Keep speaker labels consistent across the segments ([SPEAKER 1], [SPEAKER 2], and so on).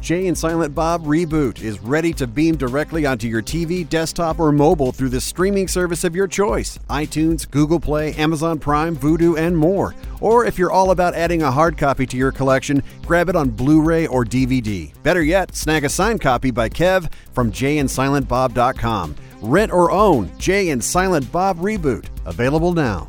[SPEAKER 1] Jay and Silent Bob Reboot is ready to beam directly onto your TV, desktop, or mobile through the streaming service of your choice iTunes, Google Play, Amazon Prime, Vudu, and more. Or if you're all about adding a hard copy to your collection, grab it on Blu ray or DVD. Better yet, snag a signed copy by Kev from jayandsilentbob.com. Rent or own Jay and Silent Bob Reboot, available now.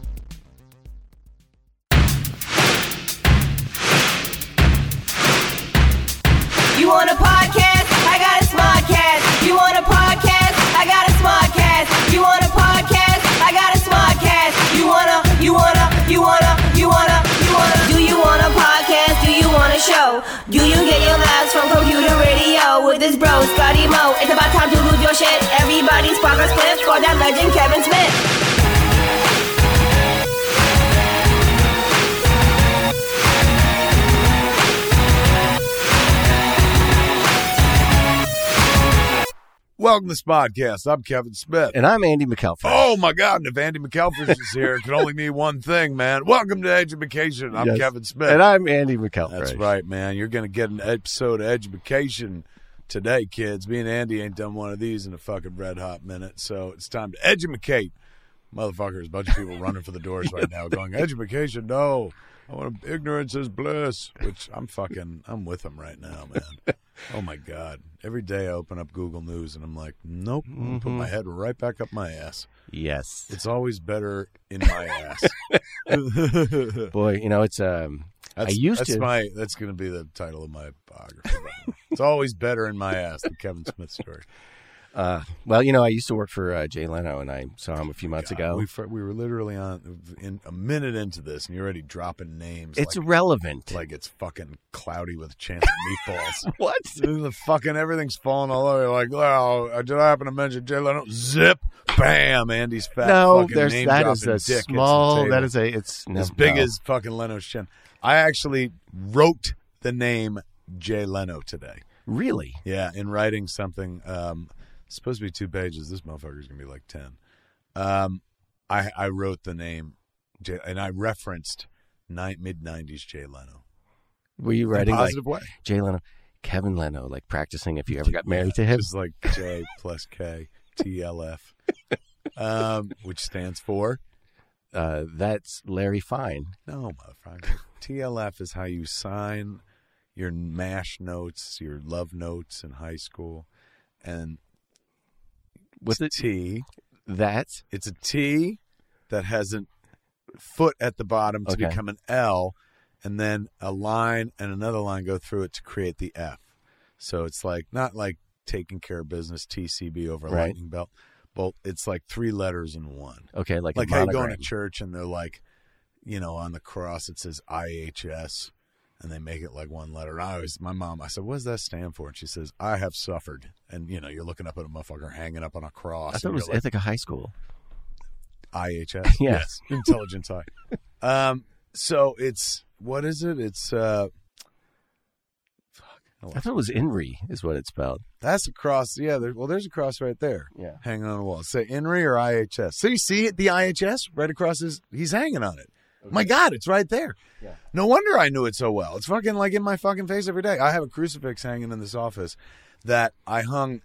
[SPEAKER 2] You want a podcast? I got a smartcast. You want a podcast? I got a smartcast. You want a podcast? I got a smartcast. You wanna, you wanna, you wanna, you wanna, you wanna. Do you want a podcast? Do you want a show? Do you get your laughs from computer radio with this bro Scotty Mo? It's about time to lose your shit. Everybody spark a spliff for that legend Kevin Smith.
[SPEAKER 3] Welcome to this podcast. I'm Kevin Smith.
[SPEAKER 4] And I'm Andy McAlpha.
[SPEAKER 3] oh my God! And if Andy McAlfish is here, it can only mean one thing, man. Welcome to Education. I'm
[SPEAKER 4] Yes.
[SPEAKER 3] Kevin Smith.
[SPEAKER 4] And I'm Andy McAlpha.
[SPEAKER 3] That's right, man. You're gonna get an episode of Education today, kids. Me and Andy ain't done one of these in a fucking red hot minute, so it's time to educate. Motherfuckers, a bunch of people running for the doors right now, going education. No, I want ignorance is bliss. Which I'm fucking, I'm with them right now, man. Oh my god! Every day I open up Google News and I'm like, nope. I'm gonna Put my head right back up my ass.
[SPEAKER 4] Yes.
[SPEAKER 3] It's always better in my ass.
[SPEAKER 4] Boy, you know, it's um
[SPEAKER 3] That's,
[SPEAKER 4] I used
[SPEAKER 3] that's
[SPEAKER 4] to
[SPEAKER 3] My, that's going to be the title of my biography. it's always better in my ass, the Kevin Smith story.
[SPEAKER 4] uh well, you know, I used to work for uh, Jay Leno and I saw him a few months ago.
[SPEAKER 3] Uh, We, fir- we were literally on in a minute into this, and you're already dropping names.
[SPEAKER 4] it's
[SPEAKER 3] like,
[SPEAKER 4] relevant.
[SPEAKER 3] like it's fucking cloudy with a chance of meatballs.
[SPEAKER 4] what?
[SPEAKER 3] the fucking everything's falling all over. Like, oh, did I happen to mention Jay Leno? Zip, bam, Andy's fat.
[SPEAKER 4] No,
[SPEAKER 3] fucking
[SPEAKER 4] there's
[SPEAKER 3] name
[SPEAKER 4] that is
[SPEAKER 3] dropping
[SPEAKER 4] a
[SPEAKER 3] dick hits the
[SPEAKER 4] small that
[SPEAKER 3] table.
[SPEAKER 4] is a it's no,
[SPEAKER 3] as big
[SPEAKER 4] no.
[SPEAKER 3] as fucking Leno's chin. I actually wrote the name Jay Leno today.
[SPEAKER 4] really.
[SPEAKER 3] Yeah, in writing something, um, it's supposed to be two pages. This motherfucker's gonna be like ten. Um, I I wrote the name, Jay, and I referenced ni- mid '90s Jay Leno.
[SPEAKER 4] Were you writing
[SPEAKER 3] in a
[SPEAKER 4] like
[SPEAKER 3] positive way.
[SPEAKER 4] Jay Leno, Kevin Leno, like practicing if you ever got married to him?
[SPEAKER 3] It's like J plus K TLF, um, which stands for
[SPEAKER 4] Uh, that's Larry Fine.
[SPEAKER 3] no motherfucker. TLF is how you sign your mash notes, your love notes in high school, and
[SPEAKER 4] Was it
[SPEAKER 3] it's T.
[SPEAKER 4] that?
[SPEAKER 3] It's a T that has a foot at the bottom to
[SPEAKER 4] Okay.
[SPEAKER 3] become an L, and then a line and another line go through it to create the F. So it's like not like taking care of business TCB over
[SPEAKER 4] Right.
[SPEAKER 3] lightning belt, but it's like three letters in one.
[SPEAKER 4] Okay, like,
[SPEAKER 3] Like
[SPEAKER 4] a
[SPEAKER 3] how you go
[SPEAKER 4] monogram.
[SPEAKER 3] into church and they're like, you know, on the cross it says IHS, and they make it like one letter. And I always, my mom, I said, "What does that stand for?" And she says, "I have suffered." And you know, you're looking up at a motherfucker hanging up on a cross.
[SPEAKER 4] I thought it
[SPEAKER 3] and
[SPEAKER 4] was
[SPEAKER 3] you're like,
[SPEAKER 4] Ithaca High School.
[SPEAKER 3] IHS.
[SPEAKER 4] Yes.
[SPEAKER 3] Intelligence High. Um, so it's what is it? It's uh
[SPEAKER 4] I thought it was Inri is what it's spelled.
[SPEAKER 3] that's a cross. Yeah, there, well there's a cross right there.
[SPEAKER 4] Yeah.
[SPEAKER 3] Hanging on the wall. Say INRI or IHS. See, see the IHS right across his he's hanging on it. My God, it's right there.
[SPEAKER 4] Yeah.
[SPEAKER 3] No wonder I knew it so well. It's fucking like in my fucking face every day. I have a crucifix hanging in this office that I hung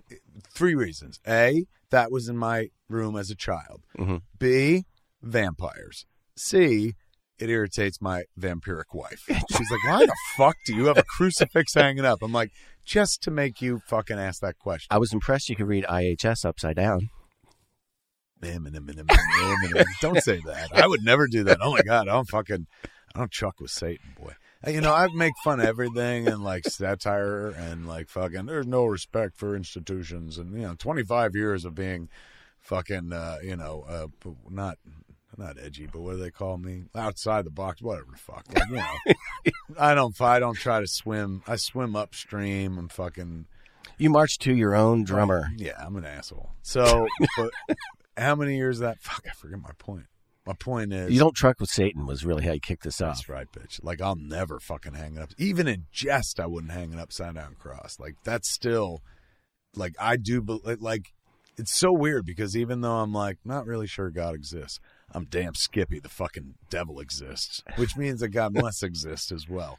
[SPEAKER 3] three reasons. A, that was in my room as a child.
[SPEAKER 4] Mhm.
[SPEAKER 3] B, vampires. C, it irritates my vampiric wife. She's like, why the fuck do you have a crucifix hanging up? I'm like, just to make you fucking ask that question.
[SPEAKER 4] I was impressed you could read IHS upside down.
[SPEAKER 3] don't say that. I would never do that. Oh my God. I don't fucking, I don't chuck with Satan, boy. And, You know, I make fun of everything and like satire and like fucking, there's no respect for institutions. And, you know, 25 years of being fucking, uh, you know, uh, p- not. Not edgy, but what do they call me? Outside the box, whatever the fuck. Like, you know, I don't. I don't try to swim. I swim upstream. I'm fucking
[SPEAKER 4] You march to your own drummer.
[SPEAKER 3] yeah, I'm an asshole. So, but how many years of that? Fuck, I forget my point. My point is,
[SPEAKER 4] You don't truck with Satan was really how you kicked this off.
[SPEAKER 3] that's right, bitch. Like, I'll never fucking hang it up. Even in jest, I wouldn't hang an upside down cross. Like, that's still, like, I do, bel- like, it's so weird because even though I'm like, not really sure God exists, I'm damn skippy the fucking devil exists, which means that God must exist as well.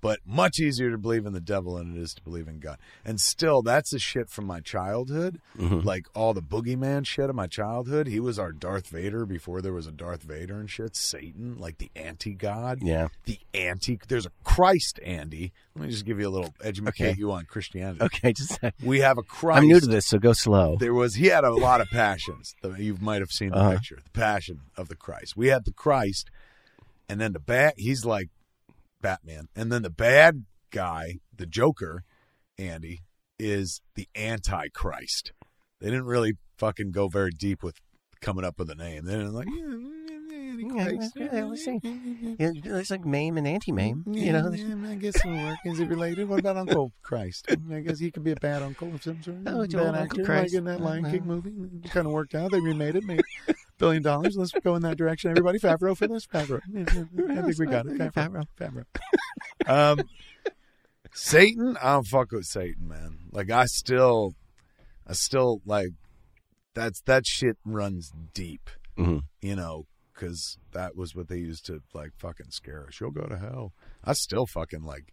[SPEAKER 3] but much easier to believe in the devil than it is to believe in God. And still, that's the shit from my childhood,
[SPEAKER 4] Mm-hmm.
[SPEAKER 3] like all the boogeyman shit of my childhood. He was our Darth Vader before there was a Darth Vader and shit. Satan, like the anti God.
[SPEAKER 4] Yeah.
[SPEAKER 3] The anti. There's a Christ, Andy. Let me just give you a little educate you on Christianity.
[SPEAKER 4] Okay, just
[SPEAKER 3] We have a Christ.
[SPEAKER 4] I'm new to this, so go slow.
[SPEAKER 3] There was he had a lot of passions. The- You might have seen the
[SPEAKER 4] Uh-huh.
[SPEAKER 3] picture. The passion of the Christ. We had the Christ, and then the bat. He's like Batman, and then the bad guy, the Joker, Andy, is the Antichrist. They didn't really fucking go very deep with coming up with a name. They're like, yeah,
[SPEAKER 4] Yeah,
[SPEAKER 3] mm, Antichrist.
[SPEAKER 4] yeah, let's see. Yeah, it's like MAME and anti-MAME. You know,
[SPEAKER 3] Yeah, I guess it'll work. Is it related? What about Uncle Christ? I guess he could be a bad uncle of some sort.
[SPEAKER 4] Oh, it's
[SPEAKER 3] bad
[SPEAKER 4] old Uncle Christ.
[SPEAKER 3] like in that Lion
[SPEAKER 4] Oh,
[SPEAKER 3] King
[SPEAKER 4] no.
[SPEAKER 3] movie. It kind of worked out. They remade it, made a billion dollars. Let's go in that direction. Everybody, Favreau for this. Favreau. Yeah, yeah, I think we got it. Favreau. Favreau. Um, Satan, I don't fuck with Satan, man. Like I still, I still like that's that shit runs deep
[SPEAKER 4] Mhm.
[SPEAKER 3] you know, because that was what they used to like fucking scare us. You'll go to hell. I still fucking like,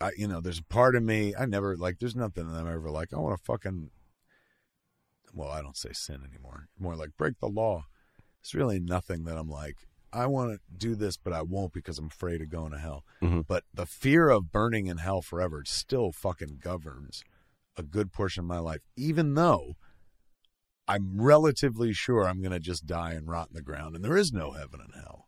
[SPEAKER 3] I you know, there's a part of me I never like. There's nothing that I'm ever like. I want to fucking. Well, I don't say sin anymore. More like break the law. It's really nothing that I'm like. I want to do this, but I won't because I'm afraid of going to hell.
[SPEAKER 4] Mhm.
[SPEAKER 3] But the fear of burning in hell forever still fucking governs a good portion of my life, even though I'm relatively sure I'm going to just die and rot in the ground, and there is no heaven and hell.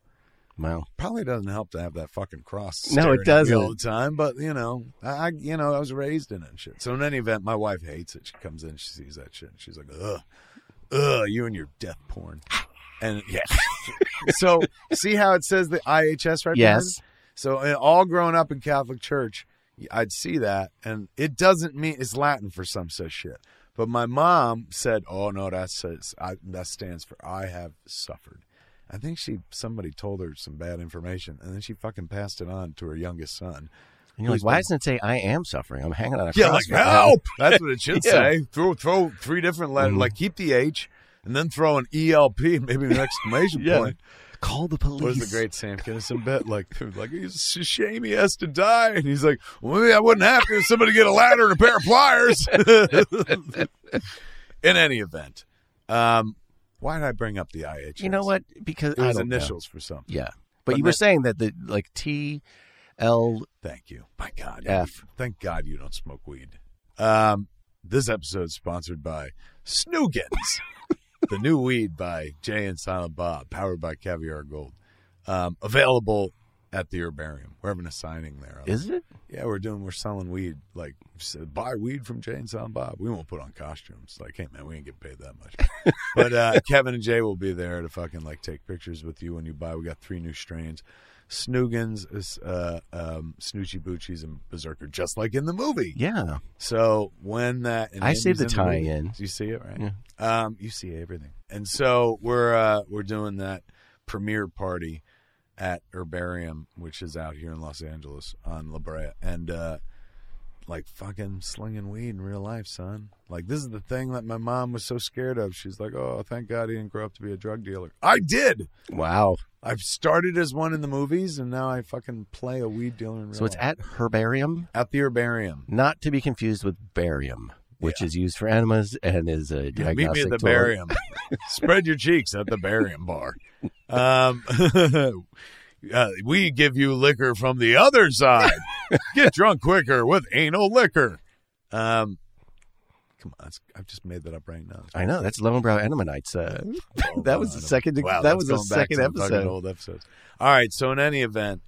[SPEAKER 4] wow.
[SPEAKER 3] Probably doesn't help to have that fucking cross.
[SPEAKER 4] No,
[SPEAKER 3] staring
[SPEAKER 4] it
[SPEAKER 3] at you
[SPEAKER 4] doesn't.
[SPEAKER 3] all the time. But you know, I I- you know I was raised in it and shit. So in any event, my wife hates it. She comes in, she sees that shit, and she's like, ugh, ugh, you and your death porn. And yeah, so see how it says the IHS right behind
[SPEAKER 4] Yes.
[SPEAKER 3] it? So uh, all growing up in Catholic church, I'd see that, and it doesn't mean it's Latin for some such shit. But my mom said, "Oh no, that says I, that stands for I have suffered." I think she somebody told her some bad information, and then she fucking passed it on to her youngest son.
[SPEAKER 4] And you're
[SPEAKER 3] Who's
[SPEAKER 4] like, why
[SPEAKER 3] been-
[SPEAKER 4] doesn't it say I am suffering? I'm hanging on a
[SPEAKER 3] Yeah,
[SPEAKER 4] cross
[SPEAKER 3] like
[SPEAKER 4] right now."
[SPEAKER 3] help. That's what it should
[SPEAKER 4] Yeah. Mm-hmm.
[SPEAKER 3] say. Throw throw three different letters. Like keep the H, and then throw an ELP, maybe an exclamation
[SPEAKER 4] Yeah.
[SPEAKER 3] point.
[SPEAKER 4] Call the police.
[SPEAKER 3] What is the great Sam Kinison bit? Like, dude, like it's a shame he has to die, and he's like, well, maybe I wouldn't have to if somebody get a ladder and a pair of pliers. In any event, um, why did I bring up the IHS?
[SPEAKER 4] You know what? Because
[SPEAKER 3] It
[SPEAKER 4] I
[SPEAKER 3] was
[SPEAKER 4] don't know.
[SPEAKER 3] initials for something.
[SPEAKER 4] Yeah, but,
[SPEAKER 3] But
[SPEAKER 4] you were
[SPEAKER 3] that-
[SPEAKER 4] saying that the like T L.
[SPEAKER 3] Thank you. My God.
[SPEAKER 4] F.
[SPEAKER 3] Thank God you don't smoke weed. Um, this episode's sponsored by Snoogans, the new weed by Jay and Silent Bob, powered by Caviar Gold. Um, available at the Herbarium. We're having a signing there.
[SPEAKER 4] Is it?
[SPEAKER 3] yeah, we're doing, we're selling weed. Like, s- buy weed from Jay and Silent Bob. We won't put on costumes. Like, hey, man, we ain't getting paid that much. but uh, Kevin and Jay will be there to fucking, like, take pictures with you when you buy. We got three new strains. Snoogans, is, uh, um, Snoochie Boochies, and Berserker, just like in the movie.
[SPEAKER 4] Yeah.
[SPEAKER 3] So when that, and
[SPEAKER 4] I see
[SPEAKER 3] Andy's
[SPEAKER 4] the
[SPEAKER 3] in
[SPEAKER 4] tie
[SPEAKER 3] movie.
[SPEAKER 4] in.
[SPEAKER 3] You see it, right? Um, you see everything. And so we're uh, we're doing that premiere party at Herbarium, which is out here in Los Angeles on La Brea, and uh, like fucking slinging weed in real life, son. Like this is the thing that my mom was so scared of. She's like, "Oh, thank God he didn't grow up to be a drug dealer." I did.
[SPEAKER 4] Wow.
[SPEAKER 3] I've started as one in the movies, and now I fucking play a weed dealer in real
[SPEAKER 4] So it's
[SPEAKER 3] life.
[SPEAKER 4] at herbarium,
[SPEAKER 3] at the Herbarium.
[SPEAKER 4] not to be confused with barium, which is used for enemas and is a
[SPEAKER 3] Yeah,
[SPEAKER 4] diagnostic
[SPEAKER 3] meet me at the
[SPEAKER 4] tool.
[SPEAKER 3] barium. Spread your cheeks at the barium bar. Um, uh, we give you liquor from the other side. Get drunk quicker with anal liquor. Um, come on, that's, I've just made that up right now.
[SPEAKER 4] I know that's Lone Brow Enema Nights. Uh, that was the second.
[SPEAKER 3] Wow,
[SPEAKER 4] that
[SPEAKER 3] that's
[SPEAKER 4] was the
[SPEAKER 3] going back to
[SPEAKER 4] second
[SPEAKER 3] fucking
[SPEAKER 4] episode.
[SPEAKER 3] Old episodes. All right. So in any event,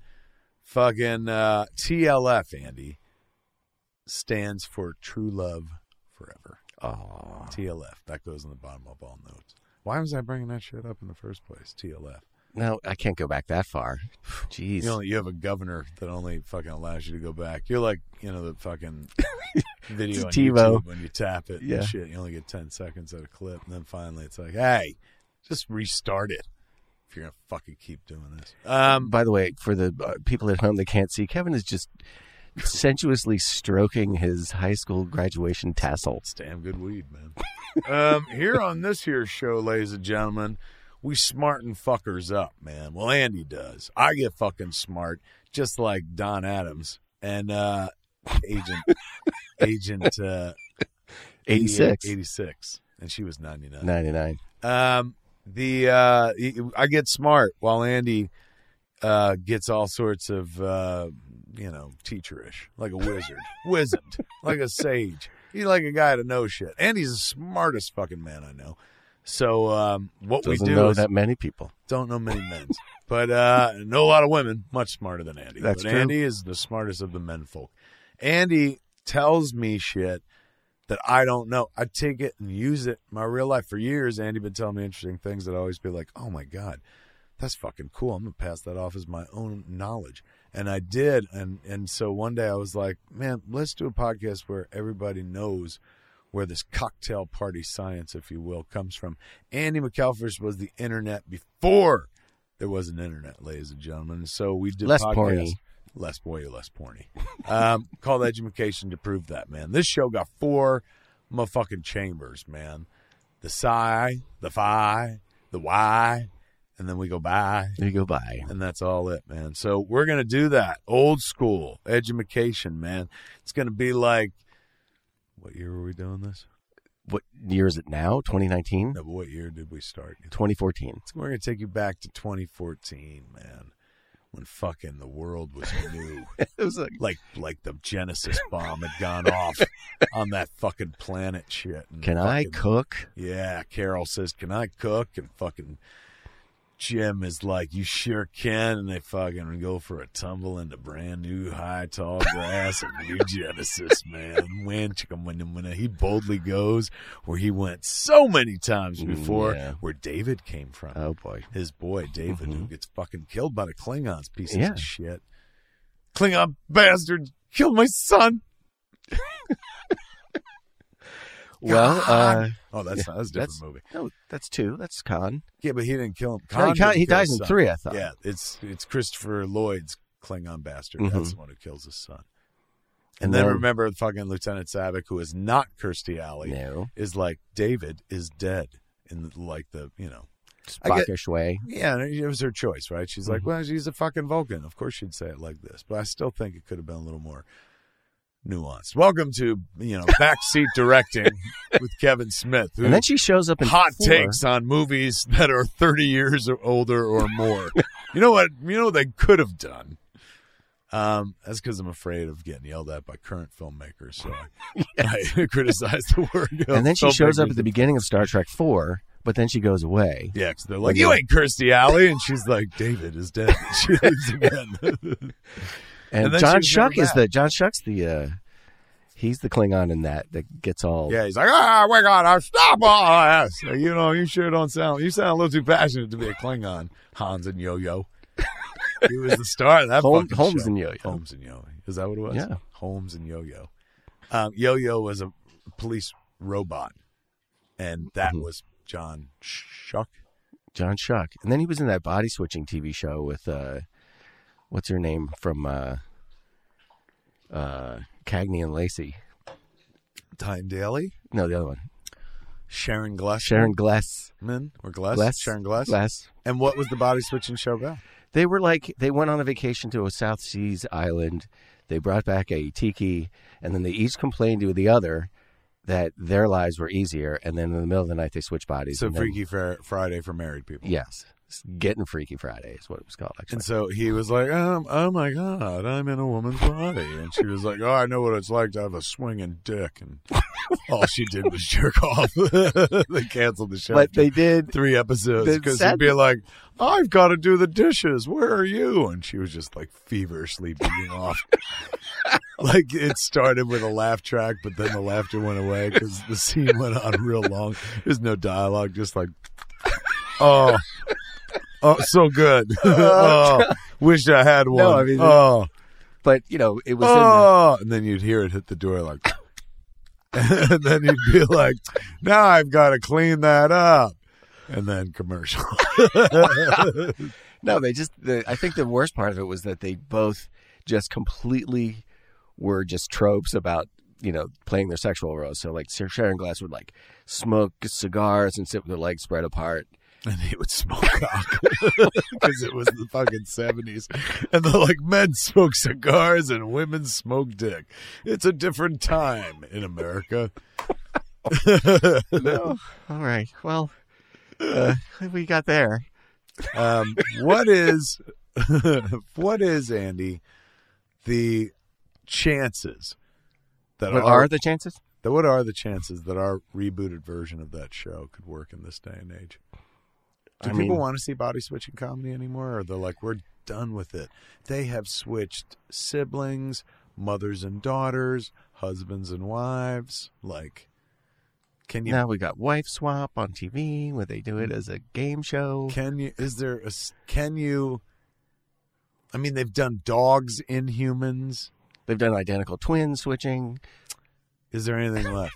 [SPEAKER 3] fucking uh, TLF, Andy, stands for True Love Forever.
[SPEAKER 4] Oh,
[SPEAKER 3] TLF. That goes in the bottom of all notes. Why was I bringing that shit up in the first place? TLF.
[SPEAKER 4] no, I can't go back that far. Jeez.
[SPEAKER 3] You only you have a governor that only fucking allows you to go back. You're like you know the fucking video on
[SPEAKER 4] TiVo.
[SPEAKER 3] YouTube when you tap it.
[SPEAKER 4] Yeah.
[SPEAKER 3] And shit. You only get ten seconds at a clip, and then finally it's like, hey, just restart it. If you're gonna fucking keep doing this, um,
[SPEAKER 4] By the way, for the uh, people at home that can't see, Kevin is just sensuously stroking his high school graduation tassel.
[SPEAKER 3] it's damn good weed, man. um, here on this here show, ladies and gentlemen, we smarten fuckers up, man. Well, Andy does. I get fucking smart. just like Don Adams and uh, agent agent uh,
[SPEAKER 4] 86.
[SPEAKER 3] 86 and she was 99.
[SPEAKER 4] 99.
[SPEAKER 3] Um, the uh, I get smart while Andy uh, gets all sorts of uh, you know teacherish, like a wizard, wizard, like a sage. He's like a guy to know shit. Andy's the smartest fucking man I know. So um, what
[SPEAKER 4] Doesn't
[SPEAKER 3] we do
[SPEAKER 4] know
[SPEAKER 3] is
[SPEAKER 4] that many people.
[SPEAKER 3] don't know many men, but uh, know a lot of women much smarter than Andy.
[SPEAKER 4] That's
[SPEAKER 3] but
[SPEAKER 4] true.
[SPEAKER 3] Andy is the smartest of the men folk. Andy tells me shit that I don't know. I take it and use it in my real life for years. Andy been telling me interesting things that I always be like, "Oh my god, that's fucking cool. I'm gonna pass that off as my own knowledge." And I did, and and so one day I was like, "Man, let's do a podcast where everybody knows." Where this cocktail party science, if you will, comes from. Andy McAlfers was the internet before there was an internet, ladies and gentlemen. And so we did
[SPEAKER 4] Less
[SPEAKER 3] podcasts-
[SPEAKER 4] porny.
[SPEAKER 3] less boy, less porny. Um, called education to prove that, man. This show got four motherfucking chambers, man. The psi, the phi, the why, and then we go by,
[SPEAKER 4] You go by.
[SPEAKER 3] and that's all it, man. So we're gonna do that old school education, man. It's gonna be like, what year were we doing this?
[SPEAKER 4] What year is it now? 2019?
[SPEAKER 3] No, but what year did we start?
[SPEAKER 4] 2014.
[SPEAKER 3] We're gonna take you back to 2014, man, when fucking the world was new.
[SPEAKER 4] It was like,
[SPEAKER 3] like like the Genesis bomb had gone off on that fucking planet shit. And
[SPEAKER 4] can I
[SPEAKER 3] fucking-
[SPEAKER 4] cook?
[SPEAKER 3] Yeah, Carol says, "Can I cook?" And fucking Jim is like, "You sure can." And they fucking go for a tumble into brand new high tall grass of New Genesis, man. When chicka, when when he boldly goes where he went so many times
[SPEAKER 4] Mm,
[SPEAKER 3] before,
[SPEAKER 4] yeah.
[SPEAKER 3] where David came from
[SPEAKER 4] Oh boy.
[SPEAKER 3] his boy David, who gets fucking killed by the Klingons, pieces
[SPEAKER 4] Mm-hmm. Yeah.
[SPEAKER 3] of shit. Klingon bastard killed my son.
[SPEAKER 4] Well, uh,
[SPEAKER 3] Oh, that's that's a different
[SPEAKER 4] that's-
[SPEAKER 3] movie.
[SPEAKER 4] no, Oh, that's two. That's Khan.
[SPEAKER 3] Yeah, but he didn't kill him.
[SPEAKER 4] No,
[SPEAKER 3] Khan
[SPEAKER 4] he, Khan-
[SPEAKER 3] didn't
[SPEAKER 4] he
[SPEAKER 3] kill
[SPEAKER 4] dies
[SPEAKER 3] his
[SPEAKER 4] in
[SPEAKER 3] son.
[SPEAKER 4] three, I thought.
[SPEAKER 3] Yeah, it's it's Christopher Lloyd's Klingon bastard. That's the one who kills his son. And,
[SPEAKER 4] Mm-hmm. And
[SPEAKER 3] then,
[SPEAKER 4] then-
[SPEAKER 3] remember fucking Lieutenant Savick, who is not Kirstie Alley,
[SPEAKER 4] No.
[SPEAKER 3] is like David is dead in the, like the you know I get-
[SPEAKER 4] Spockish way.
[SPEAKER 3] Yeah, and it was her choice, right? She's
[SPEAKER 4] Mm-hmm.
[SPEAKER 3] like, well, she's a fucking Vulcan. Of course she'd say it like this, but I still think it could have been a little more nuanced. Welcome to, you know, backseat directing with Kevin Smith, who
[SPEAKER 4] And then she shows up in
[SPEAKER 3] hot
[SPEAKER 4] four.
[SPEAKER 3] takes on movies that are 30 years or older or more. you know what? You know what they could have done? Um, that's because I'm afraid of getting yelled at by current filmmakers, so I, I criticize the work. of
[SPEAKER 4] And then she shows up
[SPEAKER 3] filmmakers
[SPEAKER 4] at the beginning of Star Trek Four, but then she goes away.
[SPEAKER 3] yeah, 'cause they're like, "You ain't Kirstie Alley," and she's like, "David is dead." She leaves again.
[SPEAKER 4] And,
[SPEAKER 3] And then she
[SPEAKER 4] John
[SPEAKER 3] was never
[SPEAKER 4] Shuck is
[SPEAKER 3] back.
[SPEAKER 4] the John Shuck's the uh he's the Klingon in that that gets all
[SPEAKER 3] yeah, he's like, "Ah, we gotta stop all this." Like, you know, you sure don't sound. You sound a little too passionate to be a Klingon, Hans and Yo Yo. He was the star of that
[SPEAKER 4] Holmes-
[SPEAKER 3] fucking
[SPEAKER 4] Holmes
[SPEAKER 3] show.
[SPEAKER 4] and Yo-Yo.
[SPEAKER 3] Holmes and Yo. Is that what it was?
[SPEAKER 4] Yeah.
[SPEAKER 3] Holmes and Yo Yo. Um, Yo Yo was a police robot, and that was John Shuck.
[SPEAKER 4] John Shuck. And then he was in that body switching TV show with uh what's her name from uh uh Cagney and Lacey.
[SPEAKER 3] Time Daly,
[SPEAKER 4] No, the other one.
[SPEAKER 3] Sharon Glass,
[SPEAKER 4] Sharon Glass.
[SPEAKER 3] or Glass,
[SPEAKER 4] Glass.
[SPEAKER 3] Sharon Glass,
[SPEAKER 4] Glass.
[SPEAKER 3] And what was the body switching show about?
[SPEAKER 4] They were like they went on a vacation to a South Seas island. They brought back a tiki, and then they each complained to the other that their lives were easier. And then in the middle of the night, they switched bodies.
[SPEAKER 3] So
[SPEAKER 4] and then-
[SPEAKER 3] Freaky Fri- Friday for married people.
[SPEAKER 4] Yes, It's getting Freaky Friday is what it was called. Actually,
[SPEAKER 3] And so he was like, um, "Oh my God, I'm in a woman's body," and she was like, "Oh, I know what it's like to have a swinging dick." And all she did was jerk off. they canceled the show.
[SPEAKER 4] but
[SPEAKER 3] after
[SPEAKER 4] they did.
[SPEAKER 3] three episodes
[SPEAKER 4] the
[SPEAKER 3] because he'd
[SPEAKER 4] sad-
[SPEAKER 3] be like, "I've got to do the dishes. Where are you?" And she was just like feverishly beating off. like it started with a laugh track, but then the laughter went away because the scene went on real long. There's no dialogue, just like, "Oh, oh, so good. oh, wish I had one.
[SPEAKER 4] No, I mean-
[SPEAKER 3] oh,
[SPEAKER 4] But you know, it was.
[SPEAKER 3] oh, and then you'd hear it hit the door like, and then you'd be like, now I've got to clean that up. And then commercial.
[SPEAKER 4] In the, no, they just. The, I think the worst part of it was that they both just completely were just tropes about you know playing their sexual roles. So like Sir Sharon Glass would like smoke cigars and sit with their legs spread apart.
[SPEAKER 3] and he would smoke cock because it was the fucking seventies, and they're like men smoke cigars and women smoke dick. It's a different time in America.
[SPEAKER 4] No. All right. Well, uh, we got there.
[SPEAKER 3] Um, what is what is Andy the chances that
[SPEAKER 4] What
[SPEAKER 3] our-
[SPEAKER 4] are the chances?
[SPEAKER 3] that what are the chances that our rebooted version of that show could work in this day and age? Do
[SPEAKER 4] I
[SPEAKER 3] people
[SPEAKER 4] mean-
[SPEAKER 3] want to see body switching comedy anymore? Or they're like, we're done with it. They have switched siblings, mothers and daughters, husbands and wives. Like, can you?
[SPEAKER 4] Now we got wife swap on TV where they do it as a game show.
[SPEAKER 3] Can you? Is there a? s- Can you? I mean, they've done dogs in humans.
[SPEAKER 4] They've done identical twin switching.
[SPEAKER 3] Is there anything left?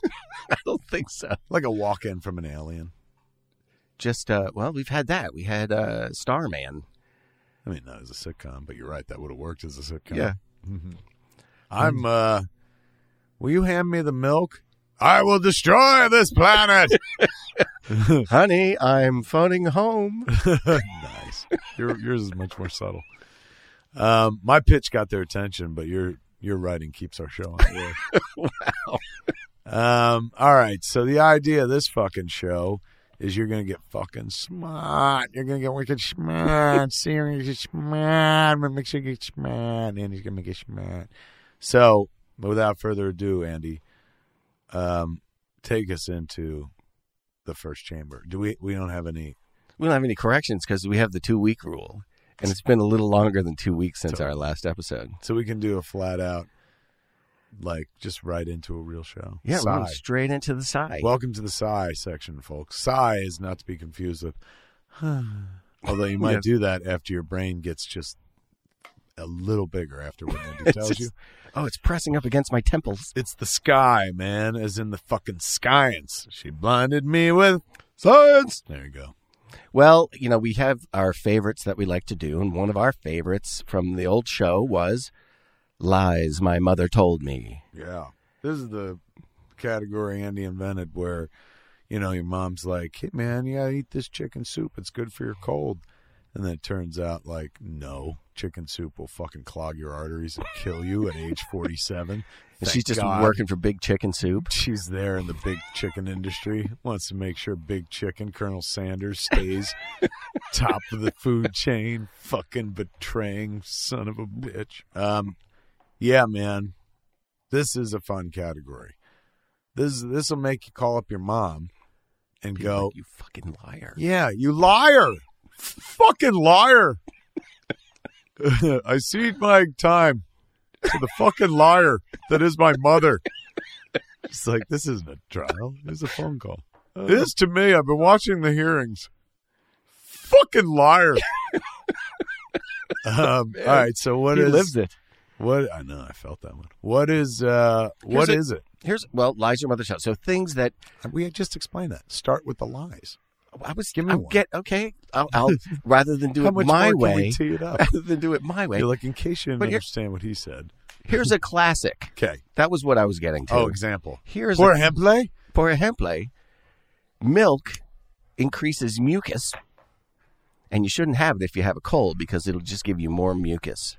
[SPEAKER 4] I don't think so.
[SPEAKER 3] like a walk-in from an alien.
[SPEAKER 4] Just uh, well, we've had that. We had uh, Starman.
[SPEAKER 3] I mean, that was a sitcom, but you're right. That would have worked as a sitcom.
[SPEAKER 4] Yeah.
[SPEAKER 3] Mhm. I'm, uh, will you hand me the milk? I will destroy this planet.
[SPEAKER 4] Honey, I'm phoning home.
[SPEAKER 3] nice. Your, yours is much more subtle. Um, my pitch got their attention, but your, your writing keeps our show on the air. wow. Um, all right. So the idea of this fucking show is you're going to get fucking smart. You're going to get wicked smart. See, you're going to get smart. I'm going to make sure you get smart. Andy's going to make you smart. So, without further ado, Andy, um, take us into the first chamber. Do we? We don't have any.
[SPEAKER 4] We don't have any corrections because we have the two week rule, and it's been a little longer than two weeks since our last episode.
[SPEAKER 3] So we can do a flat out, like just right into a real show.
[SPEAKER 4] Yeah, we went
[SPEAKER 3] Sigh.
[SPEAKER 4] straight into the side.
[SPEAKER 3] Welcome to the sigh section, folks. Sigh is not to be confused with. Although you might
[SPEAKER 4] Yes.
[SPEAKER 3] do that after your brain gets just a little bigger after what Andy tells you.
[SPEAKER 4] Oh, it's pressing up against my temples.
[SPEAKER 3] It's the sky, man, as in the fucking science. She blinded me with science. There you go.
[SPEAKER 4] Well, you know, we have our favorites that we like to do, and one of our favorites from the old show was Lies My Mother Told Me.
[SPEAKER 3] Yeah. This is the category Andy invented where, you know, your mom's like, hey, man, you got to eat this chicken soup. It's good for your cold. And then it turns out, like, no, chicken soup will fucking clog your arteries and kill you at age 47.
[SPEAKER 4] And
[SPEAKER 3] Thank
[SPEAKER 4] she's just
[SPEAKER 3] God
[SPEAKER 4] working for Big Chicken Soup.
[SPEAKER 3] She's there in the big chicken industry. Wants to make sure Big Chicken, Colonel Sanders, stays top of the food chain. Fucking betraying son of a bitch. Um, yeah, man, this is a fun category. This this will make you call up your mom and
[SPEAKER 4] Be
[SPEAKER 3] go,
[SPEAKER 4] like, you fucking liar.
[SPEAKER 3] "Yeah, you liar, F- fucking liar." I cede my time to the fucking liar that is my mother. It's like this isn't a trial. It's a phone call.
[SPEAKER 4] Uh.
[SPEAKER 3] it is to me. I've been watching the hearings. Fucking liar. um, all right. So what
[SPEAKER 4] he
[SPEAKER 3] is
[SPEAKER 4] lives it.
[SPEAKER 3] what? I know. I felt that one. What is uh? What
[SPEAKER 4] Here's a-
[SPEAKER 3] is it?
[SPEAKER 4] Here's well, lies your mother told. So things that
[SPEAKER 3] We had just explained that. Start with the lies.
[SPEAKER 4] I was
[SPEAKER 3] Give me
[SPEAKER 4] I'll
[SPEAKER 3] one.
[SPEAKER 4] get okay. I'll, I'll rather than do
[SPEAKER 3] How
[SPEAKER 4] it
[SPEAKER 3] much more
[SPEAKER 4] my
[SPEAKER 3] Can
[SPEAKER 4] way,
[SPEAKER 3] we tee it up.
[SPEAKER 4] rather than do it my way.
[SPEAKER 3] You're like, in case you didn't
[SPEAKER 4] But here-
[SPEAKER 3] understand what he said.
[SPEAKER 4] Here's a classic.
[SPEAKER 3] Okay.
[SPEAKER 4] That was what I was getting to.
[SPEAKER 3] Oh, example.
[SPEAKER 4] Here's
[SPEAKER 3] For
[SPEAKER 4] a,
[SPEAKER 3] Hempley?
[SPEAKER 4] for ejemplo, milk increases mucus, and you shouldn't have it if you have a cold because it'll just give you more mucus.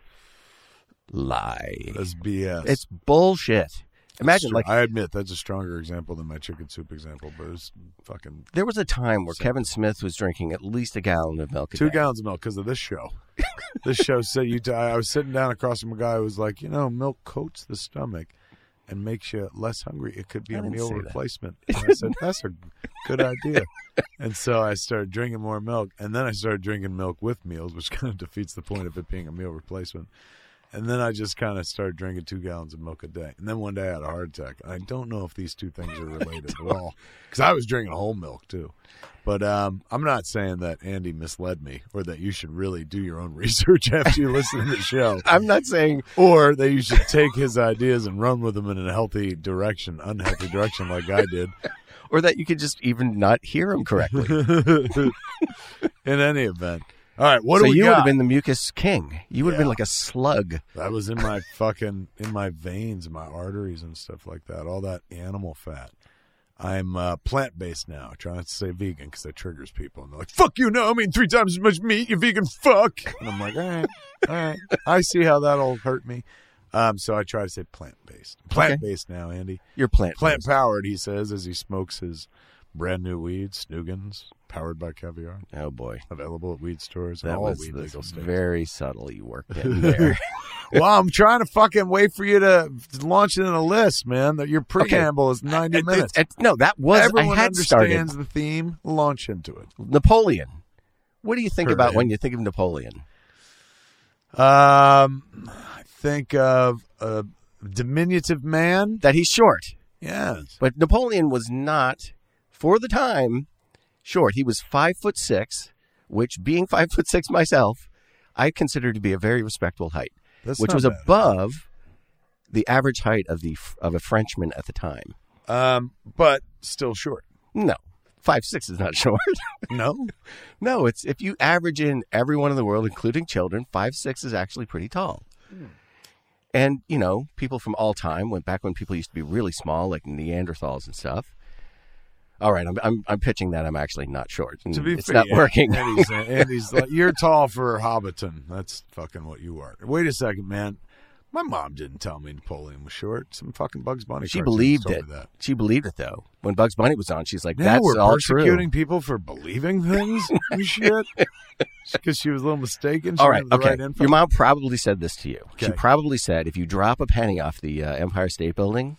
[SPEAKER 4] Lie.
[SPEAKER 3] That's BS.
[SPEAKER 4] It's bullshit. Imagine,
[SPEAKER 3] Sure,
[SPEAKER 4] like,
[SPEAKER 3] I admit that's a stronger example than my chicken soup example, but it's fucking
[SPEAKER 4] there was a time where Kevin Smith was drinking at least a gallon of milk a
[SPEAKER 3] two
[SPEAKER 4] day.
[SPEAKER 3] gallons of milk because of this show. this show said you. I was sitting down across from a guy who was like, you know, milk coats the stomach and makes you less hungry. It could be
[SPEAKER 4] I
[SPEAKER 3] a
[SPEAKER 4] didn't
[SPEAKER 3] meal
[SPEAKER 4] say that.
[SPEAKER 3] replacement. And I said that's a good idea, and so I started drinking more milk, and then I started drinking milk with meals, which kind of defeats the point of it being a meal replacement. And then I just kind of started drinking two gallons of milk a day. And then one day I had a heart attack. And I don't know if these two things are related at all because I was drinking whole milk too. But um, I'm not saying that Andy misled me or that you should really do your own research after you listen to the show
[SPEAKER 4] I'm not saying
[SPEAKER 3] or that you should take his ideas and run with them in a healthy direction, unhealthy direction like I did.
[SPEAKER 4] or that you could just even not hear him correctly.
[SPEAKER 3] in any event. All right, what
[SPEAKER 4] so
[SPEAKER 3] do we
[SPEAKER 4] you would
[SPEAKER 3] got?
[SPEAKER 4] have been the mucus king. You would have been
[SPEAKER 3] Yeah.
[SPEAKER 4] like a slug.
[SPEAKER 3] That was in my fucking in my veins, my arteries and stuff like that. All that animal fat. I'm uh, plant based now, trying not to say vegan because that triggers people. And they're like, fuck you, no, I mean three times as much meat, you vegan fuck. And I'm like, all right, all right. I see how that'll hurt me. Um, so I try to say plant based. Plant based now, Andy.
[SPEAKER 4] You're plant.
[SPEAKER 3] Plant powered, he says, as he smokes his brand new weed, Snuggins, powered by caviar,
[SPEAKER 4] Oh boy,
[SPEAKER 3] available at weed stores and
[SPEAKER 4] that
[SPEAKER 3] all
[SPEAKER 4] was
[SPEAKER 3] weed
[SPEAKER 4] the
[SPEAKER 3] legal states.
[SPEAKER 4] very subtle you worked in there.
[SPEAKER 3] well, I'm trying to fucking wait for you to launch it in a list, man. That your preamble is 90
[SPEAKER 4] It-
[SPEAKER 3] minutes.
[SPEAKER 4] it- it- no, that was
[SPEAKER 3] Everyone
[SPEAKER 4] I had
[SPEAKER 3] understands
[SPEAKER 4] started
[SPEAKER 3] the theme. Launch into it.
[SPEAKER 4] Napoleon. What do you think
[SPEAKER 3] Heard
[SPEAKER 4] about
[SPEAKER 3] him.
[SPEAKER 4] when you think of Napoleon?
[SPEAKER 3] Um, I think of a diminutive man.
[SPEAKER 4] That he's short,
[SPEAKER 3] Yes.
[SPEAKER 4] but Napoleon was not for the time short. He was five foot six, which, being five foot six myself, I consider to be a very respectable height,
[SPEAKER 3] That's
[SPEAKER 4] which
[SPEAKER 3] not
[SPEAKER 4] was
[SPEAKER 3] bad.
[SPEAKER 4] above the average height of the f- of a Frenchman at the time.
[SPEAKER 3] Um, but still short.
[SPEAKER 4] No, five six is not short.
[SPEAKER 3] No.
[SPEAKER 4] No, it's if you average in everyone in the world, including children, five six is actually pretty tall. And you know, people from all time went back when people used to be really small, like Neanderthals and stuff. All right, I'm I'm, I'm pitching that I'm actually not short. Mm,
[SPEAKER 3] To be
[SPEAKER 4] it's
[SPEAKER 3] fair,
[SPEAKER 4] not
[SPEAKER 3] yeah,
[SPEAKER 4] working.
[SPEAKER 3] Andy's, uh, Andy's like, you're tall for Hobbiton. That's fucking what you are. Wait a second, man. My mom didn't tell me Napoleon was short. Some fucking Bugs Bunny.
[SPEAKER 4] she
[SPEAKER 3] cartoons
[SPEAKER 4] believed
[SPEAKER 3] told
[SPEAKER 4] it.
[SPEAKER 3] me That.
[SPEAKER 4] She believed it though. When Bugs Bunny was on, she's like,
[SPEAKER 3] Now
[SPEAKER 4] "That's
[SPEAKER 3] we're
[SPEAKER 4] all
[SPEAKER 3] persecuting
[SPEAKER 4] true."
[SPEAKER 3] people for believing things and shit because she was a little mistaken. She
[SPEAKER 4] All
[SPEAKER 3] didn't have
[SPEAKER 4] right,
[SPEAKER 3] the
[SPEAKER 4] okay.
[SPEAKER 3] right info.
[SPEAKER 4] Your mom probably said this to you. She
[SPEAKER 3] Okay.
[SPEAKER 4] probably said, "If you drop a penny off the uh, Empire State Building."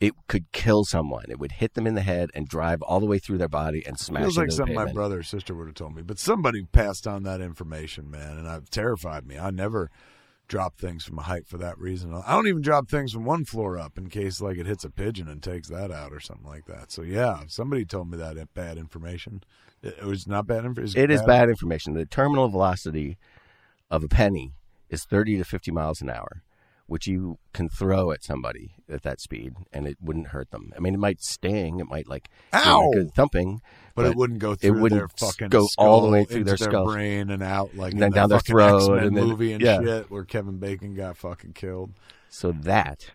[SPEAKER 4] It could kill someone. It would hit them in the head and drive all the way through their body and smash
[SPEAKER 3] Feels
[SPEAKER 4] into
[SPEAKER 3] like
[SPEAKER 4] the
[SPEAKER 3] something my
[SPEAKER 4] pavement.
[SPEAKER 3] brother or sister would have told me, but somebody passed on that information, man, and it terrified me. I never drop things from a height for that reason. I don't even drop things from one floor up in case like it hits a pigeon and takes that out or something like that. So yeah, if somebody told me that it- bad information. It it was not bad information.
[SPEAKER 4] It is bad information. The terminal velocity of a penny is 30 to 50 miles an hour, which you can throw at somebody at that speed and it wouldn't hurt them. I mean, it might sting, it might like give them
[SPEAKER 3] Ow!
[SPEAKER 4] a good thumping,
[SPEAKER 3] But, it wouldn't go through
[SPEAKER 4] it wouldn't
[SPEAKER 3] their fucking
[SPEAKER 4] go all the way
[SPEAKER 3] skull
[SPEAKER 4] through their
[SPEAKER 3] into
[SPEAKER 4] skull.
[SPEAKER 3] brain and out like
[SPEAKER 4] And
[SPEAKER 3] in
[SPEAKER 4] then
[SPEAKER 3] that
[SPEAKER 4] down their
[SPEAKER 3] fucking
[SPEAKER 4] throat
[SPEAKER 3] X-Men
[SPEAKER 4] and then-
[SPEAKER 3] movie and
[SPEAKER 4] yeah.
[SPEAKER 3] shit where Kevin Bacon got fucking killed.
[SPEAKER 4] So that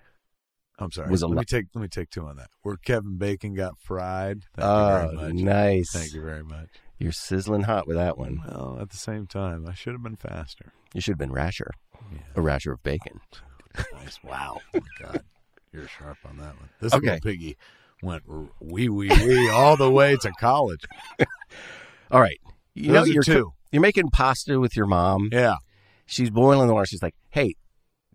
[SPEAKER 3] I'm sorry.
[SPEAKER 4] Was a
[SPEAKER 3] let
[SPEAKER 4] lo-
[SPEAKER 3] me take let me take two on that. Where Kevin Bacon got fried. Thank you
[SPEAKER 4] oh,
[SPEAKER 3] very much.
[SPEAKER 4] nice.
[SPEAKER 3] Thank you very much.
[SPEAKER 4] You're sizzling hot with that one.
[SPEAKER 3] Well, at the same time, I should have been faster.
[SPEAKER 4] You should have been rasher.
[SPEAKER 3] Yeah.
[SPEAKER 4] A rasher of bacon.
[SPEAKER 3] Nice. wow. Oh God, you're sharp on that one. This
[SPEAKER 4] Okay.
[SPEAKER 3] little piggy went r- wee wee wee all the way to college.
[SPEAKER 4] All right. You
[SPEAKER 3] Those are
[SPEAKER 4] you're
[SPEAKER 3] two.
[SPEAKER 4] coo- you're making pasta with your mom.
[SPEAKER 3] Yeah.
[SPEAKER 4] She's boiling the water. She's like, "Hey,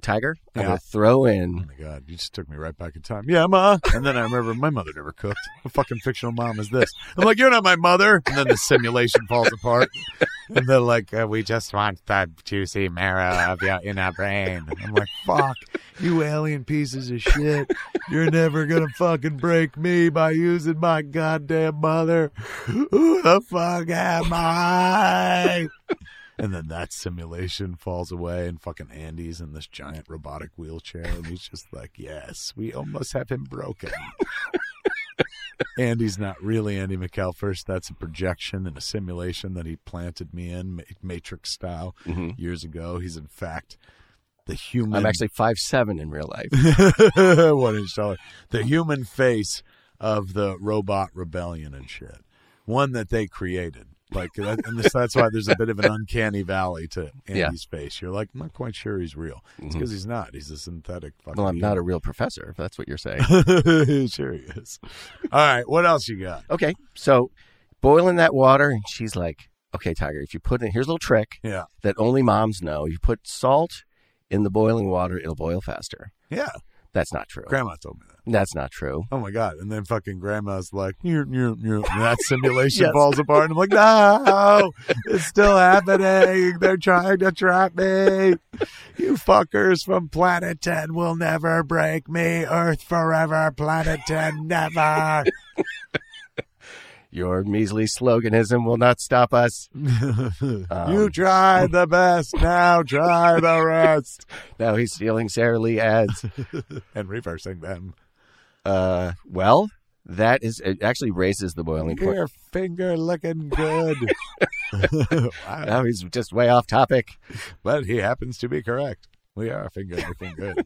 [SPEAKER 4] Tiger, I'm
[SPEAKER 3] Yeah.
[SPEAKER 4] gonna throw
[SPEAKER 3] Oh
[SPEAKER 4] in
[SPEAKER 3] my God, you just took me right back in time. Yeah, ma. And then I remember my mother never cooked. What fucking fictional mom is this? I'm like, you're not my mother. And then the simulation falls apart. And they're like, uh, we just want that juicy marrow of your inner brain. I'm like, fuck, you alien pieces of shit. You're never gonna fucking break me by using my goddamn mother. Who the fuck am I? And then that simulation falls away, and fucking Andy's in this giant robotic wheelchair, and he's just like, "Yes, we almost have him broken." Andy's not really Andy McAlfirst. That's a projection and a simulation that he planted me in, ma- Matrix style,
[SPEAKER 4] Mhm.
[SPEAKER 3] years ago. He's in fact the human.
[SPEAKER 4] I'm actually five seven in real life.
[SPEAKER 3] one inch taller. The human face of the robot rebellion and shit. One that they created. Like, that, and this, that's why there's a bit of an uncanny valley to
[SPEAKER 4] Yeah. Mm-hmm.
[SPEAKER 3] Andy's face. You're like, I'm not quite sure he's real. It's because he's not. He's a synthetic. Fucking
[SPEAKER 4] Well, I'm not a real professor, if that's what you're saying.
[SPEAKER 3] human. sure he is. All right, what else you got?
[SPEAKER 4] okay, so boiling that water, and she's like, "Okay, Tiger, if you put in here's a little trick
[SPEAKER 3] Yeah,
[SPEAKER 4] that only moms know. You put salt in the boiling water, it'll boil faster."
[SPEAKER 3] yeah.
[SPEAKER 4] That's not true.
[SPEAKER 3] Grandma told me that.
[SPEAKER 4] That's not true.
[SPEAKER 3] Oh my god! And then fucking grandma's like, "Nyeh, nyeh, nyeh," and that simulation
[SPEAKER 4] Yes.
[SPEAKER 3] falls apart, and I'm like, "No, it's still happening. They're trying to trap me. You fuckers from Planet Ten will never break me. Earth forever, Planet Ten never."
[SPEAKER 4] Your measly sloganism will not stop us. Um,
[SPEAKER 3] you tried the best, now try the rest,
[SPEAKER 4] Now he's stealing Sarah Lee ads.
[SPEAKER 3] and reversing them.
[SPEAKER 4] Uh, well, that is it actually raises the boiling point.
[SPEAKER 3] Your finger looking good. wow.
[SPEAKER 4] Now he's just way off topic.
[SPEAKER 3] But he happens to be correct. We are finger looking good.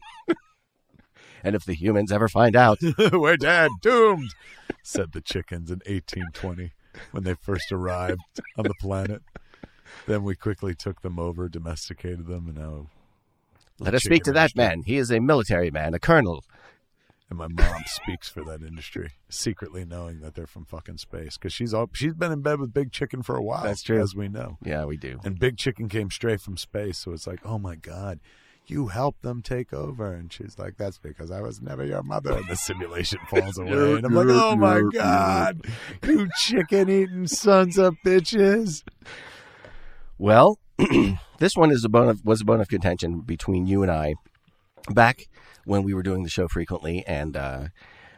[SPEAKER 4] And if the humans ever find out,
[SPEAKER 3] We're dead, doomed, said the chickens in 1820 when they first arrived on the planet. Then we quickly took them over, domesticated them, and now.
[SPEAKER 4] let us speak to
[SPEAKER 3] Chicken
[SPEAKER 4] that
[SPEAKER 3] industry.
[SPEAKER 4] man. He is a military man, a colonel.
[SPEAKER 3] And my mom speaks for that industry, secretly knowing that they're from fucking space because she's all she's been in bed with Big Chicken for a while.
[SPEAKER 4] That's true.
[SPEAKER 3] as we know.
[SPEAKER 4] Yeah, we do.
[SPEAKER 3] And Big Chicken came straight from space, so it's like, oh my god, you helped them take over. And she's like, that's because I was never your mother. And the simulation falls away, and I'm like, oh my god, you chicken eating sons of bitches.
[SPEAKER 4] Well, this one is a bone of, was a bone of contention between you and I back when we were doing the show frequently, and uh,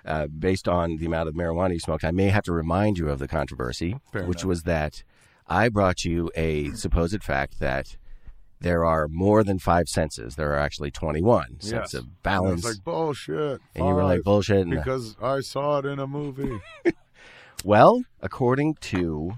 [SPEAKER 4] uh, based on the amount of marijuana you smoked, I may have to remind you of the controversy, which was that I brought you a supposed fact that there are more than five senses. There are actually twenty-one
[SPEAKER 3] Yes.
[SPEAKER 4] sense of
[SPEAKER 3] And I
[SPEAKER 4] balance,
[SPEAKER 3] was like bullshit.
[SPEAKER 4] and you were like
[SPEAKER 3] Five,
[SPEAKER 4] bullshit. and-
[SPEAKER 3] because I saw it in a movie.
[SPEAKER 4] Well, according to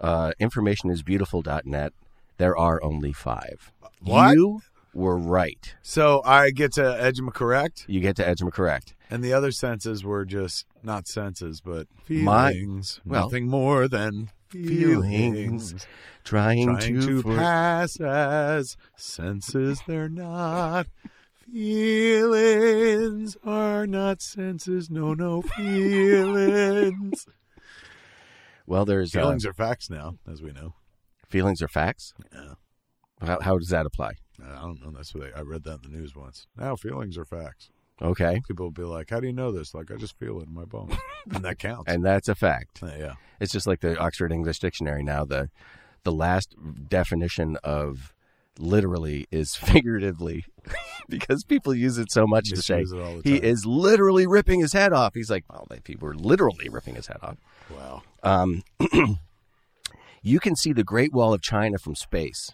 [SPEAKER 4] uh, informationisbeautiful.net, there are only five.
[SPEAKER 3] What?
[SPEAKER 4] You were right.
[SPEAKER 3] so I get to edge them correct,
[SPEAKER 4] You get to Edgema correct.
[SPEAKER 3] and the other senses were just not senses, but
[SPEAKER 4] My-
[SPEAKER 3] feelings.
[SPEAKER 4] well-
[SPEAKER 3] nothing more than
[SPEAKER 4] Feelings.
[SPEAKER 3] feelings.
[SPEAKER 4] Trying,
[SPEAKER 3] trying to,
[SPEAKER 4] for-
[SPEAKER 3] pass as senses they're not feelings are not senses no no feelings
[SPEAKER 4] Well, there's uh,
[SPEAKER 3] feelings are facts now as we know
[SPEAKER 4] feelings are facts.
[SPEAKER 3] Yeah.
[SPEAKER 4] How, how does that apply?
[SPEAKER 3] i don't know that's what they, i read that in the news once now feelings are facts
[SPEAKER 4] Okay,
[SPEAKER 3] people will be like how do you know this like i just feel it in my bones and that counts
[SPEAKER 4] and that's a fact.
[SPEAKER 3] Uh, yeah
[SPEAKER 4] It's just like the Oxford English Dictionary now. The the last definition of literally is figuratively because people use it so much to say
[SPEAKER 3] Misuse it all the
[SPEAKER 4] he
[SPEAKER 3] time.
[SPEAKER 4] is literally ripping his head off. He's like, well, they, people are literally ripping his head off.
[SPEAKER 3] wow
[SPEAKER 4] Um, you can see the Great Wall of China from space.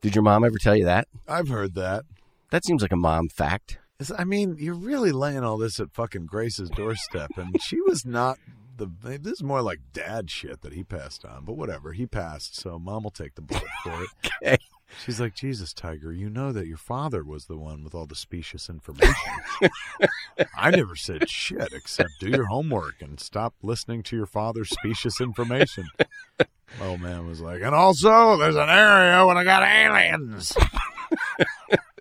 [SPEAKER 4] Did your mom ever tell you that?
[SPEAKER 3] i've heard that
[SPEAKER 4] That seems like a mom fact.
[SPEAKER 3] It's- I mean, you're really laying all this at fucking Grace's doorstep, and she was not the. This is more like dad shit that he passed on, but whatever. He passed, so mom will take the bullet for it.
[SPEAKER 4] Okay.
[SPEAKER 3] She's like, Jesus, Tiger, you know that your father was the one with all the specious information. I never said shit except do your homework and stop listening to your father's specious information. My Old man was like, and also there's an area when I got aliens.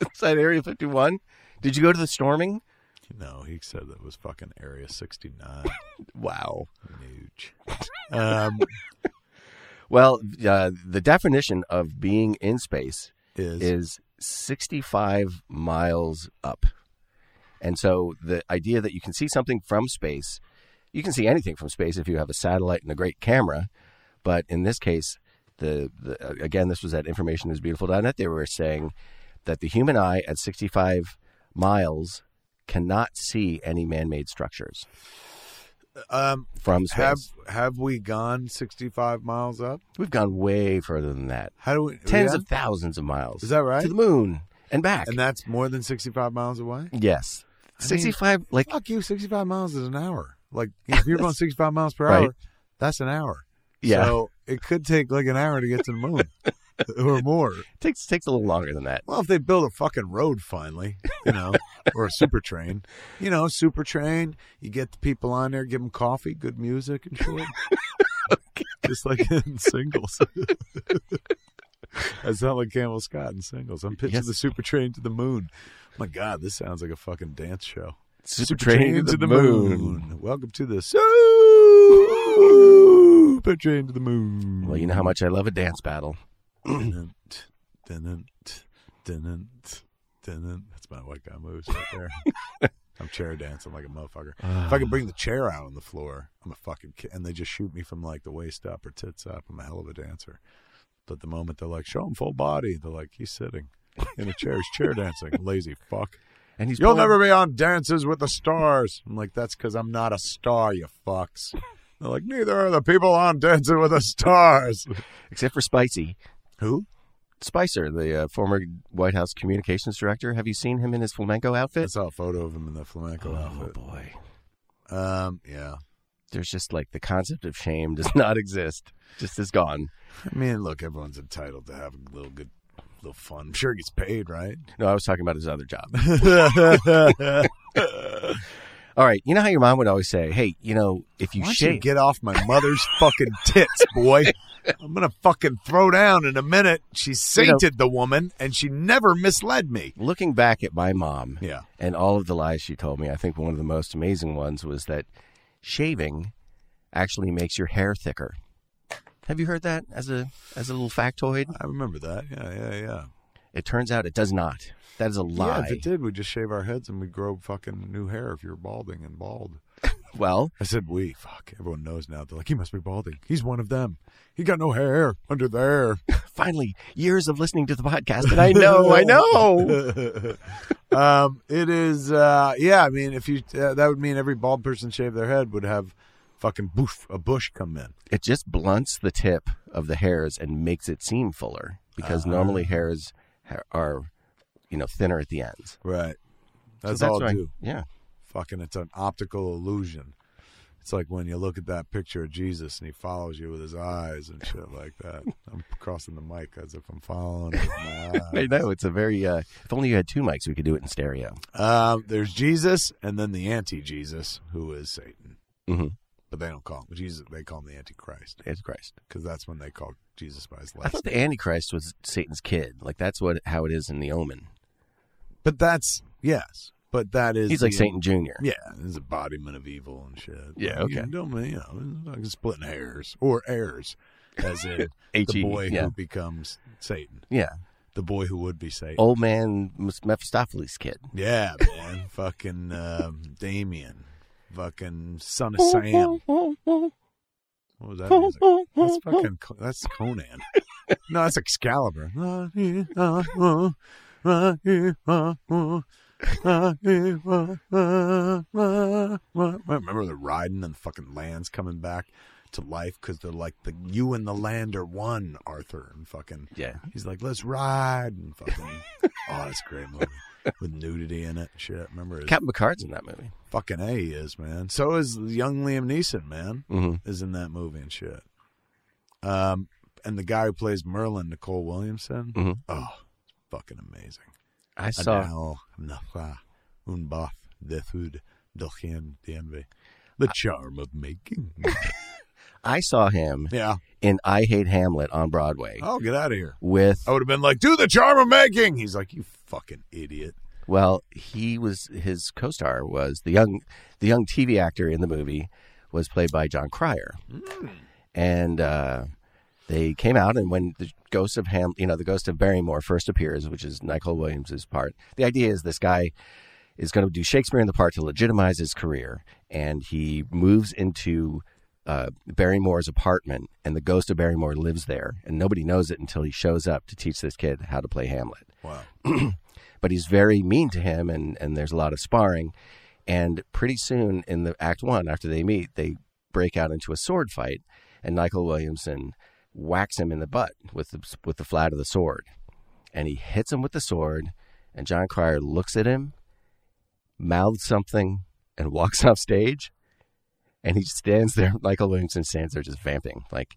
[SPEAKER 4] Inside Area 51. Did you go to the storming?
[SPEAKER 3] No, he said that was fucking Area 69.
[SPEAKER 4] Wow.
[SPEAKER 3] Nooch. Um,
[SPEAKER 4] Well, uh, the definition of being in space
[SPEAKER 3] is,
[SPEAKER 4] is 65 miles up. And so the idea that you can see something from space, you can see anything from space if you have a satellite and a great camera. But in this case, the, the uh, again, this was at informationisbeautiful.net. They were saying that the human eye at 65 miles cannot see any man-made structures
[SPEAKER 3] um,
[SPEAKER 4] from space.
[SPEAKER 3] have have we gone 65 miles up?
[SPEAKER 4] We've gone way further than that.
[SPEAKER 3] How do we
[SPEAKER 4] Tens
[SPEAKER 3] Oh, yeah?
[SPEAKER 4] of thousands of miles.
[SPEAKER 3] Is that right?
[SPEAKER 4] To the moon and back.
[SPEAKER 3] and that's more than 65 miles away?
[SPEAKER 4] yes.
[SPEAKER 3] mean-
[SPEAKER 4] 65 like
[SPEAKER 3] Fuck you, 65 miles is an hour. Like if you're going 65 miles per
[SPEAKER 4] Right.
[SPEAKER 3] hour, that's an hour.
[SPEAKER 4] Yeah.
[SPEAKER 3] So it could take like an hour to get to the moon or more.
[SPEAKER 4] takes takes a little longer than that.
[SPEAKER 3] Well, if they build a fucking road finally, you know, or a super train, you know, super train, you get the people on there, give them coffee, good music, and shit. Just like in singles. I sound like Campbell Scott in singles. I'm pitching
[SPEAKER 4] Yes.
[SPEAKER 3] the super train to the moon. My God, this sounds like a fucking dance show.
[SPEAKER 4] Super,
[SPEAKER 3] Welcome to the super train to the moon.
[SPEAKER 4] Well, you know how much I love a dance battle.
[SPEAKER 3] Dun-dun-t, dun-dun-t, dun-dun-t, dun-dun. That's my white guy moves right there. I'm chair dancing like a motherfucker. if I could
[SPEAKER 4] Ah.
[SPEAKER 3] bring the chair out on the floor, I'm a fucking kid. And they just shoot me from like the waist up or tits up. I'm a hell of a dancer. But the moment they're like, show him full body, they're like, he's sitting in a chair. He's chair dancing. Lazy fuck.
[SPEAKER 4] And he's
[SPEAKER 3] You'll
[SPEAKER 4] pulling-
[SPEAKER 3] never be on Dances with the Stars. I'm like, that's because I'm not a star, you fucks. They're like, neither are the people on Dancing with the Stars.
[SPEAKER 4] except for Spicy
[SPEAKER 3] Who?
[SPEAKER 4] Spicer, the uh, former White House communications director. Have you seen him in his flamenco
[SPEAKER 3] I
[SPEAKER 4] outfit? Oh.
[SPEAKER 3] saw a photo of him in the flamenco outfit.
[SPEAKER 4] boy,
[SPEAKER 3] Um, yeah.
[SPEAKER 4] there's just like the concept of shame does not exist. Just is gone.
[SPEAKER 3] I mean, look, everyone's entitled to have a little good the fun. I'm sure he gets paid, right?
[SPEAKER 4] No, I was talking about his other job. All right. You know how your mom would always say, hey, you know, if you
[SPEAKER 3] Why don't
[SPEAKER 4] shave.
[SPEAKER 3] you get off my mother's fucking tits, boy? I'm gonna fucking throw down in a minute. She
[SPEAKER 4] You know-
[SPEAKER 3] sainted the woman, and she never misled me.
[SPEAKER 4] Looking back at my mom
[SPEAKER 3] Yeah,
[SPEAKER 4] and all of the lies she told me, I think one of the most amazing ones was that shaving actually makes your hair thicker. Have you heard that as a as a little factoid?
[SPEAKER 3] I remember that. Yeah, yeah, yeah.
[SPEAKER 4] It turns out it does not. That is a lie.
[SPEAKER 3] Yeah, if it did, we'd just shave our heads and we'd grow fucking new hair if you're balding and bald.
[SPEAKER 4] Well,
[SPEAKER 3] I said, we. Fuck. Everyone knows now. They're like, he must be balding. He's one of them. He got no hair under there.
[SPEAKER 4] finally, years of listening to the podcast, and I know, I know.
[SPEAKER 3] um, it is, uh, yeah, I mean, if you, uh, that would mean every bald person shave their head would have fucking boof, a bush come in.
[SPEAKER 4] It just blunts the tip of the hairs and makes it seem fuller because
[SPEAKER 3] Uh-huh.
[SPEAKER 4] normally hairs ha- are, you know, thinner at the ends.
[SPEAKER 3] Right.
[SPEAKER 4] So
[SPEAKER 3] That's, all
[SPEAKER 4] why-
[SPEAKER 3] it do.
[SPEAKER 4] Yeah.
[SPEAKER 3] Fucking, it's an optical illusion. It's like when you look at that picture of Jesus and he follows you with his eyes and shit like that. I'm crossing the mic as if I'm following with my eyes.
[SPEAKER 4] I know it's a very. Uh, if only you had two mics, we could do it in stereo.
[SPEAKER 3] Um, there's Jesus, and then the anti-Jesus, who is Satan.
[SPEAKER 4] Mhm.
[SPEAKER 3] But they don't call him Jesus; they call him the Antichrist
[SPEAKER 4] Antichrist.
[SPEAKER 3] because that's when they called Jesus by his
[SPEAKER 4] I
[SPEAKER 3] last.
[SPEAKER 4] thought
[SPEAKER 3] name.
[SPEAKER 4] the Antichrist was Satan's kid. Like that's what how it is in the Omen.
[SPEAKER 3] But that's yes, but that is
[SPEAKER 4] He's like
[SPEAKER 3] the-
[SPEAKER 4] Satan Junior.
[SPEAKER 3] Yeah, his embodiment of evil and shit.
[SPEAKER 4] Yeah,
[SPEAKER 3] Like, you
[SPEAKER 4] okay.
[SPEAKER 3] Don't mean, you know, like splitting hairs or heirs, as in
[SPEAKER 4] H
[SPEAKER 3] the
[SPEAKER 4] E,
[SPEAKER 3] boy
[SPEAKER 4] yeah.
[SPEAKER 3] who becomes Satan,
[SPEAKER 4] Yeah,
[SPEAKER 3] the boy who would be Satan.
[SPEAKER 4] old man Mus- Mephistopheles kid.
[SPEAKER 3] Yeah, man, fucking um, Damien, fucking son of
[SPEAKER 4] Oh,
[SPEAKER 3] Sam. What was that music? That's fucking. Co- That's Conan. no, that's Excalibur. Remember the riding and the fucking lands coming back to life because they're like the you and the land are one, Arthur, and fucking.
[SPEAKER 4] Yeah,
[SPEAKER 3] He's like, let's ride and fucking. oh, that's a great movie with nudity in it. and Shit, remember his
[SPEAKER 4] Captain Picard's in that movie.
[SPEAKER 3] fucking a he is man. So is young Liam Neeson, man
[SPEAKER 4] Mm-hmm.
[SPEAKER 3] is in that movie and shit. Um, and the guy who plays Merlin, Nicole Williamson,
[SPEAKER 4] Mhm.
[SPEAKER 3] oh, it's fucking amazing.
[SPEAKER 4] I saw.
[SPEAKER 3] Anal nafa unbath the food dolchen the envy, the charm of making.
[SPEAKER 4] I saw him
[SPEAKER 3] yeah.
[SPEAKER 4] in I Hate Hamlet on Broadway
[SPEAKER 3] Oh, get out of here.
[SPEAKER 4] with.
[SPEAKER 3] I would have been like, do the charm of making. He's like, you fucking idiot.
[SPEAKER 4] Well, he was his co-star was the young the young TV actor in the movie was played by John Cryer, and uh, they came out and when the ghost of Ham, you know, the ghost of Barrymore first appears, which is Nicole Williams's part. The idea is this guy is going to do Shakespeare in the part to legitimize his career, and he moves into uh, Barrymore's apartment, and the ghost of Barrymore lives there, and nobody knows it until he shows up to teach this kid how to play Hamlet
[SPEAKER 3] Wow.
[SPEAKER 4] but he's very mean to him and, and there's a lot of sparring and pretty soon in the act one after they meet they break out into a sword fight and michael williamson whacks him in the butt with the, with the flat of the sword and he hits him with the sword and john cryer looks at him mouths something and walks off stage and he stands there michael williamson stands there just vamping like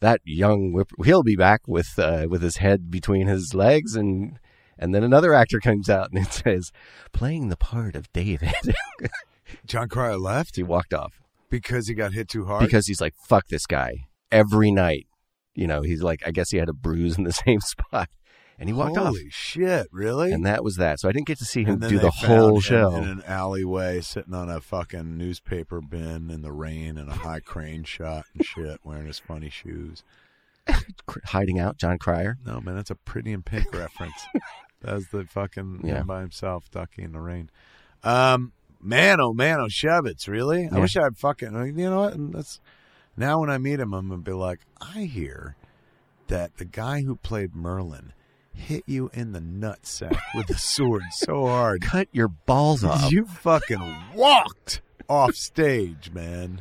[SPEAKER 4] that young whip he'll be back with uh, with his head between his legs and and then another actor comes out and it says, playing the part of David.
[SPEAKER 3] John Cryer left
[SPEAKER 4] he walked off
[SPEAKER 3] because he got hit too hard.
[SPEAKER 4] because he's like, fuck this guy every night. You know, he's like, I guess he had a bruise in the same spot. And he walked
[SPEAKER 3] Holy
[SPEAKER 4] off.
[SPEAKER 3] shit, really?
[SPEAKER 4] And that was that. So I didn't get to see him
[SPEAKER 3] And then
[SPEAKER 4] do
[SPEAKER 3] they
[SPEAKER 4] the whole
[SPEAKER 3] found
[SPEAKER 4] show.
[SPEAKER 3] him in an alleyway, sitting on a fucking newspaper bin in the rain, and a high crane shot and shit, wearing his funny shoes.
[SPEAKER 4] Cr- Hiding out, John Cryer.
[SPEAKER 3] No man, that's a Pretty in Pink reference. That's the fucking
[SPEAKER 4] Yeah.
[SPEAKER 3] him by himself, Ducky in the rain. Um, man, oh man, oh Shevitz, really? I
[SPEAKER 4] Yeah.
[SPEAKER 3] wish I'd fucking. uh, You know what? And That's now when I meet him, I'm gonna be like, I hear that the guy who played Merlin hit you in the nutsack with a sword so hard
[SPEAKER 4] Cut your balls off.
[SPEAKER 3] you fucking walked off stage, man.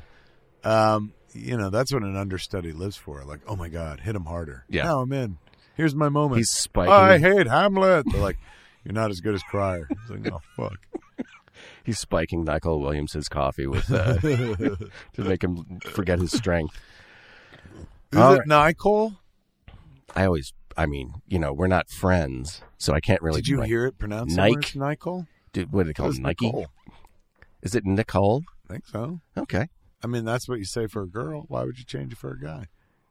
[SPEAKER 3] Um, you know that's what an understudy lives for. Like, oh my god, hit him harder.
[SPEAKER 4] Yeah.
[SPEAKER 3] now I'm in. Here's my moment.
[SPEAKER 4] He's spiking.
[SPEAKER 3] I hate Hamlet. They're like, you're not as good as Crier. It's like, oh fuck.
[SPEAKER 4] He's spiking Michael Williams's coffee with uh, to make him forget his strength.
[SPEAKER 3] Is
[SPEAKER 4] All
[SPEAKER 3] it Nicole?
[SPEAKER 4] I always, I mean, you know, we're not friends, so I can't really.
[SPEAKER 3] Did you
[SPEAKER 4] like,
[SPEAKER 3] hear it pronounced
[SPEAKER 4] Nike?
[SPEAKER 3] somewhere as Nicole?
[SPEAKER 4] do- what do they
[SPEAKER 3] It
[SPEAKER 4] call it?
[SPEAKER 3] was
[SPEAKER 4] Nike?
[SPEAKER 3] Nicole.
[SPEAKER 4] Is it Nicole?
[SPEAKER 3] I think so.
[SPEAKER 4] Okay,
[SPEAKER 3] I mean, that's what you say for a girl. Why would you change it for a guy?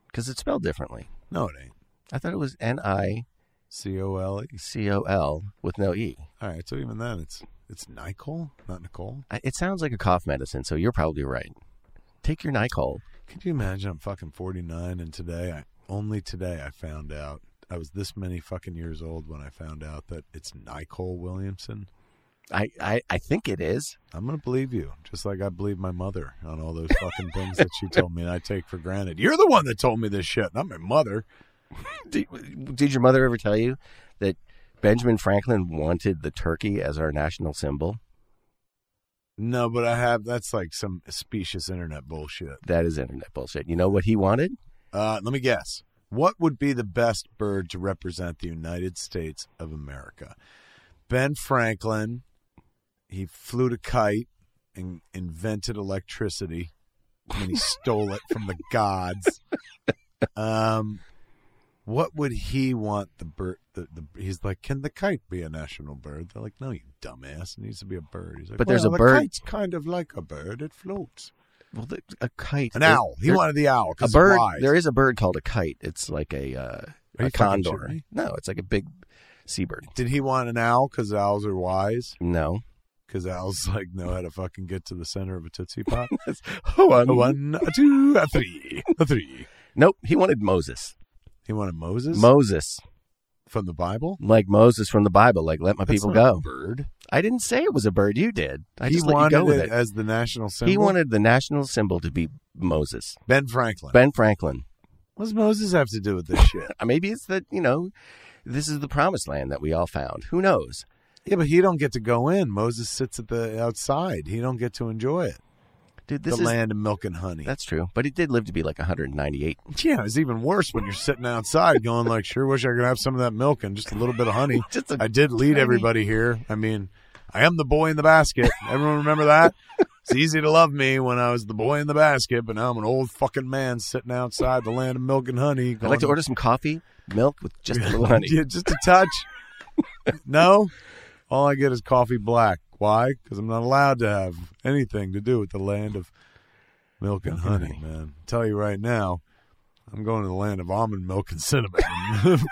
[SPEAKER 4] because it's spelled differently.
[SPEAKER 3] No, it ain't.
[SPEAKER 4] I thought it was N I
[SPEAKER 3] C O L E.
[SPEAKER 4] C O L with no e.
[SPEAKER 3] All right, so even then, it's it's Nicole, not Nicole.
[SPEAKER 4] I- It sounds like a cough medicine, so you're probably right. Take your Nicole.
[SPEAKER 3] Could you imagine? I'm fucking 49, and today, I only today, I found out. I was this many fucking years old when I found out that it's Nicole Williamson.
[SPEAKER 4] I, I, I think it is.
[SPEAKER 3] I'm gonna believe you, just like I believe my mother on all those fucking things that she told me, and I take for granted. You're the one that told me this shit, not my mother.
[SPEAKER 4] Did, did your mother ever tell you that Benjamin Franklin wanted the turkey as our national symbol?
[SPEAKER 3] No, but I have. That's like some specious internet bullshit.
[SPEAKER 4] That is internet bullshit. You know what he wanted?
[SPEAKER 3] Uh, let me guess. What would be the best bird to represent the United States of America? Ben Franklin. He flew to kite and invented electricity, and he stole it from the gods. Um, what would he want the bird? The, the, he's like, can the kite be a national bird? They're like, no, you dumbass. It needs to be a bird. He's like,
[SPEAKER 4] But there's
[SPEAKER 3] "Well,
[SPEAKER 4] a
[SPEAKER 3] the
[SPEAKER 4] bird-
[SPEAKER 3] Kite's kind of like a bird. It floats.
[SPEAKER 4] Well, the, a kite.
[SPEAKER 3] An
[SPEAKER 4] There-
[SPEAKER 3] owl. He
[SPEAKER 4] there-
[SPEAKER 3] wanted the owl.
[SPEAKER 4] a
[SPEAKER 3] 'cause
[SPEAKER 4] bird.
[SPEAKER 3] it's wise.
[SPEAKER 4] There is a bird called a kite. It's like a uh,
[SPEAKER 3] Are
[SPEAKER 4] a
[SPEAKER 3] you fucking
[SPEAKER 4] condor.
[SPEAKER 3] shitting me?
[SPEAKER 4] No, it's like a big seabird.
[SPEAKER 3] Did he want an owl? Because owls are wise.
[SPEAKER 4] No.
[SPEAKER 3] Because owls like know how to fucking get to the center of a tootsie pop.
[SPEAKER 4] One.
[SPEAKER 3] a one, a two, a three, a three.
[SPEAKER 4] Nope. He wanted Moses.
[SPEAKER 3] He wanted Moses
[SPEAKER 4] Moses,
[SPEAKER 3] from the Bible.
[SPEAKER 4] like Moses from the Bible, like let my
[SPEAKER 3] That's
[SPEAKER 4] people
[SPEAKER 3] not a
[SPEAKER 4] go.
[SPEAKER 3] Bird.
[SPEAKER 4] I didn't say it was a bird. You did. I
[SPEAKER 3] he
[SPEAKER 4] just let you
[SPEAKER 3] wanted
[SPEAKER 4] go with
[SPEAKER 3] it,
[SPEAKER 4] it.
[SPEAKER 3] as the national symbol.
[SPEAKER 4] He wanted the national symbol to be Moses.
[SPEAKER 3] Ben Franklin.
[SPEAKER 4] Ben Franklin.
[SPEAKER 3] what does Moses have to do with this shit?
[SPEAKER 4] Uh, Maybe it's that you know, this is the promised land that we all found. Who knows?
[SPEAKER 3] yeah, but he don't get to go in. Moses sits at the outside. He don't get to enjoy it.
[SPEAKER 4] Dude, this
[SPEAKER 3] the
[SPEAKER 4] is
[SPEAKER 3] land of milk and honey.
[SPEAKER 4] that's true. But he did live to be like 198.
[SPEAKER 3] yeah, it's even worse when you're sitting outside, going like, "Sure, wish I could have some of that milk and just a little bit of honey."
[SPEAKER 4] Just a
[SPEAKER 3] I did lead
[SPEAKER 4] tiny-
[SPEAKER 3] everybody here. I mean, I am the boy in the basket. Everyone remember that? It's easy to love me when I was the boy in the basket, but now I'm an old fucking man sitting outside the land of milk and honey.
[SPEAKER 4] I'd like to
[SPEAKER 3] going-
[SPEAKER 4] order some coffee, milk with just a little honey.
[SPEAKER 3] Yeah, just a touch. no, all I get is coffee black. Why? Because I'm not allowed to have anything to do with the land of milk and honey, man. tell you right now, I'm going to the land of almond milk and cinnamon.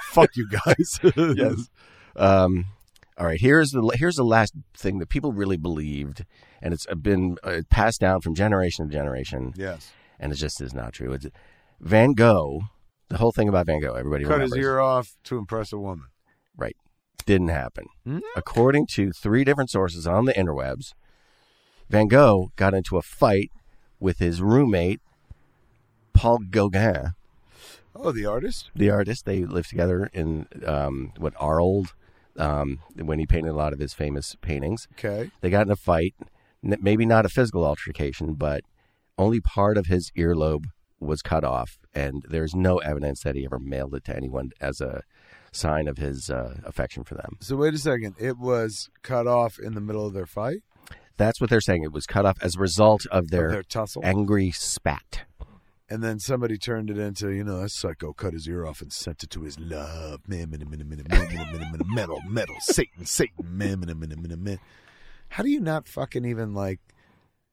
[SPEAKER 3] Fuck you guys.
[SPEAKER 4] Yes. Um, all right, here's the here's the last thing that people really believed, and it's been uh, passed down from generation to generation,
[SPEAKER 3] Yes.
[SPEAKER 4] and it just is not true. It's Van Gogh, the whole thing about Van Gogh, everybody
[SPEAKER 3] Cut his
[SPEAKER 4] remembers,
[SPEAKER 3] ear off to impress a woman.
[SPEAKER 4] didn't happen.
[SPEAKER 3] Hmm?
[SPEAKER 4] According to three different sources on the interwebs, Van Gogh got into a fight with his roommate Paul Gauguin,
[SPEAKER 3] Oh, the artist?
[SPEAKER 4] the artist. They lived together in um, what Arles, um, when he painted a lot of his famous paintings.
[SPEAKER 3] Okay.
[SPEAKER 4] They got in a fight, N- maybe not a physical altercation, but only part of his earlobe was cut off, and there's no evidence that he ever mailed it to anyone as a sign of his uh, affection for them.
[SPEAKER 3] So wait a second. It was cut off in the middle of their fight?
[SPEAKER 4] That's what they're saying. It was cut off as a result of
[SPEAKER 3] Of
[SPEAKER 4] their
[SPEAKER 3] their tussle?
[SPEAKER 4] angry spat.
[SPEAKER 3] And then somebody turned it into, you know, that psycho cut his ear off and sent it to his love. Man, man, man, man, man, man, man, man, metal, metal, Satan, Satan, man, man, man, man, man. How do you not fucking even like,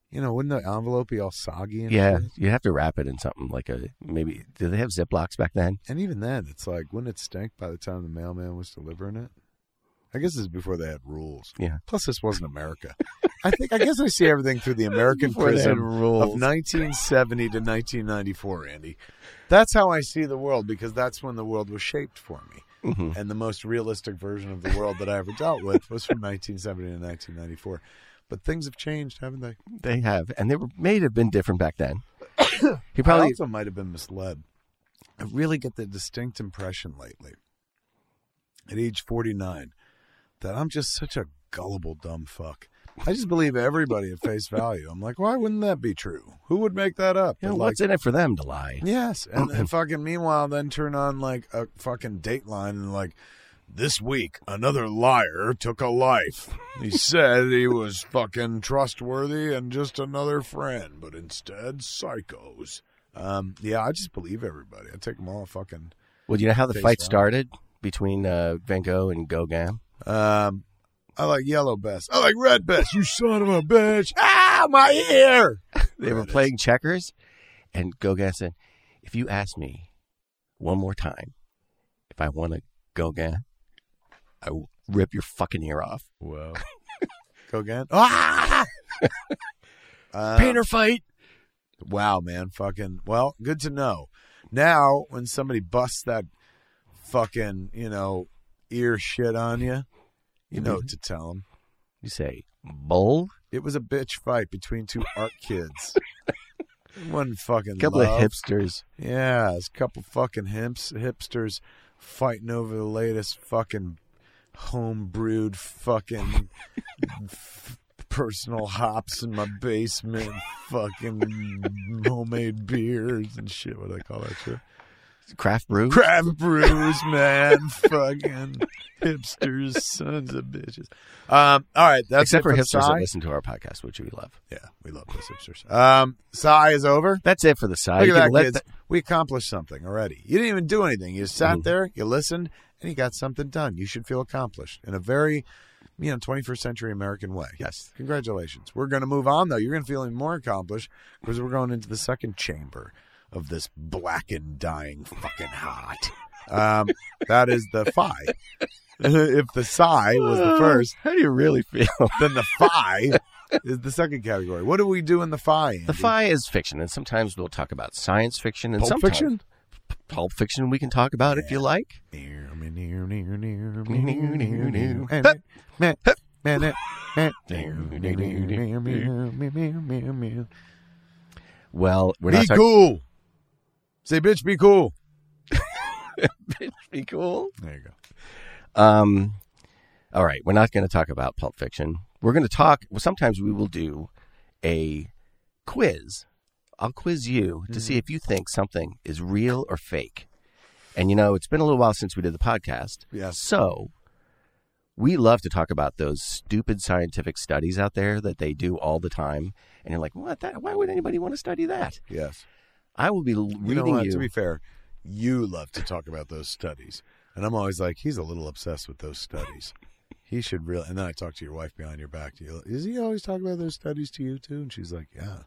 [SPEAKER 3] you know, wouldn't the envelope be all soggy? And
[SPEAKER 4] Yeah,
[SPEAKER 3] shit?
[SPEAKER 4] you have to wrap it in something like a maybe. Did they have Ziplocs back then?
[SPEAKER 3] And even then, it's like, wouldn't it stink by the time the mailman was delivering it? I guess this is before they had rules.
[SPEAKER 4] Yeah.
[SPEAKER 3] Plus, this wasn't America. I think I guess I see everything through the American
[SPEAKER 4] Before they had
[SPEAKER 3] prism
[SPEAKER 4] rules.
[SPEAKER 3] of 1970 to 1994, Andy. That's how I see the world because that's when the world was shaped for me.
[SPEAKER 4] Mhm.
[SPEAKER 3] And the most realistic version of the world that I ever dealt with was from 1970 to 1994. But things have changed, haven't they?
[SPEAKER 4] They have, and they were may have been different back then. He
[SPEAKER 3] I
[SPEAKER 4] probably
[SPEAKER 3] also might have been misled. I really get the distinct impression lately, at age 49, that I'm just such a gullible dumb fuck. I just believe everybody at face value. I'm like, why wouldn't that be true? Who would make that up?
[SPEAKER 4] you know,
[SPEAKER 3] But like,
[SPEAKER 4] what's in it for them to lie?
[SPEAKER 3] Yes, and then fucking meanwhile, then turn on like a fucking Dateline and like, this week another liar took a life. He said he was fucking trustworthy and just another friend, but instead psychos. Um, yeah, I just believe everybody. I take them all fucking
[SPEAKER 4] Well, do you know how the
[SPEAKER 3] Face
[SPEAKER 4] fight
[SPEAKER 3] down.
[SPEAKER 4] started between uh, Van Gogh and Gauguin?
[SPEAKER 3] Um, I like yellow best. I like red best. You son of a bitch! Ah, my ear.
[SPEAKER 4] They were playing checkers, and Gauguin said, "If you ask me one more time, if I want a Gauguin, I will rip your fucking ear off."
[SPEAKER 3] Whoa. Go again. Ah. Uh,
[SPEAKER 4] Painter fight.
[SPEAKER 3] Wow, man. Fucking. Well, good to know. Now, when somebody busts that fucking, you know, ear shit on you, you know
[SPEAKER 4] Mm-hmm.
[SPEAKER 3] what to tell them.
[SPEAKER 4] You say bull.
[SPEAKER 3] It was a bitch fight between two art kids. One fucking
[SPEAKER 4] A couple
[SPEAKER 3] love.
[SPEAKER 4] of hipsters.
[SPEAKER 3] Yeah, it's a couple fucking hips, hipsters fighting over the latest fucking homebrewed fucking f- personal hops in my basement, fucking homemade beers and shit. What do they call that shit?
[SPEAKER 4] Craft brew.
[SPEAKER 3] Craft brews, man. fucking hipsters, sons of bitches. Um, all right, that's
[SPEAKER 4] Except
[SPEAKER 3] it
[SPEAKER 4] for
[SPEAKER 3] from
[SPEAKER 4] hipsters
[SPEAKER 3] Psy.
[SPEAKER 4] that listen to our podcast, which we love.
[SPEAKER 3] Yeah, we love those hipsters. Um, Psy is over.
[SPEAKER 4] That's it for the side.
[SPEAKER 3] Look at that, kids. We accomplished something already. You didn't even do anything. You sat
[SPEAKER 4] Mhm.
[SPEAKER 3] there, you listened, and you got something done. You should feel accomplished in a very, you know, 21st century American way.
[SPEAKER 4] Yes.
[SPEAKER 3] Congratulations. We're going to move on, though. You're going to feel even more accomplished because we're going into the second chamber of this black and dying fucking hot. Um, that is the phi. if the psi was the first,
[SPEAKER 4] How do you really feel?
[SPEAKER 3] then the phi is the second category. What do we do in the phi? Andy?
[SPEAKER 4] The Phi is fiction, and sometimes we'll talk about science fiction and
[SPEAKER 3] Pulp
[SPEAKER 4] sometimes
[SPEAKER 3] fiction?
[SPEAKER 4] Pulp fiction we can talk about if you like.
[SPEAKER 3] Near me, near, near, near me, near, near, near.
[SPEAKER 4] Hup.
[SPEAKER 3] Man, man, man, man. Near me, near, near me, near me, near me, near me.
[SPEAKER 4] Well, we're
[SPEAKER 3] Be
[SPEAKER 4] not talking.
[SPEAKER 3] cool. Say, bitch, be cool.
[SPEAKER 4] Be cool.
[SPEAKER 3] There you go.
[SPEAKER 4] Um, all right, we're not going to talk about Pulp Fiction. We're going to talk. Well, sometimes we will do a quiz. I'll quiz you to
[SPEAKER 3] Mm-hmm.
[SPEAKER 4] see if you think something is real or fake. And you know, it's been a little while since we did the podcast.
[SPEAKER 3] Yes.
[SPEAKER 4] So we love to talk about those stupid scientific studies out there that they do all the time. And you're like, what? That, why would anybody want to study that?
[SPEAKER 3] Yes.
[SPEAKER 4] I will be l- reading
[SPEAKER 3] You know what? To
[SPEAKER 4] you.
[SPEAKER 3] be fair, you love to talk about those studies. And I'm always like, he's a little obsessed with those studies. He should really. And then I talk to your wife behind your back. Do you, is he always talking about those studies to you too? And she's like, yeah. And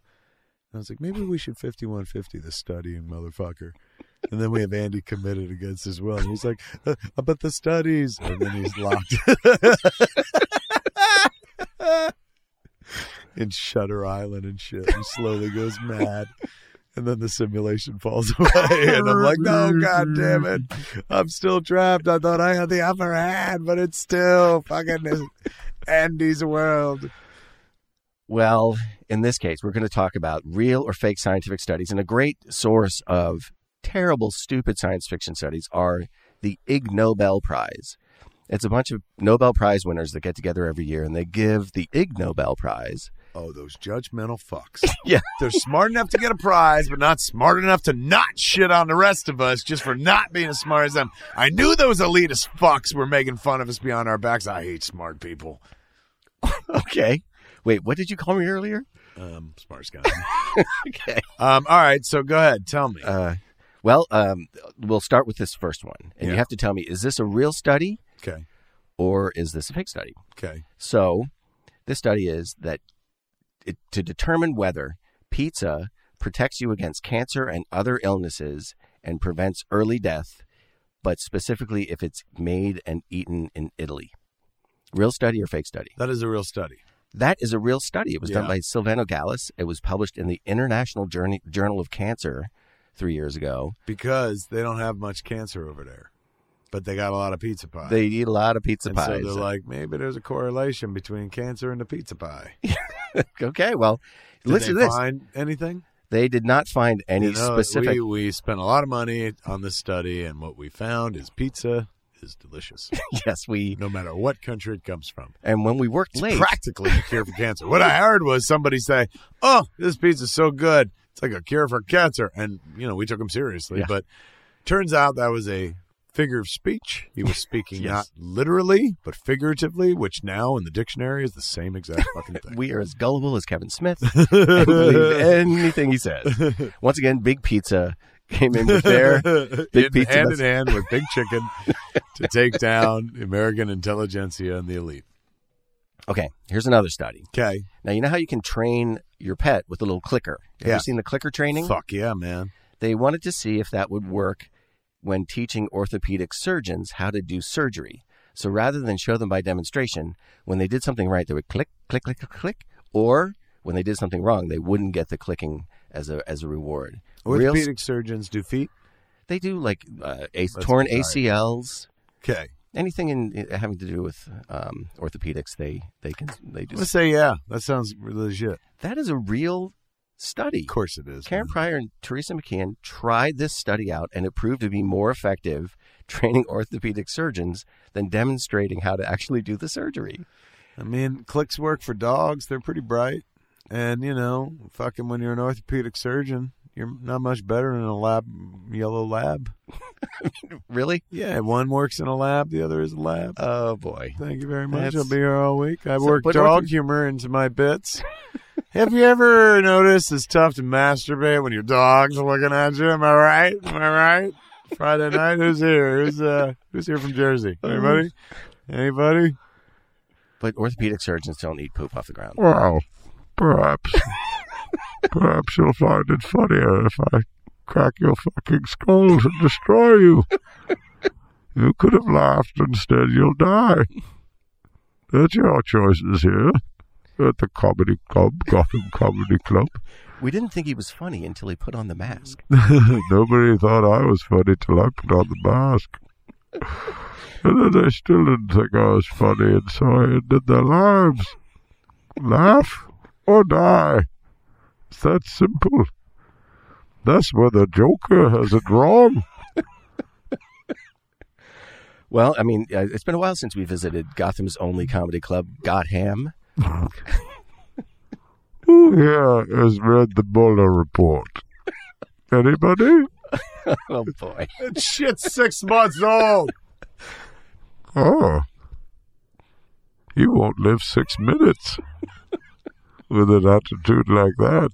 [SPEAKER 3] I was like, maybe we should 5150 the studying motherfucker. And then we have Andy committed against his will. And he's like, uh, but the studies. And then he's locked in Shutter Island and shit. He slowly goes mad. And then the simulation falls away. And I'm like, no, god damn it. I'm still trapped. I thought I had the upper hand, but it's still fucking Andy's world.
[SPEAKER 4] well, in this case, we're going to talk about real or fake scientific studies. And a great source of terrible, stupid science fiction studies are the Ig Nobel Prize. It's a bunch of Nobel Prize winners that get together every year and they give the Ig Nobel Prize.
[SPEAKER 3] Oh, those judgmental fucks.
[SPEAKER 4] Yeah.
[SPEAKER 3] They're smart enough to get a prize, but not smart enough to not shit on the rest of us just for not being as smart as them. I knew those elitist fucks were making fun of us beyond our backs. I hate smart people.
[SPEAKER 4] Okay. Wait, what did you call me earlier?
[SPEAKER 3] Um, smart guy.
[SPEAKER 4] Okay.
[SPEAKER 3] um, all right, so go ahead, tell me.
[SPEAKER 4] Uh, well, um, we'll start with this first one, and you
[SPEAKER 3] Yeah.
[SPEAKER 4] have to tell me: is this a real study
[SPEAKER 3] okay,
[SPEAKER 4] or is this a fake study?
[SPEAKER 3] okay.
[SPEAKER 4] So, this study is that it, to determine whether pizza protects you against cancer and other illnesses and prevents early death, but specifically if it's made and eaten in Italy. Real study or fake study?
[SPEAKER 3] That is a real study.
[SPEAKER 4] That is a real study. It was done
[SPEAKER 3] Yeah.
[SPEAKER 4] by Silvano Gallus. It was published in the International Journey, Journal of Cancer three years ago.
[SPEAKER 3] Because they don't have much cancer over there, but they got a lot of pizza pie.
[SPEAKER 4] They eat a lot of pizza
[SPEAKER 3] and
[SPEAKER 4] pies.
[SPEAKER 3] so they're like, maybe there's a correlation between cancer and the pizza pie.
[SPEAKER 4] okay, well,
[SPEAKER 3] Did
[SPEAKER 4] listen
[SPEAKER 3] they
[SPEAKER 4] to this.
[SPEAKER 3] Find anything?
[SPEAKER 4] they did not find any
[SPEAKER 3] You know,
[SPEAKER 4] specific.
[SPEAKER 3] We, we spent a lot of money on this study, and what we found is pizza is delicious,
[SPEAKER 4] yes, we.
[SPEAKER 3] no matter what country it comes from.
[SPEAKER 4] And when we worked
[SPEAKER 3] It's
[SPEAKER 4] late,
[SPEAKER 3] practically a cure for cancer. What I heard was somebody say, "Oh, this pizza's so good, it's like a cure for cancer," and you know we took him seriously,
[SPEAKER 4] Yeah.
[SPEAKER 3] but turns out that was a figure of speech. He was speaking
[SPEAKER 4] Yes.
[SPEAKER 3] not literally but figuratively, which now in the dictionary is the same exact fucking thing.
[SPEAKER 4] we are as gullible as Kevin Smith. and believe anything he says. Once again, big pizza came in with their big
[SPEAKER 5] in
[SPEAKER 4] pizza
[SPEAKER 5] hand in
[SPEAKER 4] bus-
[SPEAKER 5] hand with Big Chicken to take down the American intelligentsia and the elite.
[SPEAKER 4] Okay, here's another study.
[SPEAKER 5] Okay.
[SPEAKER 4] Now you know how you can train your pet with a little clicker. Have
[SPEAKER 5] Yeah.
[SPEAKER 4] you seen the clicker training?
[SPEAKER 5] Fuck yeah, man.
[SPEAKER 4] They wanted to see if that would work when teaching orthopedic surgeons how to do surgery. So rather than show them by demonstration, when they did something right, they would click, click, click, click, click, or when they did something wrong, they wouldn't get the clicking as a as a reward. Real-
[SPEAKER 5] Orthopedic surgeons do feet.
[SPEAKER 4] they do like uh, a,
[SPEAKER 5] That's
[SPEAKER 4] torn
[SPEAKER 5] bizarre.
[SPEAKER 4] ACLs,
[SPEAKER 5] Okay.
[SPEAKER 4] anything in uh, having to do with um, orthopedics. They they can they do.
[SPEAKER 5] Let's say yeah. That sounds legit.
[SPEAKER 4] That is a real study.
[SPEAKER 5] Of course it is.
[SPEAKER 4] Karen
[SPEAKER 5] man.
[SPEAKER 4] Pryor and Teresa McKeon tried this study out, and it proved to be more effective training orthopedic surgeons than demonstrating how to actually do the surgery.
[SPEAKER 5] I mean, clicks work for dogs. They're pretty bright. And, you know, fucking when you're an orthopedic surgeon, you're not much better than a lab, yellow lab.
[SPEAKER 4] Really?
[SPEAKER 5] Yeah, one works in a lab, the other is a lab.
[SPEAKER 4] Oh boy!
[SPEAKER 5] Thank you very much.
[SPEAKER 4] That's-
[SPEAKER 5] I'll be here all week. I
[SPEAKER 4] So-
[SPEAKER 5] work
[SPEAKER 4] but
[SPEAKER 5] dog
[SPEAKER 4] ortho-
[SPEAKER 5] humor into my bits. Have you ever noticed it's tough to masturbate when your dog's looking at you? Am I right? Am I right? Friday night, who's here? Who's uh, who's here from Jersey? Anybody? Anybody?
[SPEAKER 4] But orthopedic surgeons don't eat poop off the ground.
[SPEAKER 5] Well, perhaps, perhaps you'll find it funnier if I crack your fucking skulls and destroy you. You could have laughed, instead you'll die. That's your choices here at the Comedy Club, Gotham Comedy Club.
[SPEAKER 4] We didn't think he was funny until he put on the mask.
[SPEAKER 5] Nobody thought I was funny till I put on the mask. And then they still didn't think I was funny, and so I ended their lives. Laugh or die. It's that simple. That's where the Joker has it wrong.
[SPEAKER 4] Well, I mean, uh, it's been a while since we visited Gotham's only comedy club, Gotham.
[SPEAKER 5] Who here has read the Mueller report? Anybody?
[SPEAKER 4] Oh boy!
[SPEAKER 5] That shit's six months old. Oh. You won't live six minutes with an attitude like that.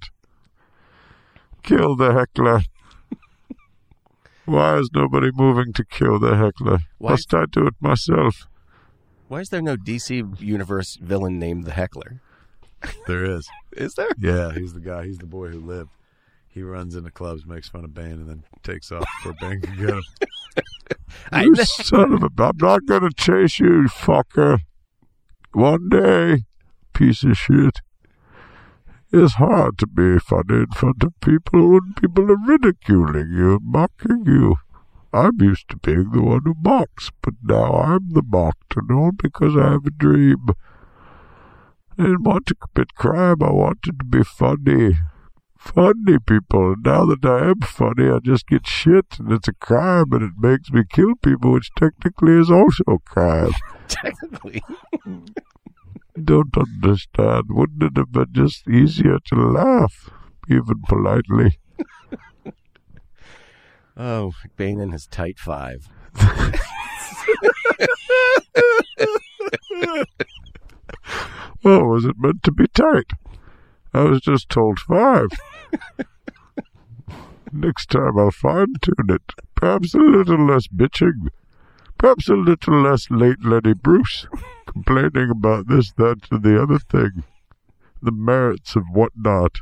[SPEAKER 5] Kill the heckler. Why is nobody moving to kill the heckler?
[SPEAKER 4] Why-
[SPEAKER 5] Must I do it myself?
[SPEAKER 4] Why is there no DC universe villain named the Heckler?
[SPEAKER 5] There is.
[SPEAKER 4] Is there?
[SPEAKER 5] Yeah, he's the guy. He's the boy who lived. He runs into clubs, makes fun of Bane, and then takes off before Bane can get him.
[SPEAKER 4] I
[SPEAKER 5] You
[SPEAKER 4] know.
[SPEAKER 5] son of a! I'm not gonna chase you, you fucker. One day, piece of shit. It's hard to be funny in front of people when people are ridiculing you and mocking you. I'm used to being the one who mocks, but now I'm the mocked and all because I have a dream. I didn't want to commit crime. I wanted to be funny. Funny people. And now that I am funny, I just get shit, and it's a crime, and it makes me kill people, which technically is also a crime.
[SPEAKER 4] Technically,
[SPEAKER 5] Don't understand. Wouldn't it have been just easier to laugh, even politely?
[SPEAKER 4] Oh, Bane and his tight five.
[SPEAKER 5] Oh, was it meant to be tight? I was just told five. Next time I'll fine tune it. Perhaps a little less bitching. Perhaps a little less late Lenny Bruce complaining about this, that, and the other thing. The merits of whatnot.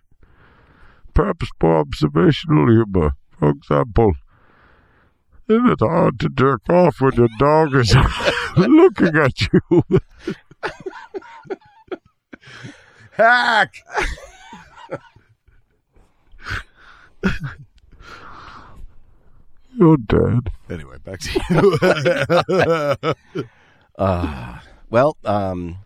[SPEAKER 5] Perhaps more observational humor. For example, isn't it hard to jerk off when your dog is looking at you? Hack! You're dead. Anyway, back to you.
[SPEAKER 4] Well, um,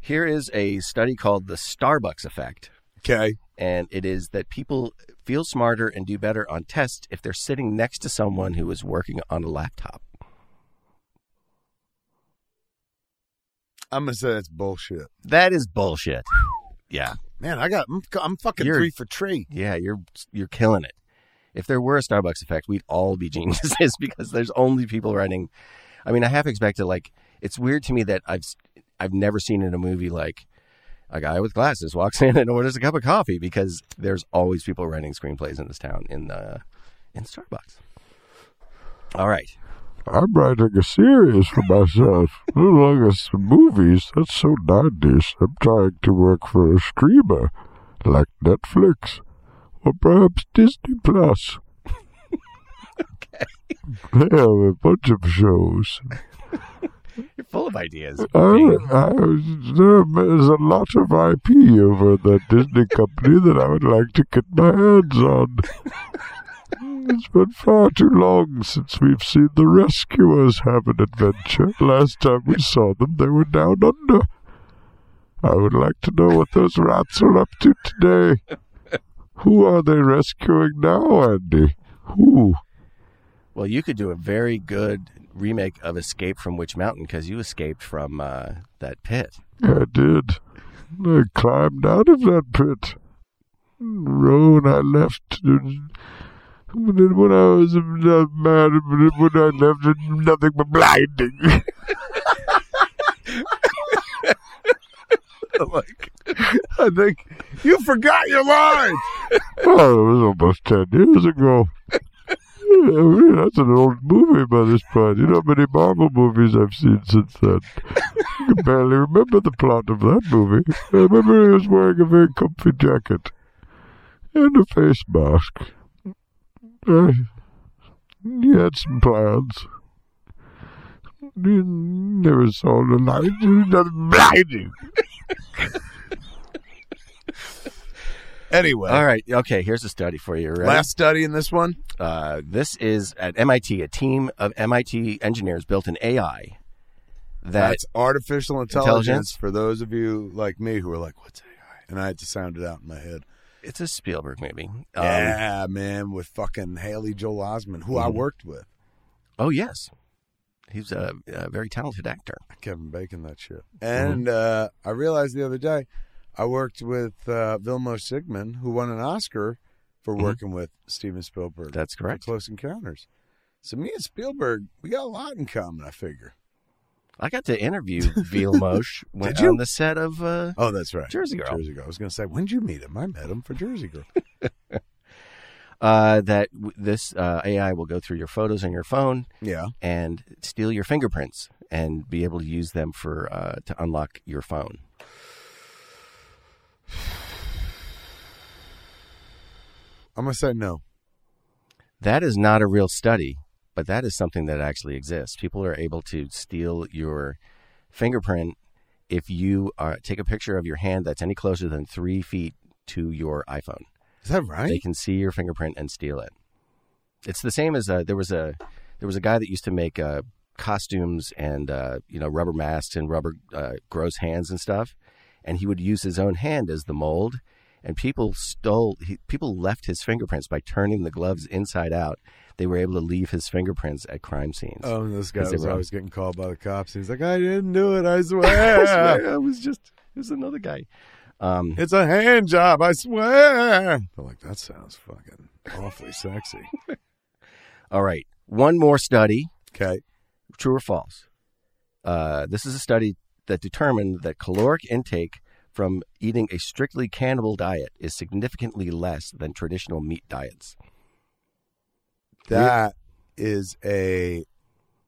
[SPEAKER 4] here is a study called the Starbucks effect,
[SPEAKER 5] okay.
[SPEAKER 4] and it is that people feel smarter and do better on tests if they're sitting next to someone who is working on a laptop.
[SPEAKER 5] I'm going to say that's bullshit.
[SPEAKER 4] That is bullshit. Yeah,
[SPEAKER 5] Man, I got, I'm, I'm fucking
[SPEAKER 4] You're-
[SPEAKER 5] three for three.
[SPEAKER 4] yeah, you're you're killing it. If there were a Starbucks effect, we'd all be geniuses because there's only people running. I mean, I half expected like it's weird to me that I've s- I've never seen in a movie like a guy with glasses walks in and orders a cup of coffee because there's always people writing screenplays in this town in the in Starbucks. All right.
[SPEAKER 5] I'm writing a series for myself. no longer s- movies. That's so 90s. I'm trying to work for a streamer like Netflix or perhaps Disney Plus. They have a bunch of shows.
[SPEAKER 4] You're full of ideas.
[SPEAKER 5] I, I, there's a lot of IP over at that Disney company that I would like to get my hands on. It's been far too long since we've seen the rescuers have an adventure. Last time we saw them, they were down under. I would like to know what those rats are up to today. Who are they rescuing now, Andy? Who?
[SPEAKER 4] Well, you could do a very good remake of Escape from Witch Mountain because you escaped from uh, that pit.
[SPEAKER 5] I did. I climbed out of that pit. Rowan, I left. When when I was not mad, but when I left, it was nothing but blinding.
[SPEAKER 3] like, I think you forgot your lines.
[SPEAKER 5] oh, it was almost 10 years ago. I mean, that's an old movie by this point. You know how many Marvel movies I've seen since then? I can barely remember the plot of that movie. I remember he was wearing a very comfy jacket and a face mask. Uh, he had some plans. He never saw the light. He was blinding.
[SPEAKER 3] Anyway,
[SPEAKER 4] All right. Okay. Here's a study for you. Ready?
[SPEAKER 3] last study in this one.
[SPEAKER 4] Uh, this is at MIT. A team of MIT engineers built an AI that
[SPEAKER 3] That's artificial intelligence,
[SPEAKER 4] Intelligence?
[SPEAKER 3] for those of you like me who are like, what's AI? And I had to sound it out in my head.
[SPEAKER 4] it's a Spielberg movie. Um,
[SPEAKER 5] Oh.
[SPEAKER 3] yeah, man, with fucking Haley Joel Osment, who I
[SPEAKER 5] Mm-hmm.
[SPEAKER 4] Mhm.
[SPEAKER 3] worked with.
[SPEAKER 4] Oh yes, he's a, a very talented actor.
[SPEAKER 3] Kevin Bacon, that shit.
[SPEAKER 4] Mm-hmm.
[SPEAKER 3] And uh, I realized the other day, I worked with uh, Vilmos Sigmund, who won an Oscar for
[SPEAKER 4] Mhm.
[SPEAKER 3] working with Steven Spielberg.
[SPEAKER 4] That's
[SPEAKER 3] for
[SPEAKER 4] correct.
[SPEAKER 3] Close Encounters. So me and Spielberg, we got a lot in common. I figure.
[SPEAKER 4] I got to interview Vilmos when
[SPEAKER 3] Did you?
[SPEAKER 4] on the set of uh,
[SPEAKER 3] Oh, that's right.
[SPEAKER 4] Jersey Girl.
[SPEAKER 3] Jersey Girl. I was gonna say, when'd you meet him? I met him for Jersey Girl.
[SPEAKER 4] uh, that w- this uh, AI will go through your photos on your phone
[SPEAKER 3] yeah.
[SPEAKER 4] and steal your fingerprints and be able to use them for uh, to unlock your phone.
[SPEAKER 3] I'm gonna say no.
[SPEAKER 4] That is not a real study, but that is something that actually exists. People are able to steal your fingerprint if you uh, take a picture of your hand that's any closer than three feet to your iPhone.
[SPEAKER 3] Is that
[SPEAKER 4] They
[SPEAKER 3] right?
[SPEAKER 4] can see your fingerprint and steal it. It's the same as uh, there was a there was a guy that used to make uh, costumes and uh, you know rubber masks and rubber uh, gross hands and stuff, and he would use his own hand as the mold. And people stole he, people left his fingerprints by turning the gloves inside out. They were able to leave his fingerprints at crime scenes.
[SPEAKER 3] Oh, and this guy
[SPEAKER 4] Is it
[SPEAKER 3] was
[SPEAKER 4] wrong?
[SPEAKER 3] always getting called by the cops. He's like, I didn't do it. I
[SPEAKER 4] I
[SPEAKER 3] swear.
[SPEAKER 4] swear, I was just it was another guy. Um,
[SPEAKER 3] It's a hand job. I swear. They're like, that sounds fucking awfully sexy.
[SPEAKER 4] all right, one more study.
[SPEAKER 3] Okay.
[SPEAKER 4] True or false? Uh, this is a study that determined that caloric intake from eating a strictly cannibal diet is significantly less than traditional meat diets.
[SPEAKER 3] That is a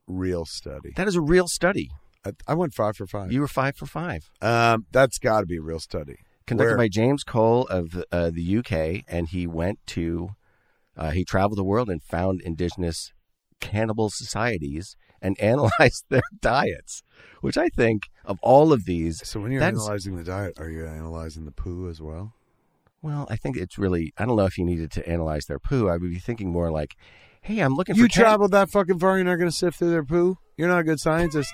[SPEAKER 3] real study.
[SPEAKER 4] That is a real study.
[SPEAKER 3] I, I went five for five.
[SPEAKER 4] You were five for five.
[SPEAKER 3] um, that's got to be a real study.
[SPEAKER 4] Conducted
[SPEAKER 3] Where?
[SPEAKER 4] by James Cole of uh, the UK, and he went to, uh, he traveled the world and found indigenous cannibal societies and analyzed their diets, which I think of all of these,
[SPEAKER 3] So when you're
[SPEAKER 4] That's-
[SPEAKER 3] analyzing the diet, are you analyzing the poo as well?
[SPEAKER 4] Well, I think it's really. I don't know if you needed to analyze their poo. I would be thinking more like, "Hey, I'm looking for
[SPEAKER 3] You
[SPEAKER 4] cat-
[SPEAKER 3] traveled that fucking far, you're not going to sift through their poo? You're not a good scientist.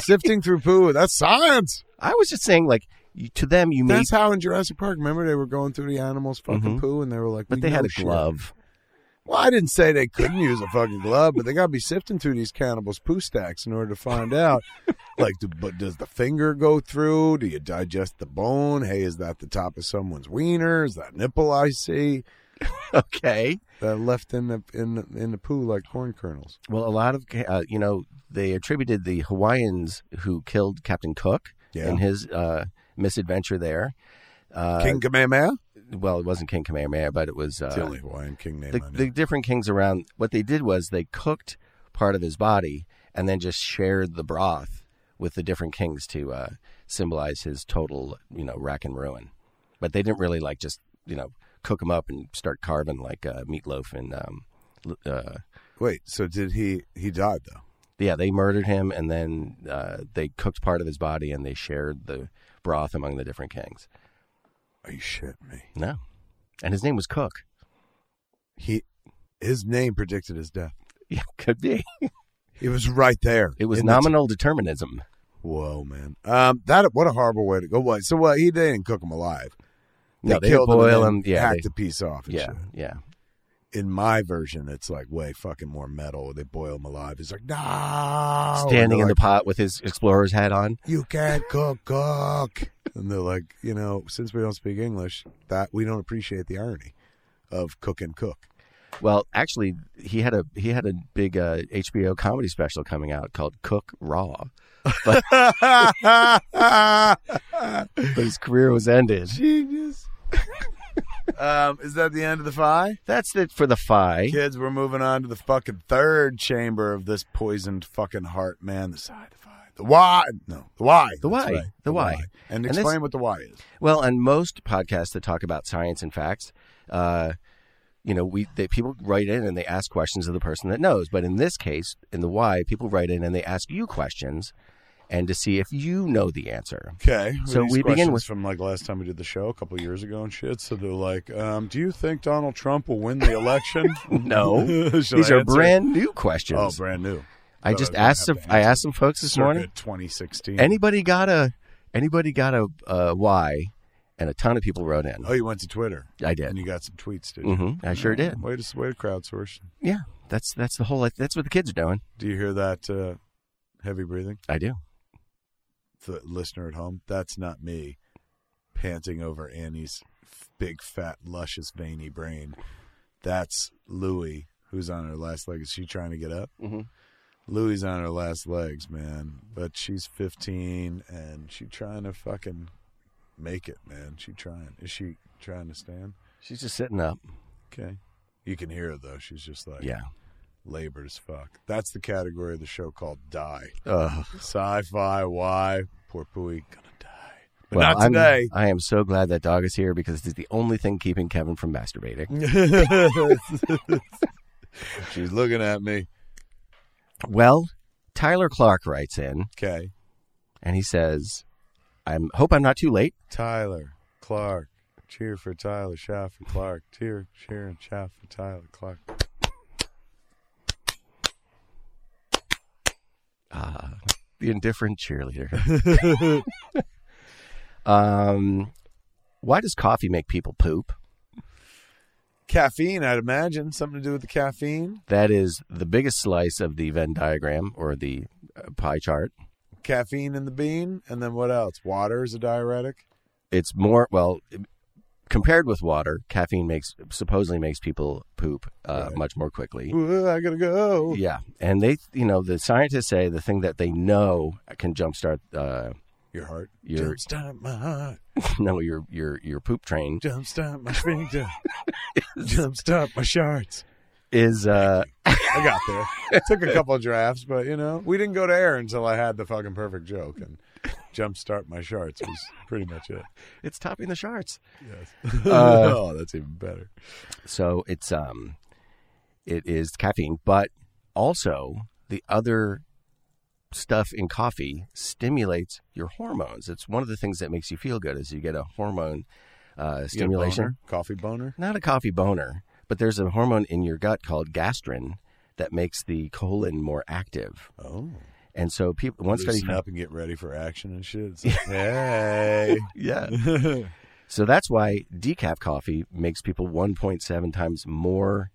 [SPEAKER 3] Sifting through poo, that's science.
[SPEAKER 4] I was just saying, like you, to them, you mean,
[SPEAKER 3] That's how in Jurassic Park, remember they were going through the animals' fucking
[SPEAKER 4] Mhm.
[SPEAKER 3] poo and they were like,
[SPEAKER 4] but
[SPEAKER 3] "We
[SPEAKER 4] they had
[SPEAKER 3] know
[SPEAKER 4] a
[SPEAKER 3] shit."
[SPEAKER 4] glove.
[SPEAKER 3] Well, I didn't say they couldn't use a fucking glove, but they got to be sifting through these cannibals' poo stacks in order to find out. Like, do, but does the finger go through? Do you digest the bone? Hey, is that the top of someone's wiener? Is that nipple I see
[SPEAKER 4] Okay.
[SPEAKER 3] that left in the in the, in the poo like corn kernels?
[SPEAKER 4] Well, a lot of ca- uh, you know they attributed the Hawaiians who killed Captain Cook
[SPEAKER 3] Yeah.
[SPEAKER 4] and his uh, misadventure there. Uh,
[SPEAKER 3] King Kamehameha.
[SPEAKER 4] well, it wasn't King Kamehameha, but it was
[SPEAKER 3] It's the
[SPEAKER 4] uh,
[SPEAKER 3] only Hawaiian king name
[SPEAKER 4] the,
[SPEAKER 3] I know.
[SPEAKER 4] the different kings around. What they did was they cooked part of his body and then just shared the broth with the different kings to uh, symbolize his total, you know, rack and ruin. But they didn't really like just you know cook him up and start carving like uh, meatloaf and um, l- uh,
[SPEAKER 3] Wait, so did he? He died though.
[SPEAKER 4] yeah, they murdered him and then uh, they cooked part of his body and they shared the broth among the different kings.
[SPEAKER 3] Are you shitting me?
[SPEAKER 4] No, and his name was Cook.
[SPEAKER 3] He, his name predicted his death.
[SPEAKER 4] Yeah, could be.
[SPEAKER 3] It was right there.
[SPEAKER 4] It was
[SPEAKER 3] in the t-
[SPEAKER 4] nominal determinism.
[SPEAKER 3] Whoa, man. Um, that what a horrible way to go. What? So what? He they didn't cook him alive. They
[SPEAKER 4] No, they
[SPEAKER 3] killed
[SPEAKER 4] boil
[SPEAKER 3] him. and
[SPEAKER 4] him, yeah,
[SPEAKER 3] hacked
[SPEAKER 4] they-
[SPEAKER 3] the piece off. And
[SPEAKER 4] Yeah,
[SPEAKER 3] shit.
[SPEAKER 4] yeah.
[SPEAKER 3] In my version, it's like way fucking more metal. They boil him alive. He's like, no.
[SPEAKER 4] standing
[SPEAKER 3] And
[SPEAKER 4] in
[SPEAKER 3] they're
[SPEAKER 4] the pot with his explorer's hat on.
[SPEAKER 3] like, You can't cook, cook. and they're like, you know, since we don't speak English, that we don't appreciate the irony of cook and cook.
[SPEAKER 4] Well, actually, he had a he had a big uh, HBO comedy special coming out called Cook Raw, but his career was ended.
[SPEAKER 3] Genius. um, is that the end of the five?
[SPEAKER 4] That's it for the fi.
[SPEAKER 3] Kids, we're moving on to the fucking third chamber of this poisoned fucking heart, man. The side, the why, the why. No, the why.
[SPEAKER 4] The
[SPEAKER 3] That's
[SPEAKER 4] why.
[SPEAKER 3] right.
[SPEAKER 4] The why.
[SPEAKER 3] And
[SPEAKER 4] And
[SPEAKER 3] explain
[SPEAKER 4] this-
[SPEAKER 3] what the why is.
[SPEAKER 4] Well, on most podcasts that talk about science and facts, uh, you know, we they, people write in and they ask questions of the person that knows. But in this case, in the why, people write in and they ask you questions, and to see if you know the answer.
[SPEAKER 3] Okay.
[SPEAKER 4] So
[SPEAKER 3] these
[SPEAKER 4] we begin
[SPEAKER 3] questions
[SPEAKER 4] with-
[SPEAKER 3] from like last time we did the show a couple years ago and shit. So they're like, um, "Do you think Donald Trump will win the election?"
[SPEAKER 4] No,
[SPEAKER 3] Should
[SPEAKER 4] these
[SPEAKER 3] I
[SPEAKER 4] are
[SPEAKER 3] answer?
[SPEAKER 4] brand new questions.
[SPEAKER 3] Oh, brand new.
[SPEAKER 4] I
[SPEAKER 3] Thought
[SPEAKER 4] just
[SPEAKER 3] was gonna
[SPEAKER 4] asked
[SPEAKER 3] have
[SPEAKER 4] some,
[SPEAKER 3] to
[SPEAKER 4] I
[SPEAKER 3] answer
[SPEAKER 4] asked some folks this
[SPEAKER 3] circa
[SPEAKER 4] morning.
[SPEAKER 3] 2016.
[SPEAKER 4] Anybody got a anybody got a, a why? And a ton of people wrote in.
[SPEAKER 3] Oh, you went to Twitter.
[SPEAKER 4] I did.
[SPEAKER 3] And you got some tweets, did you?
[SPEAKER 4] Mm-hmm. I sure did.
[SPEAKER 3] Way to way to crowdsource.
[SPEAKER 4] Yeah, that's that's the whole. That's what the kids are doing.
[SPEAKER 3] Do you hear that uh, heavy breathing?
[SPEAKER 4] I do.
[SPEAKER 3] the listener at home, that's not me panting over Annie's f- big, fat, luscious, veiny brain. That's Louie, who's on her last leg. Is she trying to get up?
[SPEAKER 4] Mhm.
[SPEAKER 3] Louie's on her last legs, man. But she's 15 and she trying to fucking make it, man. She trying. Is she trying to stand?
[SPEAKER 4] She's just sitting up.
[SPEAKER 3] Okay. You can hear her though. She's just like
[SPEAKER 4] Yeah.
[SPEAKER 3] labored as fuck. That's the category of the show called Die.
[SPEAKER 4] Ugh.
[SPEAKER 3] Sci-fi. Why? Poor Pooey gonna die, but
[SPEAKER 4] Well,
[SPEAKER 3] not
[SPEAKER 4] I'm-
[SPEAKER 3] today.
[SPEAKER 4] I am so glad that dog is here because it's the only thing keeping Kevin from masturbating.
[SPEAKER 3] She's looking at me.
[SPEAKER 4] Well, Tyler Clark writes in
[SPEAKER 3] Okay.
[SPEAKER 4] and he says, "I hope I'm not too late."
[SPEAKER 3] Tyler Clark. Cheer for Tyler. Shout for Clark. Cheer, cheer, and shout for Tyler Clark.
[SPEAKER 4] the indifferent cheerleader. um, why does coffee make people poop?
[SPEAKER 3] Caffeine, I'd imagine. Something to do with the caffeine.
[SPEAKER 4] That is the biggest slice of the Venn diagram or the uh, pie chart.
[SPEAKER 3] Caffeine in the bean. And then what else? Water is a diuretic.
[SPEAKER 4] It's more well compared with water. Caffeine makes supposedly makes people poop uh, much more quickly.
[SPEAKER 3] Ooh, I gotta go.
[SPEAKER 4] Yeah, and they you know the scientists say the thing that they know can jumpstart uh,
[SPEAKER 3] Your heart.
[SPEAKER 4] Your-
[SPEAKER 3] Jumpstart my heart.
[SPEAKER 4] no your your your poop train
[SPEAKER 3] Jumpstart my sphincter. Jumpstart my shards.
[SPEAKER 4] is uh,
[SPEAKER 3] I got there. Took a couple drafts, but you know, we didn't go to air until I had the fucking perfect joke and jumpstart my shards was pretty much it.
[SPEAKER 4] it's topping the charts.
[SPEAKER 3] Yes. oh, that's even better.
[SPEAKER 4] So it's um, it is caffeine, but also the other stuff in coffee stimulates your hormones. It's one of the things that makes you feel good is you get a hormone uh,
[SPEAKER 3] You get a
[SPEAKER 4] stimulation.
[SPEAKER 3] boner? coffee boner.
[SPEAKER 4] Not a coffee boner, but there's a hormone in your gut called gastrin that makes the colon more active.
[SPEAKER 3] Oh,
[SPEAKER 4] And so people one study
[SPEAKER 3] loosen up and get ready for action and shit. It's like, hey,
[SPEAKER 4] yeah. so that's why decaf coffee makes people 1.7 times more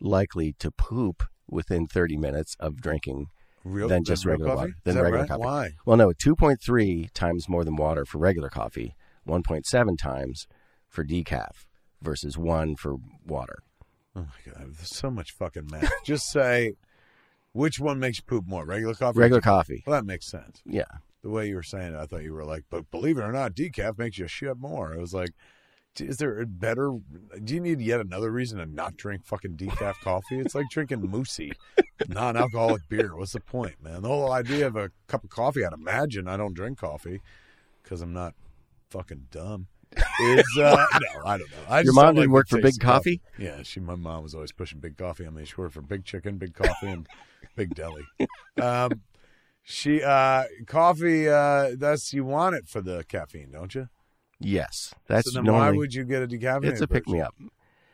[SPEAKER 4] likely to poop within 30 minutes of drinking
[SPEAKER 3] real
[SPEAKER 4] than just
[SPEAKER 3] real
[SPEAKER 4] regular
[SPEAKER 3] coffee?
[SPEAKER 4] water.
[SPEAKER 3] Is
[SPEAKER 4] Than
[SPEAKER 3] that
[SPEAKER 4] regular
[SPEAKER 3] right?
[SPEAKER 4] coffee.
[SPEAKER 3] Why?
[SPEAKER 4] Well, no, 2.3 times more than water for regular coffee, 1.7 times for decaf versus 1 for water.
[SPEAKER 3] Oh my god, there's so much fucking math. just say which one makes you poop more, regular coffee? or
[SPEAKER 4] Regular
[SPEAKER 3] decaf?
[SPEAKER 4] coffee.
[SPEAKER 3] Well, that makes sense.
[SPEAKER 4] Yeah.
[SPEAKER 3] the way you were saying it, I thought you were like, but believe it or not, decaf makes you shit more. I was like, is there a better? Do you need yet another reason to not drink fucking decaf coffee? It's like drinking moosey, non-alcoholic beer. What's the point, man? The whole idea of a cup of coffee. I'd imagine I don't drink coffee because I'm not fucking dumb. Is uh, no, I don't know. I
[SPEAKER 4] Your
[SPEAKER 3] just
[SPEAKER 4] mom
[SPEAKER 3] don't
[SPEAKER 4] didn't
[SPEAKER 3] like the
[SPEAKER 4] work for
[SPEAKER 3] taste
[SPEAKER 4] Big
[SPEAKER 3] of
[SPEAKER 4] Coffee?
[SPEAKER 3] Yeah, she. My mom was always pushing Big Coffee. I mean, she worked for Big Chicken, Big Coffee, and Big Deli. Um, she uh, coffee. Uh, that's you want it for the caffeine, don't you?
[SPEAKER 4] Yes, that's
[SPEAKER 3] so then why
[SPEAKER 4] normally
[SPEAKER 3] would you get a decaffeinated?
[SPEAKER 4] it's a
[SPEAKER 3] version?
[SPEAKER 4] pick me up.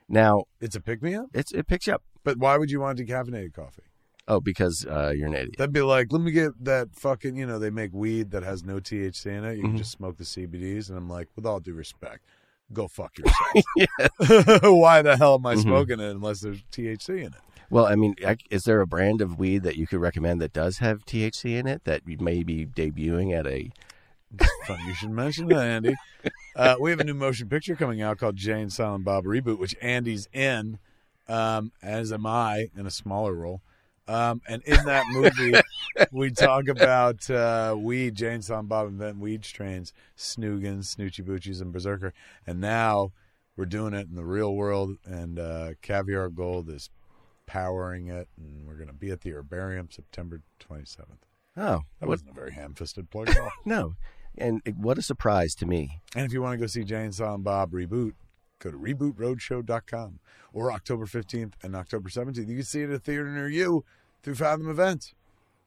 [SPEAKER 4] Now
[SPEAKER 3] It's a pick me up.
[SPEAKER 4] it's it picks you up.
[SPEAKER 3] But why would you want decaffeinated coffee?
[SPEAKER 4] Oh, because uh, you're an idiot.
[SPEAKER 3] That'd be like, let me get that fucking. You know, they make weed that has no THC in it. You
[SPEAKER 4] Mm-hmm.
[SPEAKER 3] can just smoke the CBDs, and I'm like, with all due respect, go fuck yourself. why the hell am I
[SPEAKER 4] Mhm.
[SPEAKER 3] smoking it unless there's THC in it?
[SPEAKER 4] Well, I mean, I, is there a brand of weed that you could recommend that does have THC in it that you may be debuting at a?
[SPEAKER 3] Funny you should mention that, Andy. Uh, we have a new motion picture coming out called Jane Silent Bob Reboot, which Andy's in, um, as am I, in a smaller role. Um, and in that movie, we talk about uh, weed, Jane Silent Bob invent weed strains, snoogans, snoochie boochies, and berserker. And now we're doing it in the real world, and uh, Caviar Gold is powering it, and we're going to be at the herbarium September 27th.
[SPEAKER 4] Oh,
[SPEAKER 3] That
[SPEAKER 4] what?
[SPEAKER 3] wasn't a very ham-fisted plug at all.
[SPEAKER 4] No, and it- what a surprise to me.
[SPEAKER 3] And if you want to go see Jane Silent Bob reboot, go to rebootroadshow.com or October 15th and October 17th. You can see it at a theater near you through Fathom Events.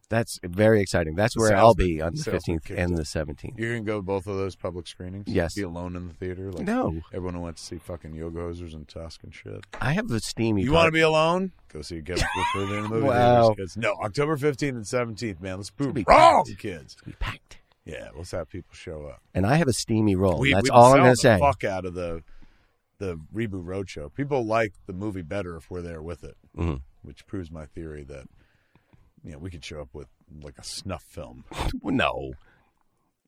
[SPEAKER 4] That's very exciting. That's
[SPEAKER 3] The
[SPEAKER 4] where I'll
[SPEAKER 3] salesman-
[SPEAKER 4] be on the
[SPEAKER 3] salesman
[SPEAKER 4] fifteenth
[SPEAKER 3] kicked
[SPEAKER 4] and
[SPEAKER 3] in.
[SPEAKER 4] the seventeenth.
[SPEAKER 3] You're going to go to both of those public screenings?
[SPEAKER 4] Yes.
[SPEAKER 3] Be alone in the theater? Like
[SPEAKER 4] No,
[SPEAKER 3] Everyone who went to see fucking Yoga Hosers and Tusk and shit.
[SPEAKER 4] I have the steamy.
[SPEAKER 3] You
[SPEAKER 4] part.
[SPEAKER 3] want to be alone? Go see Kevin Clifford in the movie.
[SPEAKER 4] Wow.
[SPEAKER 3] theaters, kids. No, October 15th and 17th, man. Let's prove
[SPEAKER 4] be
[SPEAKER 3] wrong,
[SPEAKER 4] packed.
[SPEAKER 3] kids.
[SPEAKER 4] be packed?
[SPEAKER 3] Yeah, let's have people show up.
[SPEAKER 4] And I have a steamy roll.
[SPEAKER 3] we, we've
[SPEAKER 4] That's
[SPEAKER 3] been
[SPEAKER 4] all I'm
[SPEAKER 3] selling
[SPEAKER 4] gonna
[SPEAKER 3] the
[SPEAKER 4] say.
[SPEAKER 3] Fuck out of the the reboot roadshow. People like the movie better if we're there with it,
[SPEAKER 4] Mhm.
[SPEAKER 3] which proves my theory that you know we could show up with like a snuff film.
[SPEAKER 4] No.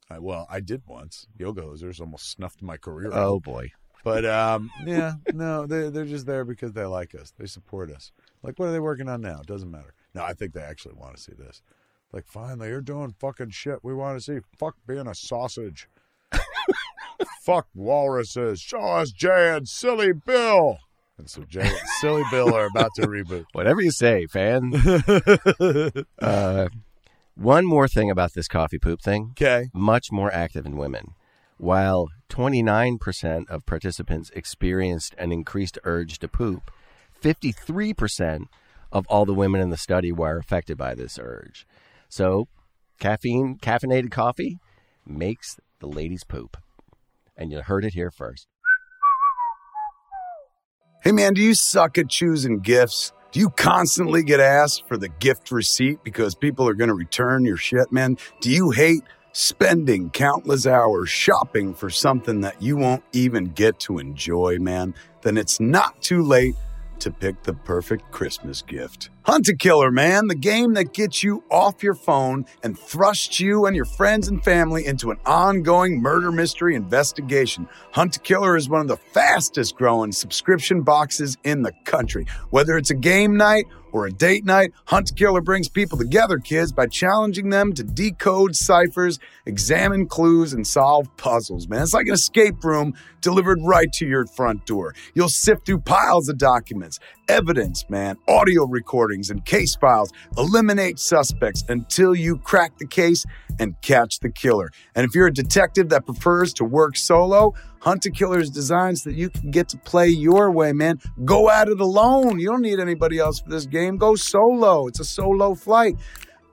[SPEAKER 3] I, well, I did once. Yoga hosers almost snuffed my career. out.
[SPEAKER 4] Oh boy.
[SPEAKER 3] But um, yeah, no, they they're just there because they like us. They support us. Like, what are they working on now? It doesn't matter. No, I think they actually want to see this. Like, finally, you're doing fucking shit we want to see. Fuck being a sausage. Fuck walruses. Show us Jay and Silly Bill. And so Jay and Silly Bill are about to reboot.
[SPEAKER 4] Whatever you say, fan. uh, one more thing about this coffee poop thing
[SPEAKER 3] Okay.
[SPEAKER 4] much more active in women. While 29% of participants experienced an increased urge to poop, 53% of all the women in the study were affected by this urge. So, caffeine, caffeinated coffee makes the ladies poop. And you heard it here first.
[SPEAKER 6] Hey man, do you suck at choosing gifts? Do you constantly get asked for the gift receipt because people are going to return your shit, man? Do you hate spending countless hours shopping for something that you won't even get to enjoy, man? Then it's not too late to pick the perfect Christmas gift. Hunt a Killer, man, the game that gets you off your phone and thrusts you and your friends and family into an ongoing murder mystery investigation. Hunt a Killer is one of the fastest growing subscription boxes in the country. Whether it's a game night or a date night, Hunt a Killer brings people together, kids, by challenging them to decode ciphers, examine clues, and solve puzzles, man. It's like an escape room delivered right to your front door. You'll sift through piles of documents, evidence, man, audio recordings, and case files, eliminate suspects until you crack the case and catch the killer. And if you're a detective that prefers to work solo, Hunt a Killer's designed so that you can get to play your way, man. Go at it alone. You don't need anybody else for this game. Go solo. It's a solo flight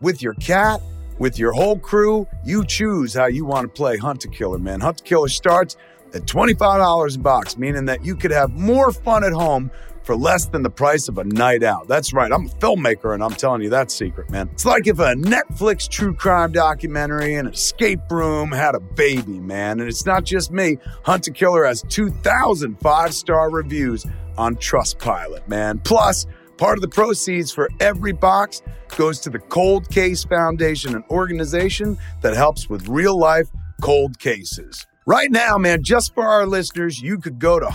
[SPEAKER 6] with your cat, with your whole crew. You choose how you want to play Hunt a Killer, man. Hunt a Killer starts at $25 a box, meaning that you could have more fun at home for less than the price of a night out. That's right. I'm a filmmaker and I'm telling you that secret, man. It's like if a Netflix true crime documentary and escape room had a baby, man. And it's not just me. Hunt a Killer has 2,000 five-star reviews on Trustpilot, man. Plus, Part of the proceeds for every box goes to the Cold Case Foundation, an organization that helps with real life cold cases. Right now, man, just for our listeners, you could go to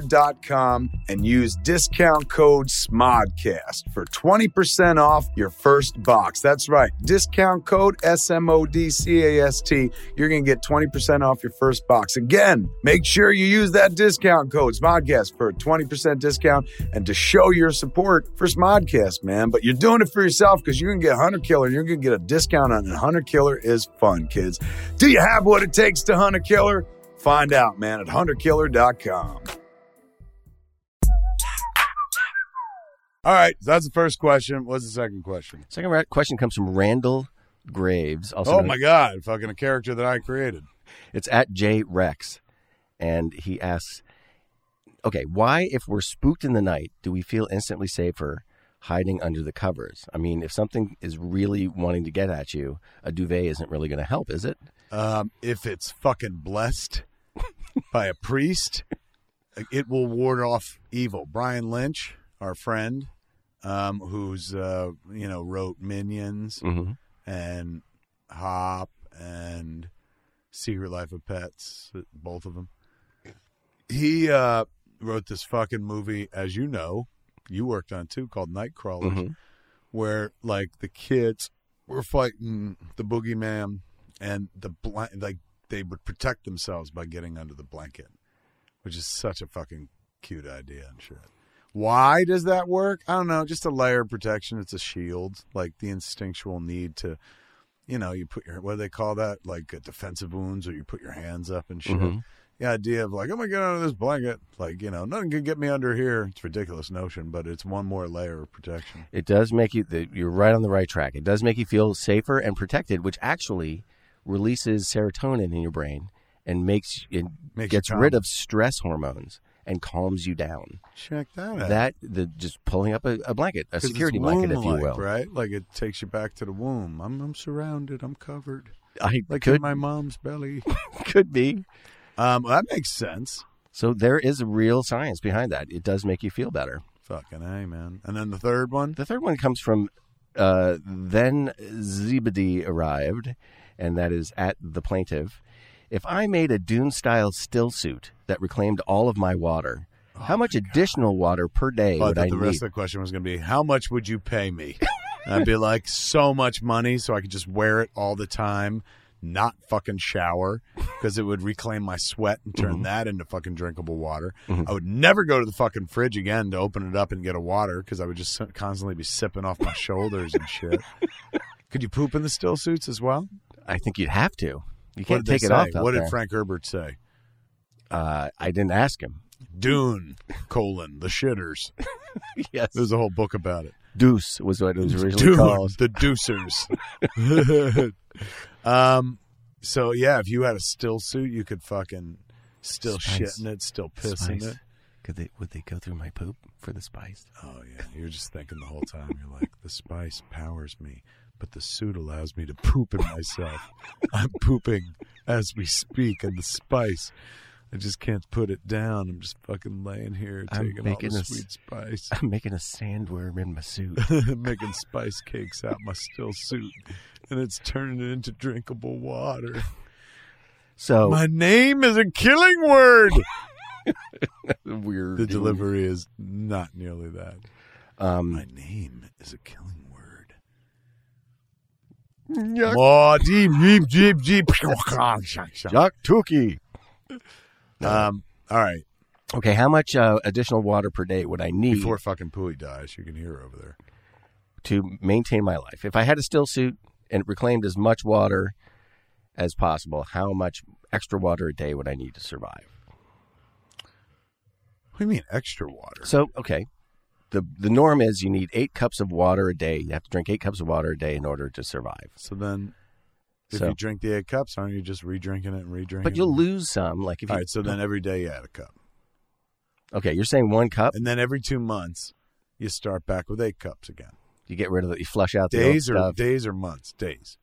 [SPEAKER 6] huntakiller.com and use discount code SMODCAST for 20% off your first box. That's right, discount code S M O D C A S T. You're going to get 20% off your first box. Again, make sure you use that discount code SMODCAST for a 20% discount and to show your support for SMODCAST, man. But you're doing it for yourself because you're going to get Hunter Killer and you're going to get a discount on it. Hunter Killer is fun, kids. Do you have what it takes to hunt a killer? Find out, man, at hunterkiller.com.
[SPEAKER 3] All right, that's the first question. What's the second question?
[SPEAKER 4] Second ra- question comes from Randall Graves. Also
[SPEAKER 3] oh
[SPEAKER 4] known-
[SPEAKER 3] my god, fucking a character that I created.
[SPEAKER 4] It's at J Rex, and he asks, "Okay, why if we're spooked in the night, do we feel instantly safer hiding under the covers? I mean, if something is really wanting to get at you, a duvet isn't really going to help, is it?
[SPEAKER 3] Um, if it's fucking blessed by a priest, it will ward off evil. Brian Lynch, our friend, um, who's uh, you know wrote Minions
[SPEAKER 4] Mm-hmm.
[SPEAKER 3] and Hop and Secret Life of Pets, both of them. He uh, wrote this fucking movie, as you know, you worked on too, called Nightcrawlers,
[SPEAKER 4] Mhm.
[SPEAKER 3] where like the kids were fighting the boogeyman, and the blan- like they would protect themselves by getting under the blanket, which is such a fucking cute idea and shit. Why does that work? I don't know. Just a layer of protection. It's a shield, like the instinctual need to you know, you put your what do they call that? Like uh, defensive wounds, or you put your hands up and shit.
[SPEAKER 4] Mhm.
[SPEAKER 3] The idea of like, I'm gonna get out of this blanket. Like, you know, nothing can get me under here. It's a ridiculous notion, but it's one more layer of protection.
[SPEAKER 4] It does make you. The, you're right on the right track. It does make you feel safer and protected, which actually releases serotonin in your brain and makes it
[SPEAKER 3] Makes you
[SPEAKER 4] gets
[SPEAKER 3] calm.
[SPEAKER 4] rid of stress hormones." And calms you down.
[SPEAKER 3] Check that out.
[SPEAKER 4] That the just pulling up a, a blanket, a
[SPEAKER 3] 'Cause it's
[SPEAKER 4] security blanket, if you
[SPEAKER 3] womb-like,
[SPEAKER 4] will.
[SPEAKER 3] right? Like it takes you back to the womb. I'm, I'm surrounded. I'm covered,
[SPEAKER 4] I
[SPEAKER 3] like
[SPEAKER 4] could
[SPEAKER 3] in my mom's belly.
[SPEAKER 4] could be.
[SPEAKER 3] um, that makes sense.
[SPEAKER 4] So there is real science behind that. It does make you feel better.
[SPEAKER 3] Fucking a man. And then the third one.
[SPEAKER 4] The third one comes from uh, then Zebedee arrived, and that is at the plaintiff. If I made a Dune style still suit that reclaimed all of my water, how much additional water per day
[SPEAKER 3] Oh, I
[SPEAKER 4] would I
[SPEAKER 3] thought the rest
[SPEAKER 4] need?
[SPEAKER 3] of the question was going to be, how much would you pay me? And I'd be like, so much money so I could just wear it all the time, not fucking shower, because it would reclaim my sweat and
[SPEAKER 4] Mm-hmm.
[SPEAKER 3] turn that into fucking drinkable water. I would never go to the fucking fridge again to open it up and get a water because I would just constantly be sipping off my shoulders and shit. Could you poop in the still suits as well?
[SPEAKER 4] I think you'd have to. You
[SPEAKER 3] What
[SPEAKER 4] can't
[SPEAKER 3] did they
[SPEAKER 4] take it off.
[SPEAKER 3] say?
[SPEAKER 4] out
[SPEAKER 3] What
[SPEAKER 4] there.
[SPEAKER 3] did Frank Herbert say?
[SPEAKER 4] uh, I didn't ask him.
[SPEAKER 3] Dune, colon, the shitters.
[SPEAKER 4] yes,
[SPEAKER 3] There's a whole book about it.
[SPEAKER 4] Deuce was what it was originally
[SPEAKER 3] Dude,
[SPEAKER 4] called.
[SPEAKER 3] the Deucers. um, so yeah, if you had a still suit, you could fucking still
[SPEAKER 4] Spice.
[SPEAKER 3] shitting it, still pissing
[SPEAKER 4] Spice.
[SPEAKER 3] it.
[SPEAKER 4] Could they? Would they go through my poop for the spice?
[SPEAKER 3] Oh yeah, you're just thinking the whole time. You're like, the spice powers me, but the suit allows me to poop in myself. I'm pooping as we speak, and the spice. I just can't put it down. I'm just fucking laying here,
[SPEAKER 4] I'm
[SPEAKER 3] taking all
[SPEAKER 4] making
[SPEAKER 3] the
[SPEAKER 4] a s-
[SPEAKER 3] sweet spice.
[SPEAKER 4] I'm making a sandworm in my suit.
[SPEAKER 3] making spice cakes out my still suit, and it's turning it into drinkable water.
[SPEAKER 4] So
[SPEAKER 3] My name is a killing word.
[SPEAKER 4] weird.
[SPEAKER 3] The delivery is not nearly that.
[SPEAKER 4] Um,
[SPEAKER 3] My name is a killing word.
[SPEAKER 4] Yuck,
[SPEAKER 3] Oh, deep, deep, deep, deep.
[SPEAKER 4] Tukey.
[SPEAKER 3] Um, all right.
[SPEAKER 4] Okay, how much uh, additional water per day would I need
[SPEAKER 3] Before fucking Pooey dies, you can hear over there.
[SPEAKER 4] to maintain my life? If I had a still suit and it reclaimed as much water as possible, how much extra water a day would I need to survive?
[SPEAKER 3] What do you mean extra water?
[SPEAKER 4] So, okay, the the norm is you need eight cups of water a day. You have to drink eight cups of water a day in order to survive.
[SPEAKER 3] So then, if
[SPEAKER 4] So-
[SPEAKER 3] you drink the eight cups, aren't you just re-drinking it and re-drinking?
[SPEAKER 4] But
[SPEAKER 3] it?
[SPEAKER 4] you'll lose some. Like if you
[SPEAKER 3] All right. So then every day you add a cup,
[SPEAKER 4] okay, you're saying one cup,
[SPEAKER 3] and then every two months you start back with eight cups again.
[SPEAKER 4] you get rid of it, you flush out the old
[SPEAKER 3] Days or
[SPEAKER 4] stuff
[SPEAKER 3] days or months? Days.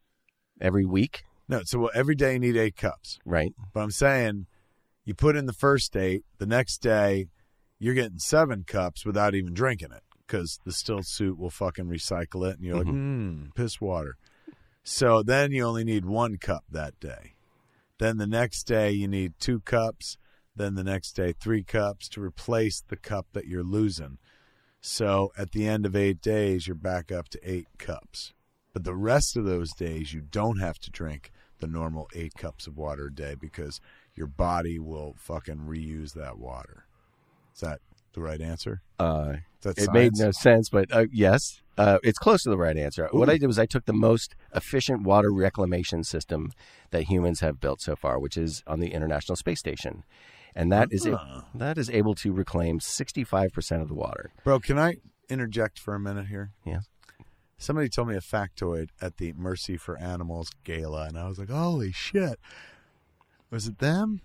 [SPEAKER 4] every week,
[SPEAKER 3] No. So well, every day you need eight cups.
[SPEAKER 4] right?
[SPEAKER 3] But I'm saying you put in the first eight, the next day you're getting seven cups without even drinking it because the still suit will fucking recycle it. And you're like, hmm, piss water. So then you only need one cup that day. Then the next day, you need two cups. Then the next day, three cups to replace the cup that you're losing. So at the end of eight days, you're back up to eight cups. But the rest of those days, you don't have to drink the normal eight cups of water a day because your body will fucking reuse that water. Is that the right answer?
[SPEAKER 4] Uh,
[SPEAKER 3] Is that
[SPEAKER 4] it made
[SPEAKER 3] science?
[SPEAKER 4] no sense, but uh, yes, uh, it's close to the right answer. What I did was I took the most efficient water reclamation system that humans have built so far, which is on the International Space Station, and that is a- that is able to reclaim sixty five percent of the water.
[SPEAKER 3] Bro, can I interject for a minute here?
[SPEAKER 4] Yeah.
[SPEAKER 3] Somebody told me a factoid at the Mercy for Animals gala, and I was like, holy shit. Was it them?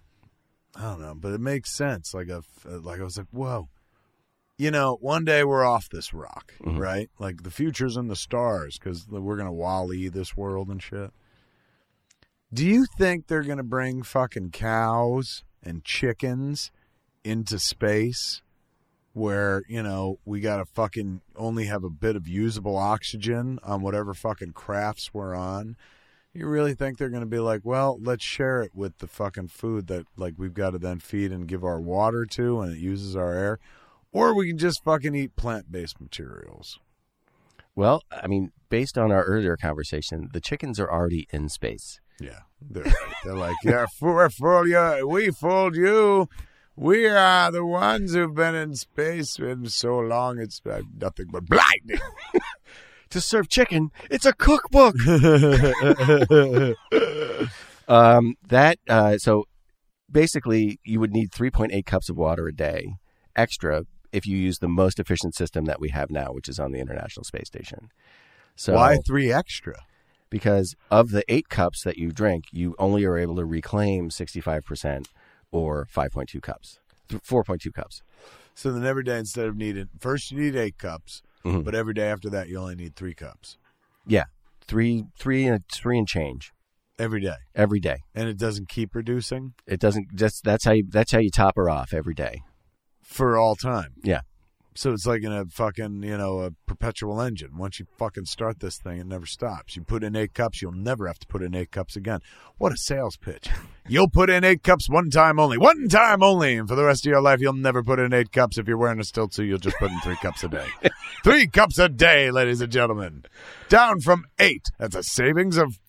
[SPEAKER 3] I don't know, but it makes sense. Like, a, like I was like, whoa. You know, one day we're off this rock, right? Like, the future's in the stars because we're going to Wally this world and shit. Do you think they're going to bring fucking cows and chickens into space? where you know we gotta fucking only have a bit of usable oxygen on whatever fucking crafts we're on you really think they're gonna be like well let's share it with the fucking food that like we've got to then feed and give our water to and it uses our air or we can just fucking eat plant-based materials
[SPEAKER 4] Well, I mean, based on our earlier conversation, the chickens are already in space.
[SPEAKER 3] yeah they're, they're like yeah we fooled you we fooled you we are the ones who've been in space for so long it's uh, nothing but blinding
[SPEAKER 4] To serve chicken, it's a cookbook. um, that uh, so basically, you would need 3.8 cups of water a day extra if you use the most efficient system that we have now, which is on the International Space Station. So
[SPEAKER 3] why three extra
[SPEAKER 4] because of the eight cups that you drink, you only are able to reclaim 65% or 5.2 cups, th- 4.2 cups.
[SPEAKER 3] So then every day instead of needing first you need eight cups,
[SPEAKER 4] Mhm.
[SPEAKER 3] but every day after that you only need three cups
[SPEAKER 4] Yeah, three, three, and three and change
[SPEAKER 3] every day,
[SPEAKER 4] every day.
[SPEAKER 3] and it doesn't keep reducing
[SPEAKER 4] It doesn't just that's how you that's how you top her off every day.
[SPEAKER 3] for all time.
[SPEAKER 4] Yeah.
[SPEAKER 3] So it's like in a fucking you know a perpetual engine. Once you fucking start this thing, it never stops. You put in eight cups, you'll never have to put in eight cups again. What a sales pitch! You'll put in eight cups one time only, one time only, and for the rest of your life, you'll never put in eight cups. If you're wearing a stilt suit, you'll just put in three cups a day. Three cups a day, ladies and gentlemen, down from eight. That's a savings of.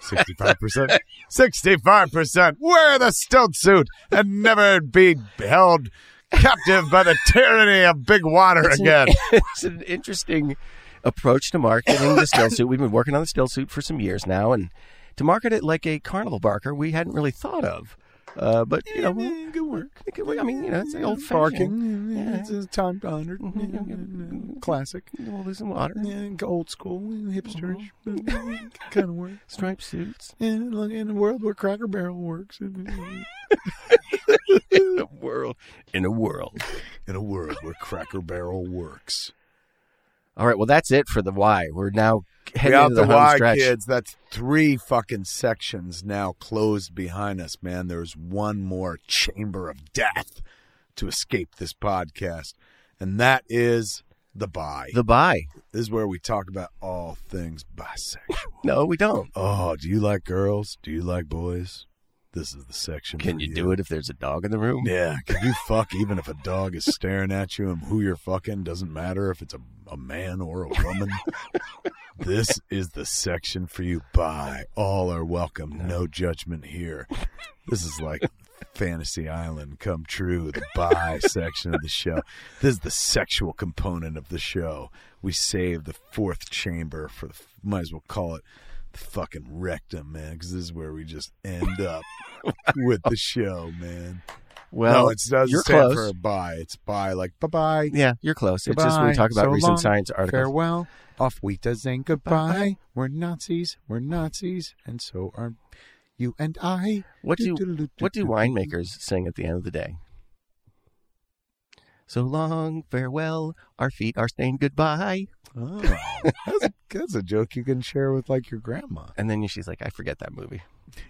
[SPEAKER 3] Sixty-five percent. Sixty-five percent. Wear the stilt suit and never be held captive by the tyranny of big water again.
[SPEAKER 4] it's an interesting approach to marketing the still suit. We've been working on the still suit for some years now, and to market it like a carnival barker, we hadn't really thought of. Uh, but you know, good work. Good work. I mean, you know, it's the old
[SPEAKER 3] Barking.
[SPEAKER 4] Yeah.
[SPEAKER 3] It's a time honored uh, mm-hmm. classic.
[SPEAKER 4] We'll lose some water.
[SPEAKER 3] Yeah, Old school, hipsterish Mm-hmm. kind of work.
[SPEAKER 4] Striped suits.
[SPEAKER 3] And uh, look, in a world where Cracker Barrel works, in
[SPEAKER 4] In a world. In a world.
[SPEAKER 3] a world where Cracker Barrel works.
[SPEAKER 4] All right. Well, that's it for the why. We're now
[SPEAKER 3] We
[SPEAKER 4] heading
[SPEAKER 3] out
[SPEAKER 4] into
[SPEAKER 3] the,
[SPEAKER 4] the, home
[SPEAKER 3] Y,
[SPEAKER 4] stretch.
[SPEAKER 3] kids. That's three fucking sections now closed behind us, man. There's one more chamber of death to escape this podcast, and that is the buy.
[SPEAKER 4] The buy.
[SPEAKER 3] this is where we talk about all things bisexual.
[SPEAKER 4] No, we don't.
[SPEAKER 3] oh, do you like girls? Do you like boys? This is the section.
[SPEAKER 4] Can
[SPEAKER 3] for
[SPEAKER 4] you do it if there's a dog in the room?
[SPEAKER 3] Yeah, can you fuck even if a dog is staring at you and who you're fucking doesn't matter if it's a, a man or a woman? this is the section for you. Bye. All are welcome. No judgment here. This is like Fantasy Island come true, the bi section of the show. This is the sexual component of the show. We save the fourth chamber for the, might as well call it the fucking rectum, man, because this is where we just end up with the show, man
[SPEAKER 4] Well,
[SPEAKER 3] no, it doesn't
[SPEAKER 4] you're
[SPEAKER 3] stand
[SPEAKER 4] close.
[SPEAKER 3] for bye. It's bye, like bye bye.
[SPEAKER 4] Yeah, you're close. It's just when we talk about recent science articles.
[SPEAKER 3] Farewell. Off we does and goodbye. We're Nazis. We're Nazis, and so are you and I.
[SPEAKER 4] What do
[SPEAKER 3] Doo-doo-doo-doo-doo.
[SPEAKER 4] what do winemakers sing at the end of the day? So long, farewell. Our feet are stained goodbye.
[SPEAKER 3] Oh, that's, that's a joke you can share with like your grandma.
[SPEAKER 4] And then she's like, I forget that movie.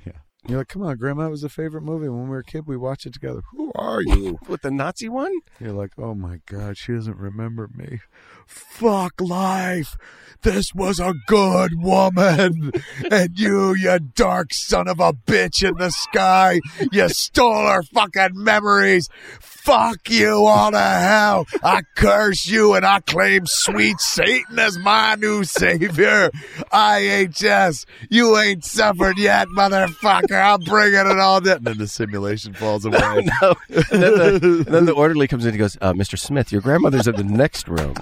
[SPEAKER 3] Yeah.
[SPEAKER 5] You're like, come on, Grandma. It was a favorite movie when we were a kid. We watched it together. Who are you?
[SPEAKER 4] With the Nazi one?
[SPEAKER 5] You're like, oh my God, she doesn't remember me. Fuck life. This was a good woman. And you, you dark son of a bitch in the sky, you stole her fucking memories. Fuck you all to hell. I curse you and I claim sweet Satan as my new savior. IHS, you ain't suffered yet, motherfucker. I'm bringing it all down. And then the simulation falls away.
[SPEAKER 4] No. And then, the, and then the orderly comes in and goes, uh, Mr. Smith, your grandmother's in the next room.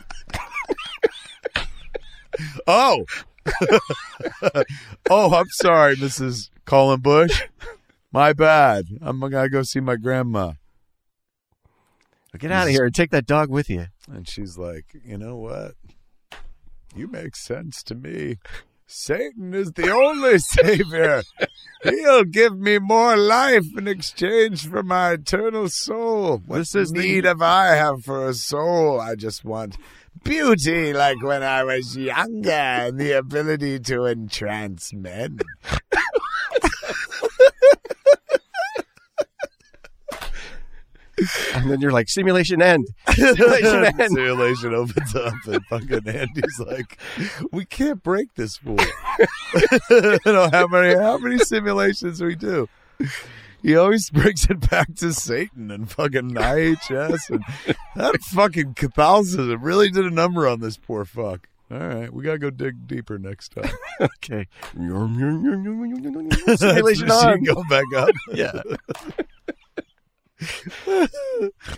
[SPEAKER 5] Oh. oh, I'm sorry, Mrs. Colin Bush. My bad. I'm going to go see my grandma.
[SPEAKER 4] Get out of here and take that dog with you.
[SPEAKER 5] And she's like, you know what? You make sense to me. Satan is the only savior. He'll give me more life in exchange for my eternal soul. What
[SPEAKER 4] This is the-
[SPEAKER 5] need have I have for a soul? I just want beauty like when I was younger and the ability to entrance men.
[SPEAKER 4] And then you're like, simulation end. Simulation
[SPEAKER 5] And
[SPEAKER 4] end.
[SPEAKER 5] Simulation opens up, and fucking Andy's like, "We can't break this fool." you know how many how many simulations we do. He always brings it back to Satan and fucking IHS, and that fucking Catholicism really did a number on this poor fuck. All right, we gotta go dig deeper next time.
[SPEAKER 4] Okay. Simulation on.
[SPEAKER 5] Go back up.
[SPEAKER 4] Yeah.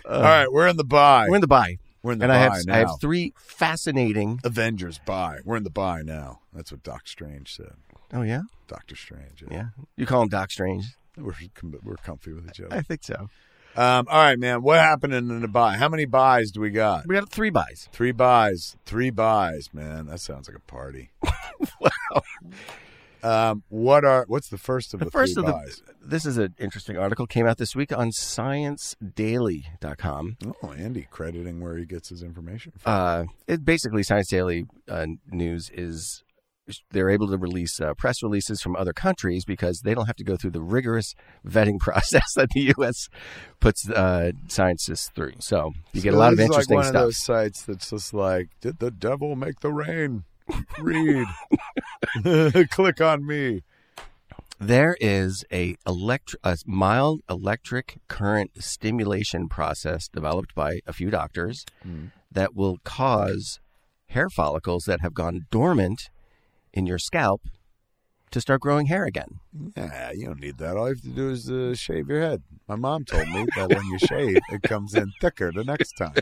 [SPEAKER 5] All right, we're in the buy.
[SPEAKER 4] Uh, We're in the buy.
[SPEAKER 5] We're in the
[SPEAKER 4] And
[SPEAKER 5] buy
[SPEAKER 4] I have,
[SPEAKER 5] now.
[SPEAKER 4] I have three fascinating.
[SPEAKER 5] Avengers buy. We're in the buy now. That's what Doc Strange said.
[SPEAKER 4] Oh, yeah?
[SPEAKER 5] Doctor Strange.
[SPEAKER 4] Yeah. You call him Doc Strange.
[SPEAKER 5] We're com- we're comfy with each
[SPEAKER 4] I
[SPEAKER 5] other.
[SPEAKER 4] think so.
[SPEAKER 5] Um, all right, man. What happened in the buy? How many buys do we got?
[SPEAKER 4] We got three buys.
[SPEAKER 5] Three buys. Three buys, man. That sounds like a party. wow. Um, what are? What's the first of the,
[SPEAKER 4] The first
[SPEAKER 5] three
[SPEAKER 4] of the.
[SPEAKER 5] buys?
[SPEAKER 4] This is an interesting article. Came out this week on sciencedaily.com.
[SPEAKER 5] Oh, Andy crediting where he gets his information from.
[SPEAKER 4] Uh, it basically Science Daily uh, news is they're able to release uh, press releases from other countries because they don't have to go through the rigorous vetting process that the U.S. puts uh, scientists through. So you get a
[SPEAKER 5] So
[SPEAKER 4] lot of
[SPEAKER 5] this is
[SPEAKER 4] interesting
[SPEAKER 5] like one
[SPEAKER 4] stuff.
[SPEAKER 5] Of those sites that's just like, did the devil make the rain? Read. Click on me.
[SPEAKER 4] There is a, elect- a mild electric current stimulation process developed by a few doctors that will cause hair follicles that have gone dormant in your scalp to start growing hair again.
[SPEAKER 5] Nah, you don't need that. All you have to do is uh, shave your head. My mom told me that when you shave, it comes in thicker the next time.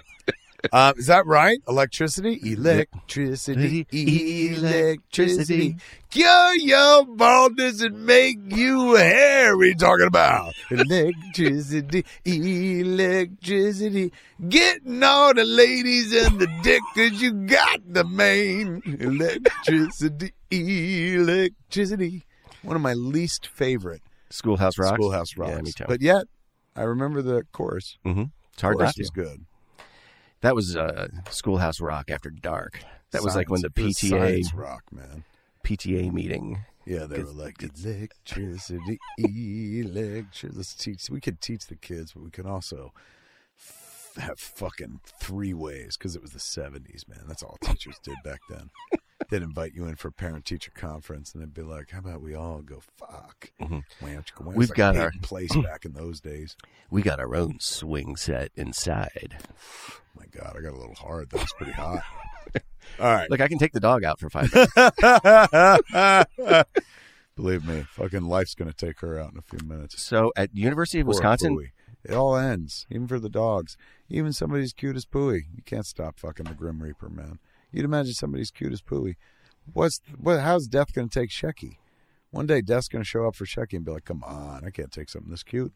[SPEAKER 5] Uh, is that right? Electricity, electricity, electricity. Cure your baldness and make you hair. What are you talking about? Electricity, electricity. Getting all the ladies and the dick 'cause you got the main. Electricity, electricity. One of my least favorite
[SPEAKER 4] Schoolhouse Rock.
[SPEAKER 5] Schoolhouse Rocks.
[SPEAKER 4] Yeah, me too.
[SPEAKER 5] But yet, I remember the chorus.
[SPEAKER 4] hmm It's hard
[SPEAKER 5] chorus
[SPEAKER 4] not to.
[SPEAKER 5] was good.
[SPEAKER 4] That was uh, Schoolhouse Rock after dark. That was like when the
[SPEAKER 5] Science- it was
[SPEAKER 4] PTA
[SPEAKER 5] science rock man.
[SPEAKER 4] PTA meeting.
[SPEAKER 5] Yeah, they were like electricity, electricity. Let's teach. We could teach the kids, but we can also f- have fucking three ways because it was the seventies, man. That's all teachers did back then. They'd invite you in for a parent-teacher conference, and they'd be like, "How about we all go fuck?"
[SPEAKER 4] Mhm.
[SPEAKER 5] Wham, chicka, wham. It's
[SPEAKER 4] We've
[SPEAKER 5] like
[SPEAKER 4] got
[SPEAKER 5] Peyton
[SPEAKER 4] our-
[SPEAKER 5] place back in those days.
[SPEAKER 4] We got our own swing set inside.
[SPEAKER 5] My God, I got a little hard. That was pretty hot. All right.
[SPEAKER 4] Look, I can take the dog out for five minutes.
[SPEAKER 5] Believe me, fucking life's gonna take her out in a few minutes.
[SPEAKER 4] so at University of
[SPEAKER 5] Poor
[SPEAKER 4] Wisconsin,
[SPEAKER 5] Pooey. It all ends, even for the dogs. Even somebody's cute as Pooey, you can't stop fucking the Grim Reaper, man. You'd imagine somebody's cute as Pooey. What's what? How's death gonna take Shecky? One day, death's gonna show up for Shecky and be like, "Come on, I can't take something this cute."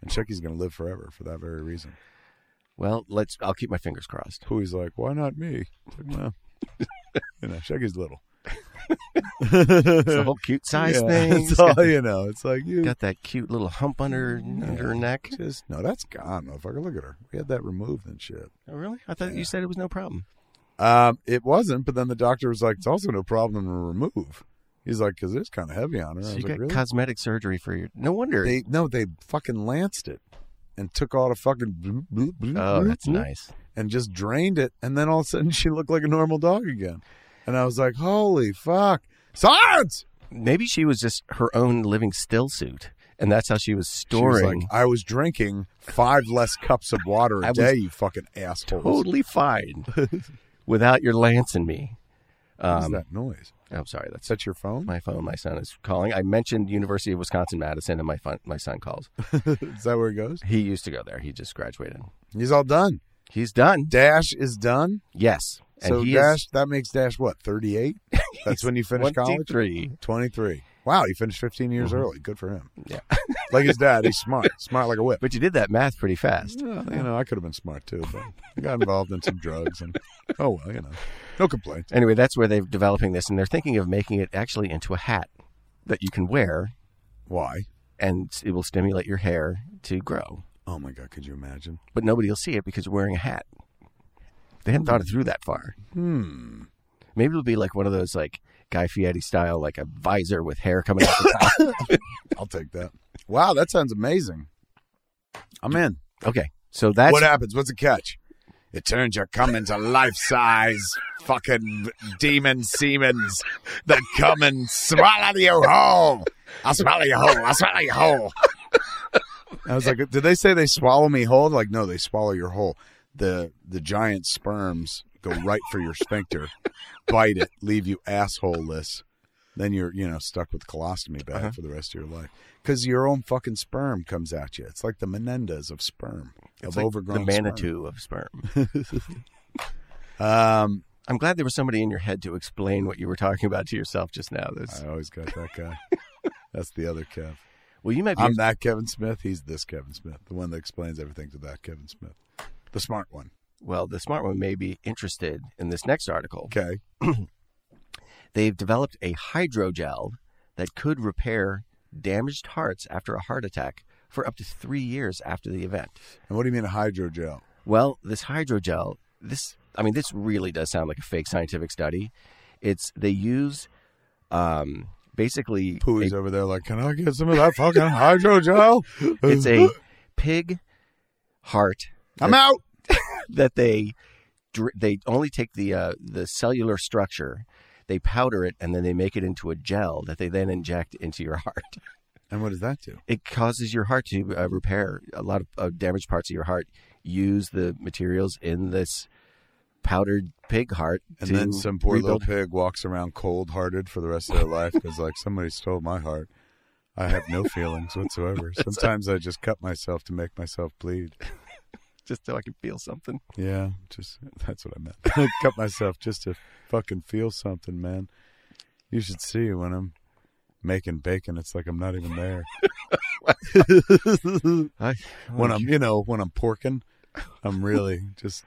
[SPEAKER 5] And Shecky's gonna live forever for that very reason.
[SPEAKER 4] Well, let's. I'll keep my fingers crossed.
[SPEAKER 5] Pooey's like, "Why not me?" It's like, well, you know, Shecky's little.
[SPEAKER 4] It's the whole cute size
[SPEAKER 5] Yeah,
[SPEAKER 4] thing.
[SPEAKER 5] That's all you know. It's like you
[SPEAKER 4] Got that cute little hump under under her neck.
[SPEAKER 5] just no. That's gone, motherfucker. Look at her. We had that removed and shit.
[SPEAKER 4] Oh, really? I thought you said it was no problem.
[SPEAKER 5] Um, it wasn't, but then the doctor was like, "It's also no problem to remove."
[SPEAKER 3] He's like, because it's kind of heavy on her. I
[SPEAKER 4] So
[SPEAKER 3] was
[SPEAKER 4] you
[SPEAKER 3] like,
[SPEAKER 4] got
[SPEAKER 3] really?
[SPEAKER 4] cosmetic surgery for your. No wonder.
[SPEAKER 3] They no, they fucking lanced it and took all the fucking bloop, bloop, bloop,
[SPEAKER 4] oh,
[SPEAKER 3] bloop,
[SPEAKER 4] that's
[SPEAKER 3] bloop,
[SPEAKER 4] nice.
[SPEAKER 3] and just drained it, and then all of a sudden she looked like a normal dog again, and I was like, holy fuck, science!
[SPEAKER 4] Maybe she was just her own living still suit, and that's how she was
[SPEAKER 3] She was
[SPEAKER 4] storing.
[SPEAKER 3] like, I was drinking five less cups of water a
[SPEAKER 4] I was
[SPEAKER 3] day, you fucking assholes.
[SPEAKER 4] totally fine without your Lance and me.
[SPEAKER 3] What is
[SPEAKER 4] Um,
[SPEAKER 3] that noise?
[SPEAKER 4] I'm sorry, that's
[SPEAKER 3] Is that your phone?
[SPEAKER 4] my phone. My son is calling. I mentioned University of Wisconsin Madison, and my fun, my son calls.
[SPEAKER 3] Is that where it goes?
[SPEAKER 4] He used to go there. He just graduated.
[SPEAKER 3] He's all done.
[SPEAKER 4] He's done.
[SPEAKER 3] Dash is done.
[SPEAKER 4] Yes, and
[SPEAKER 3] so
[SPEAKER 4] he
[SPEAKER 3] Dash,
[SPEAKER 4] is
[SPEAKER 3] that makes Dash what, 38? That's when you finish college?
[SPEAKER 4] 23.
[SPEAKER 3] 23. Wow, he finished 15 years early. Good for him.
[SPEAKER 4] Mm-hmm. Yeah.
[SPEAKER 3] like his dad, he's smart. Smart like a whip.
[SPEAKER 4] But you did that math pretty fast.
[SPEAKER 3] Well, you know, I could have been smart too, but I got involved in some drugs and, oh, well, you know, no complaints.
[SPEAKER 4] Anyway, that's where they're developing this, and they're thinking of making it actually into a hat that you can wear,
[SPEAKER 3] Why?
[SPEAKER 4] and it will stimulate your hair to grow.
[SPEAKER 3] Oh my God, could you imagine?
[SPEAKER 4] But nobody will see it because you're wearing a hat. They hadn't thought it through that far.
[SPEAKER 3] Hmm.
[SPEAKER 4] Maybe it'll be like one of those like Guy Fieri style, like a visor with hair coming out. the top.
[SPEAKER 3] I'll take that. Wow, that sounds amazing. I'm in.
[SPEAKER 4] okay, so that's
[SPEAKER 3] what happens? What's the catch? It turns your cum into life size fucking demon semens that come and swallow you whole. I'll swallow you whole. I'll swallow you whole. I was like, did they say they swallow me whole? Like, no, they swallow your whole. The the giant sperms go right for your sphincter, bite it, leave you assholeless. Then you're, you know, stuck with colostomy bag for the rest of your life because your own fucking sperm comes at you. It's like the Menendez of sperm
[SPEAKER 4] it's
[SPEAKER 3] of
[SPEAKER 4] like
[SPEAKER 3] overgrown
[SPEAKER 4] the
[SPEAKER 3] sperm.
[SPEAKER 4] Manitou of sperm.
[SPEAKER 3] Um,
[SPEAKER 4] I'm glad there was somebody in your head to explain what you were talking about to yourself just now. That's,
[SPEAKER 3] I always got that guy. That's the other Kev.
[SPEAKER 4] well, you might be.
[SPEAKER 3] I'm that Kevin Smith. He's this Kevin Smith, the one that explains everything to that Kevin Smith, the smart one.
[SPEAKER 4] well, the smart one may be interested in this next article.
[SPEAKER 3] Okay,
[SPEAKER 4] They've developed a hydrogel that could repair damaged hearts after a heart attack for up to three years after the event.
[SPEAKER 3] and what do you mean a hydrogel?
[SPEAKER 4] Well, this hydrogel, this I mean, this really does sound like a fake scientific study. It's they use um, basically
[SPEAKER 3] Pooey's
[SPEAKER 4] a-
[SPEAKER 3] over there like, can I get some of that fucking hydrogel?
[SPEAKER 4] it's a pig heart
[SPEAKER 3] I'm out.
[SPEAKER 4] that they dr- they only take the uh, the cellular structure, they powder it, and then they make it into a gel that they then inject into your heart.
[SPEAKER 3] And what does that do?
[SPEAKER 4] It causes your heart to uh, repair a lot of uh, damaged parts of your heart. Use the materials in this powdered pig heart,
[SPEAKER 3] And
[SPEAKER 4] to
[SPEAKER 3] then some poor
[SPEAKER 4] rebuild
[SPEAKER 3] little pig walks around cold-hearted for the rest of their life because, like, somebody stole my heart. I have no feelings whatsoever. Sometimes I just cut myself to make myself bleed.
[SPEAKER 4] just so I can feel something.
[SPEAKER 3] Yeah, just that's what I meant. I cut myself just to fucking feel something, man. You should see when I'm making bacon, it's like I'm not even there.
[SPEAKER 4] I,
[SPEAKER 3] When I'm, you know, when I'm porking, I'm really just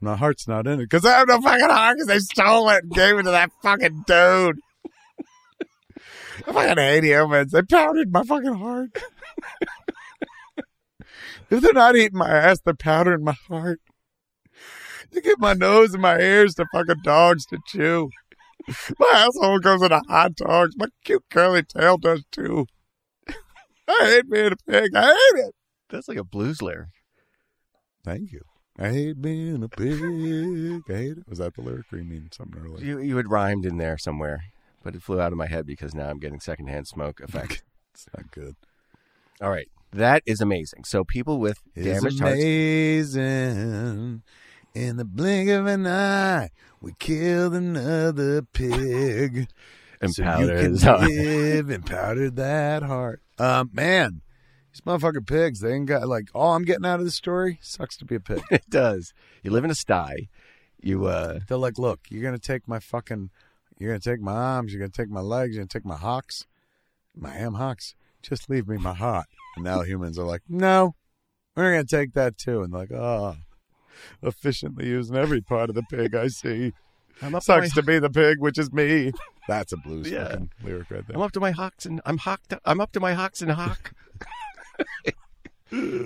[SPEAKER 3] my heart's not in it because I have no fucking heart because they stole it and gave it to that fucking dude. I fucking hate humans. They powdered my fucking heart. if they're not eating my ass, they're powdering my heart. They give my nose and my ears to fucking dogs to chew. My asshole goes into hot dogs. My cute curly tail does too. I hate being a pig. I hate it.
[SPEAKER 4] that's like a blues lyric.
[SPEAKER 3] Thank you. I hate being a pig. I hate it. Was that the lyric or you mean something earlier?
[SPEAKER 4] You you had rhymed in there somewhere, but it flew out of my head because now I'm getting secondhand smoke effect.
[SPEAKER 3] It's not good.
[SPEAKER 4] All right, that is amazing. So people with
[SPEAKER 3] It's
[SPEAKER 4] damaged hearts,
[SPEAKER 3] amazing. In the blink of an eye, we killed another pig.
[SPEAKER 4] and
[SPEAKER 3] so
[SPEAKER 4] powder
[SPEAKER 3] you
[SPEAKER 4] is-
[SPEAKER 3] can live and powder that heart. Uh, man, these motherfucking pigs, they ain't got, like, all I'm getting out of this story sucks to be a pig.
[SPEAKER 4] it does. You live in a sty. You uh,
[SPEAKER 3] They're like, look, you're gonna take my fucking, you're gonna take my arms, you're gonna take my legs, you're gonna take my hocks, my ham hocks. Just leave me my heart. And now humans are like, no, we're gonna take that too. And like, ah, efficiently using every part of the pig I see.
[SPEAKER 4] I'm up
[SPEAKER 3] Sucks
[SPEAKER 4] to
[SPEAKER 3] to be the pig, which is me. That's a blues
[SPEAKER 4] Yeah.
[SPEAKER 3] fucking lyric right
[SPEAKER 4] my,
[SPEAKER 3] there.
[SPEAKER 4] I'm up to my hocks and I'm hocked. I'm up to my hocks and hock.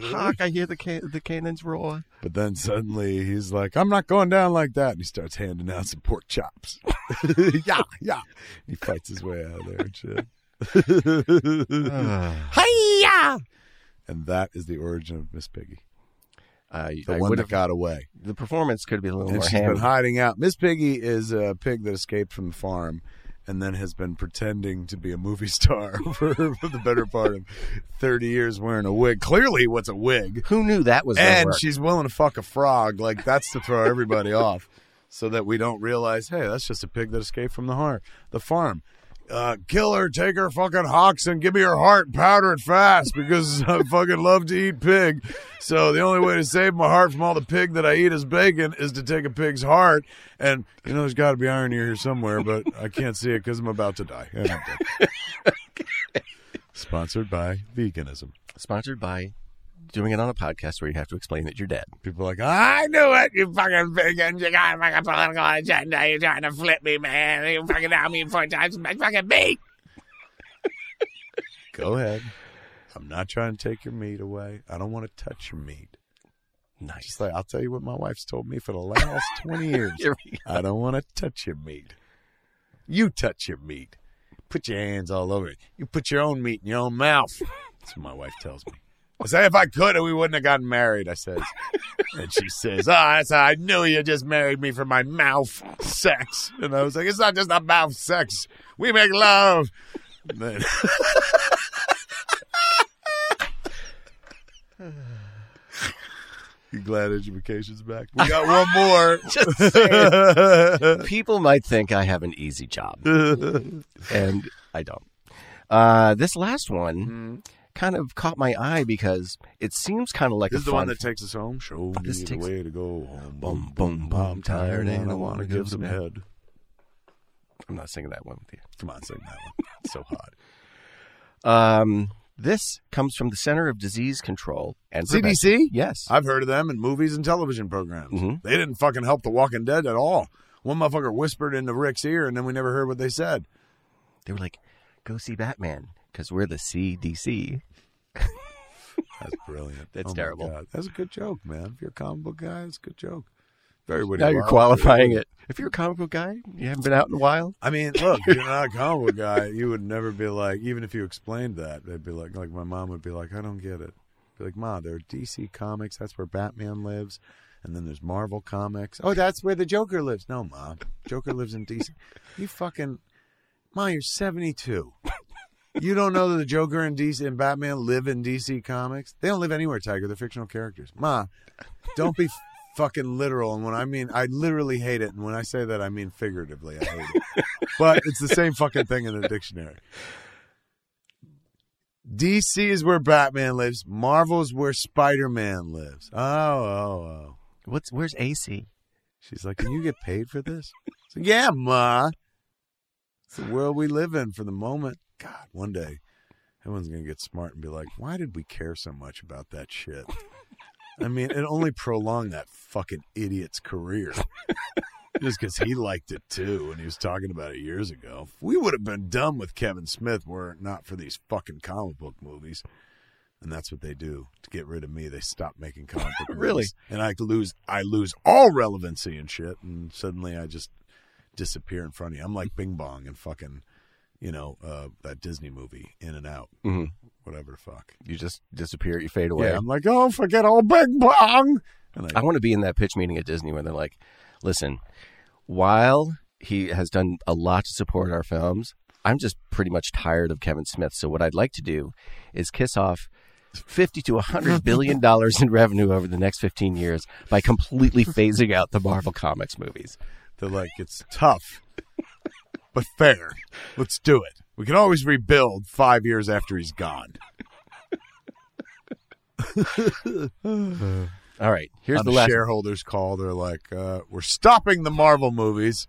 [SPEAKER 4] Hark! I hear the can- the cannons roar.
[SPEAKER 3] But then suddenly he's like, I'm not going down like that. And he starts handing out some pork chops. yeah, yeah. He fights his way out of there and shit. Hiya! And that is the origin of Miss Piggy.
[SPEAKER 4] Uh,
[SPEAKER 3] The
[SPEAKER 4] I
[SPEAKER 3] one that
[SPEAKER 4] would've-
[SPEAKER 3] got away.
[SPEAKER 4] the performance could be a little
[SPEAKER 3] and
[SPEAKER 4] more
[SPEAKER 3] she's been
[SPEAKER 4] hammy.
[SPEAKER 3] hiding out. Miss Piggy is a pig that escaped from the farm and then has been pretending to be a movie star for, for the better part of 30 years wearing a wig. Clearly, what's a wig?
[SPEAKER 4] Who knew that was gonna
[SPEAKER 3] And
[SPEAKER 4] work?
[SPEAKER 3] she's willing to fuck a frog. Like, that's to throw everybody off so that we don't realize, hey, that's just a pig that escaped from the, har- the farm. Uh, kill her, take her fucking hocks, and give me her heart powdered fast because I fucking love to eat pig. So the only way to save my heart from all the pig that I eat as bacon is to take a pig's heart. And you know, there's got to be irony here somewhere, but I can't see it because I'm about to die. And I'm dead. Sponsored by veganism.
[SPEAKER 4] Sponsored by doing it on a podcast where you have to explain that you're dead.
[SPEAKER 3] People are like, I knew it, you fucking vegan. You got a fucking political agenda. You're trying to flip me, man. You fucking out me four times. My fucking meat. Go ahead. I'm not trying to take your meat away. I don't want to touch your meat.
[SPEAKER 4] Nice.
[SPEAKER 3] Just like, I'll tell you what my wife's told me for the last 20 years.
[SPEAKER 4] Here we
[SPEAKER 3] I don't want to touch your meat. You touch your meat. Put your hands all over it. You put your own meat in your own mouth. That's what my wife tells me. I say, if I could, we wouldn't have gotten married, I says. And she says, oh, that's how I knew you just married me for my mouth sex. And I was like, it's not just about mouth sex. We make love. And then- you glad education's back? We got one more.
[SPEAKER 4] People might think I have an easy job, and I don't. Uh, this last one
[SPEAKER 3] Hmm.
[SPEAKER 4] kind of caught my eye because it seems kind of like
[SPEAKER 3] This
[SPEAKER 4] a
[SPEAKER 3] is the
[SPEAKER 4] fun
[SPEAKER 3] one that takes us home. Show me
[SPEAKER 4] this
[SPEAKER 3] the
[SPEAKER 4] takes-
[SPEAKER 3] way to go home.
[SPEAKER 4] Boom, boom, boom,
[SPEAKER 3] I'm tired and I want to give some
[SPEAKER 4] head.
[SPEAKER 3] head.
[SPEAKER 4] I'm not singing that one with you.
[SPEAKER 3] Come on, sing that one. It's so hot.
[SPEAKER 4] Um, this comes from the Center of Disease Control and Prevention.
[SPEAKER 3] CDC?
[SPEAKER 4] Yes.
[SPEAKER 3] I've heard of them in movies and television programs.
[SPEAKER 4] Mhm.
[SPEAKER 3] They didn't fucking help The Walking Dead at all. One motherfucker whispered into Rick's ear, and then we never heard what they said.
[SPEAKER 4] They were like, "Go see Batman because we're the CDC."
[SPEAKER 3] That's brilliant.
[SPEAKER 4] That's
[SPEAKER 3] Oh my
[SPEAKER 4] terrible.
[SPEAKER 3] God. Uh, That's a good joke, man. If you're a comic book guy, it's a good joke. Very witty.
[SPEAKER 4] now you're
[SPEAKER 3] Wow.
[SPEAKER 4] qualifying it. If you're a comic book guy, you haven't been out in a while.
[SPEAKER 3] I mean, look, if you're not a comic book guy. You would never be like, even if you explained that, they'd be like, like my mom would be like, I don't get it. Be like, Ma, there are DC comics. That's where Batman lives, and then there's Marvel comics. Oh, that's where the Joker lives. No, Ma, Joker lives in DC. You fucking, Ma, you're 72. You don't know that the Joker and DC and Batman live in DC comics. They don't live anywhere, Tiger. They're fictional characters. Ma, don't be fucking literal. And when I mean, I literally hate it. And when I say that, I mean figuratively. I hate it but it's the same fucking thing in the dictionary. DC is where Batman lives. Marvel's where Spider Man lives. Oh, oh, oh.
[SPEAKER 4] What's where's AC?
[SPEAKER 3] She's like, Can you get paid for this? I said, yeah, Ma. It's the world we live in for the moment. God, one day everyone's going to get smart and be like, Why did we care so much about that shit? I mean, it only prolonged that fucking idiot's career just because he liked it too and he was talking about it years ago. We would have been done with Kevin Smith were it not for these fucking comic book movies. And that's what they do to get rid of me. They stop making comic book movies.
[SPEAKER 4] Really?
[SPEAKER 3] And I lose I lose all relevancy and shit and suddenly I just disappear in front of you. I'm like Bing Bong and fucking you know, uh, that Disney movie, In and Out,
[SPEAKER 4] Mhm.
[SPEAKER 3] whatever the fuck.
[SPEAKER 4] You just disappear. You fade away.
[SPEAKER 3] Yeah, I'm like, oh, forget all Bing Bong. And I,
[SPEAKER 4] I want to be in that pitch meeting at Disney where they're like, listen, while he has done a lot to support our films, I'm just pretty much tired of Kevin Smith. So what I'd like to do is kiss off 50 to 100 billion dollars in revenue over the next 15 years by completely phasing out the Marvel Comics movies.
[SPEAKER 3] They're like, it's tough, but fair. Let's do it. We can always rebuild five years after he's gone.
[SPEAKER 4] All right, here's
[SPEAKER 3] On
[SPEAKER 4] the last
[SPEAKER 3] shareholders call. They're like, uh, we're stopping the Marvel movies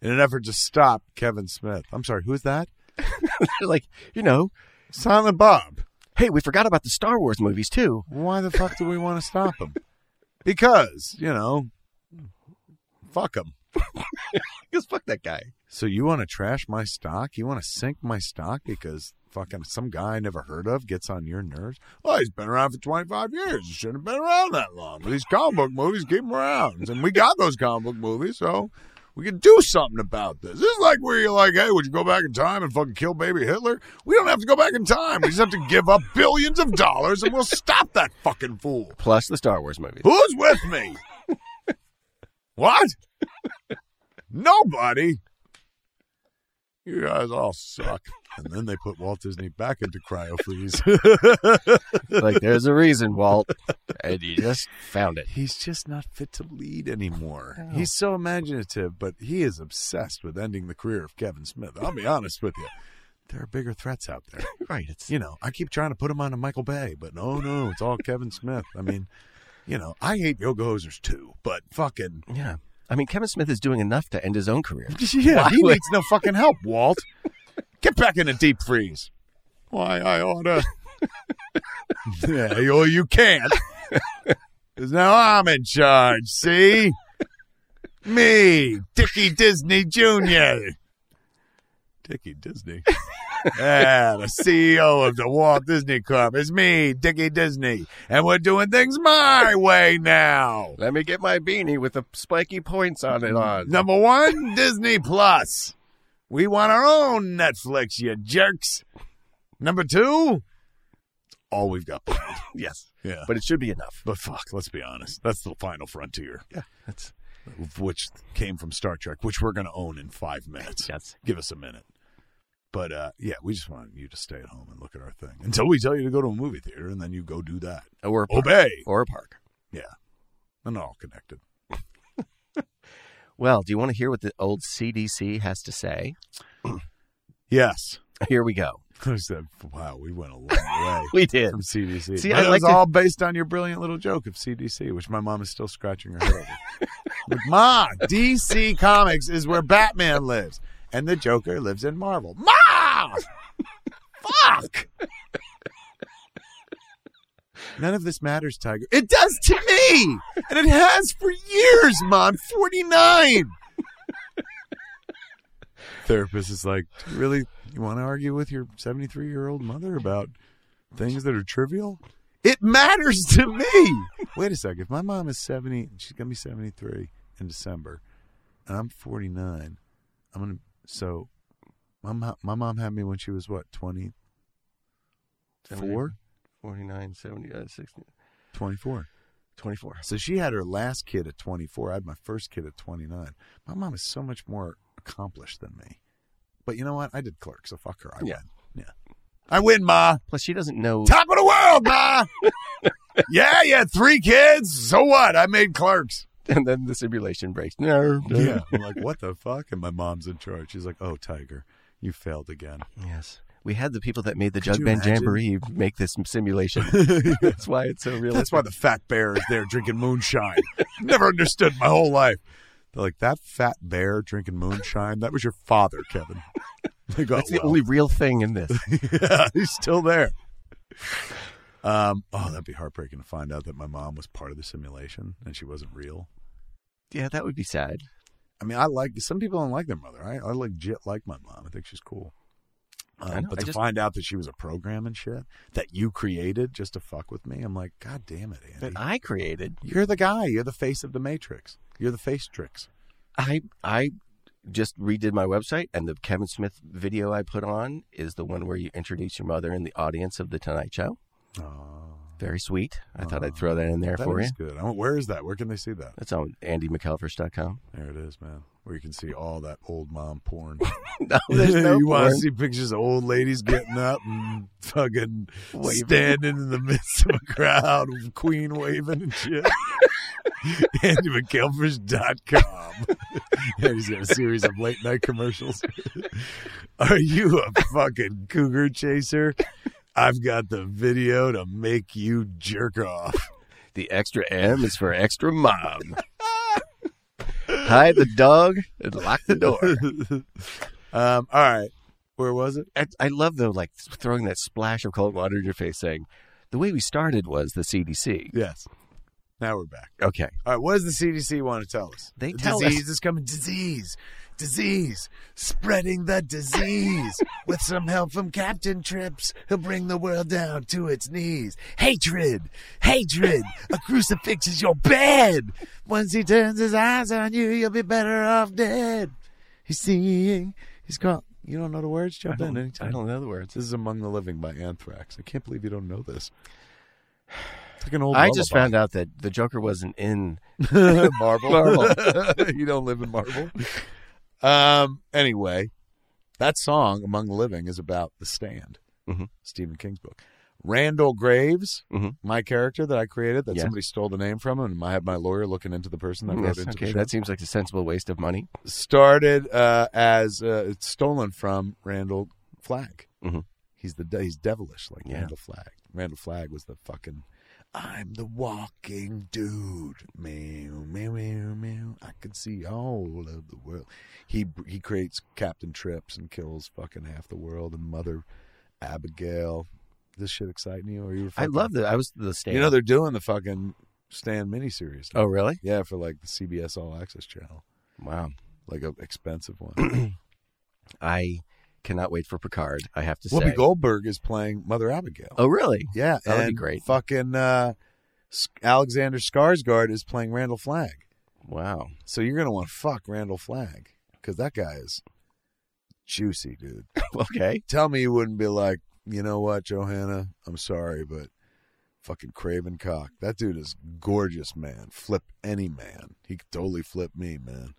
[SPEAKER 3] in an effort to stop Kevin Smith. I'm sorry, who's that?
[SPEAKER 4] like, you know,
[SPEAKER 3] Silent Bob.
[SPEAKER 4] hey, we forgot about the Star Wars movies too.
[SPEAKER 3] Why the fuck do we want to stop him? Because, you know, fuck him.
[SPEAKER 4] Because fuck that guy.
[SPEAKER 3] So you want to trash my stock? You want to sink my stock because fucking some guy I never heard of gets on your nerves. Well, he's been around for 25 years. He shouldn't have been around that long. But these comic book movies keep him around. And we got those comic book movies, so we can do something about this. This is like where you're like, hey, would you go back in time and fucking kill baby Hitler? We don't have to go back in time. We just have to give up billions of dollars and we'll stop that fucking fool.
[SPEAKER 4] Plus the Star Wars movies.
[SPEAKER 3] Who's with me? what? Nobody. You guys all suck. And then they put Walt Disney back into cryo freeze.
[SPEAKER 4] like there's a reason, Walt, and you just found it.
[SPEAKER 3] He's just not fit to lead anymore. He's so imaginative, but he is obsessed with ending the career of Kevin Smith. I'll be honest with you. There are bigger threats out there.
[SPEAKER 4] Right. It's
[SPEAKER 3] You know, I keep trying to put him on a Michael Bay, but no, no, it's all Kevin Smith. I mean, you know, I hate Yoga Hosers too, but fucking.
[SPEAKER 4] yeah. I mean, Kevin Smith is doing enough to end his own career.
[SPEAKER 3] Yeah, he
[SPEAKER 4] would-
[SPEAKER 3] needs no fucking help, Walt. Get back in a deep freeze. Why, I oughta. yeah, well, you can't. 'Cause now I'm in charge, see? Me, Dickie Disney Jr. Dickie Disney? Yeah, the CEO of the Walt Disney Company. It's me, Dickie Disney. And we're doing things my way now.
[SPEAKER 4] Let me get my beanie with the spiky points on it on.
[SPEAKER 3] Number one, Disney Plus. We want our own Netflix, you jerks. Number two, it's all we've got. planned.
[SPEAKER 4] Yes.
[SPEAKER 3] yeah. But,
[SPEAKER 4] But it should be enough.
[SPEAKER 3] but fuck, let's be honest. That's the final frontier,
[SPEAKER 4] That's
[SPEAKER 3] of which came from Star Trek, which we're going to own in five minutes.
[SPEAKER 4] yes.
[SPEAKER 3] Give us a minute. But uh, yeah, we just want you to stay at home and look at our thing until we tell you to go to a movie theater, and then you go do that.
[SPEAKER 4] Or a park.
[SPEAKER 3] Obey.
[SPEAKER 4] Or a park.
[SPEAKER 3] And all connected.
[SPEAKER 4] Well, do you want to hear what the old CDC has to say?
[SPEAKER 3] Yes.
[SPEAKER 4] Here we go.
[SPEAKER 3] I said, wow, we went a long way.
[SPEAKER 4] We did.
[SPEAKER 3] from CDC.
[SPEAKER 4] See,
[SPEAKER 3] But
[SPEAKER 4] I
[SPEAKER 3] it was
[SPEAKER 4] like to-
[SPEAKER 3] all based on your brilliant little joke of CDC, which my mom is still scratching her head over. Like, Ma, DC Comics is where Batman lives, and the Joker lives in Marvel. Ma, fuck. None of this matters, Tiger. It does to me, and it has for years, Ma. I'm 49. Therapist is like, "Do you really, you want to argue with your 73 year old mother about things that are trivial? It matters to me. Wait a second. If my mom is 70, she's going to be 73 in December, and I'm 49, I'm going to, so my, mo- my mom had me when she was what, 24?
[SPEAKER 4] 49, 70, uh, 60,
[SPEAKER 3] 24.
[SPEAKER 4] 24.
[SPEAKER 3] So she had her last kid at 24. I had my first kid at 29. My mom is so much more accomplished than me. But you know what? I did clerk, so fuck her. I
[SPEAKER 4] Yeah.
[SPEAKER 3] win. Yeah. I win, Ma.
[SPEAKER 4] Plus, she doesn't know.
[SPEAKER 3] Top of the world, Ma. yeah, yeah, three kids. So what? I made clerks.
[SPEAKER 4] And then the simulation breaks. No. no.
[SPEAKER 3] Yeah. I'm like, what the fuck? And my mom's in charge. She's like, oh, Tiger, you failed again.
[SPEAKER 4] Yes. We had the people that made the
[SPEAKER 3] Could
[SPEAKER 4] Jug
[SPEAKER 3] you
[SPEAKER 4] Band
[SPEAKER 3] imagine?
[SPEAKER 4] Jamboree make this simulation. That's why it's so
[SPEAKER 3] That's
[SPEAKER 4] realistic.
[SPEAKER 3] why the fat bear is there drinking moonshine. Never understood my whole life. They're like, that fat bear drinking moonshine, that was your father, Kevin. They go,
[SPEAKER 4] That's the
[SPEAKER 3] "Well."
[SPEAKER 4] only real thing in this.
[SPEAKER 3] yeah, he's still there. Um, oh, that'd be heartbreaking to find out that my mom was part of the simulation and she wasn't real.
[SPEAKER 4] yeah, that would be sad.
[SPEAKER 3] I mean, I like some people don't like their mother. I, I legit like my mom. I think she's cool.
[SPEAKER 4] I
[SPEAKER 3] Um,
[SPEAKER 4] know,
[SPEAKER 3] but
[SPEAKER 4] I
[SPEAKER 3] to
[SPEAKER 4] just-
[SPEAKER 3] find out that she was a program and shit that you created just to fuck with me, I'm like, God damn it, Andy!
[SPEAKER 4] That I created.
[SPEAKER 3] You're the guy. You're the face of the Matrix. You're the face tricks.
[SPEAKER 4] I I just redid my website, and the Kevin Smith video I put on is the one where you introduce your mother in the audience of the Tonight Show.
[SPEAKER 3] Oh,
[SPEAKER 4] Very sweet. I thought I'd throw that in there
[SPEAKER 3] that
[SPEAKER 4] for
[SPEAKER 3] is
[SPEAKER 4] you.
[SPEAKER 3] good. I want- where is that? Where can they see that?
[SPEAKER 4] That's on andymcalvers.com.
[SPEAKER 3] There it is, man. Where you can see all that old mom porn.
[SPEAKER 4] No, there's no
[SPEAKER 3] you want to
[SPEAKER 4] porn.
[SPEAKER 3] see pictures of old ladies getting up and fucking
[SPEAKER 4] Waving.
[SPEAKER 3] standing in the midst of a crowd, with queen waving and shit. AndyMcKelfish.com. and he's got a series of late night commercials. Are you a fucking cougar chaser? I've got the video to make you jerk off.
[SPEAKER 4] The extra M is for extra mom. Hide the dog and lock the door.
[SPEAKER 3] um, all right. Where was it?
[SPEAKER 4] I, I love though, like throwing that splash of cold water in your face, saying, "The way we started was the CDC."
[SPEAKER 3] Yes. Now we're back.
[SPEAKER 4] Okay,
[SPEAKER 3] All right, what does the CDC want to tell us?
[SPEAKER 4] They
[SPEAKER 3] The
[SPEAKER 4] tell
[SPEAKER 3] disease is coming. Disease. disease, spreading the disease. With some help from Captain Trips, he'll bring the world down to its knees. Hatred, hatred, a crucifix is your bed. Once he turns his eyes on you, you'll be better off dead. He's singing, he's called. You don't know the words? Jump in anytime.
[SPEAKER 4] I don't know the words.
[SPEAKER 3] This is Among the Living by Anthrax. I can't believe you don't know this. It's like an old
[SPEAKER 4] I just
[SPEAKER 3] lullaby.
[SPEAKER 4] found out that the Joker wasn't in.
[SPEAKER 3] marble. you don't live in marble. Um. Anyway, that song "Among the Living" is about the stand.
[SPEAKER 4] Mhm.
[SPEAKER 3] Stephen King's book. Randall Graves,
[SPEAKER 4] Mhm.
[SPEAKER 3] my character that I created, that
[SPEAKER 4] Yes.
[SPEAKER 3] somebody stole the name from, and I had my lawyer looking into the person that wrote
[SPEAKER 4] Yes,
[SPEAKER 3] into
[SPEAKER 4] okay,
[SPEAKER 3] the show.
[SPEAKER 4] that seems like a sensible waste of money.
[SPEAKER 3] started uh, as uh, it's stolen from Randall Flagg.
[SPEAKER 4] Mhm.
[SPEAKER 3] He's the de- he's devilish like
[SPEAKER 4] Yeah.
[SPEAKER 3] Randall Flagg. Randall Flagg was the fucking I'm the walking dude. Meow meow meow meow. I can see all of the world. He he creates Captain Trips and kills fucking half the world and Mother Abigail. This shit exciting you? Or you? were
[SPEAKER 4] I
[SPEAKER 3] fucking-
[SPEAKER 4] love that. I was the stand.
[SPEAKER 3] You know they're doing the fucking Stan miniseries. now.
[SPEAKER 4] oh, really?
[SPEAKER 3] yeah, for like the CBS All Access channel,
[SPEAKER 4] Wow.
[SPEAKER 3] like a expensive one.
[SPEAKER 4] I cannot wait for Picard. I have to
[SPEAKER 3] Whoopi
[SPEAKER 4] say.
[SPEAKER 3] Goldberg is playing Mother Abigail.
[SPEAKER 4] oh, really?
[SPEAKER 3] yeah,
[SPEAKER 4] that would be
[SPEAKER 3] and
[SPEAKER 4] great.
[SPEAKER 3] Fucking uh, S- Alexander Skarsgård is playing Randall Flagg.
[SPEAKER 4] Wow.
[SPEAKER 3] So you're gonna want to fuck Randall Flagg because that guy is juicy, dude.
[SPEAKER 4] Okay.
[SPEAKER 3] Tell me you wouldn't be like, you know what, Johanna? I'm sorry, but fucking Craven Cock. That dude is gorgeous, man. Flip any man. He could totally flip me, man.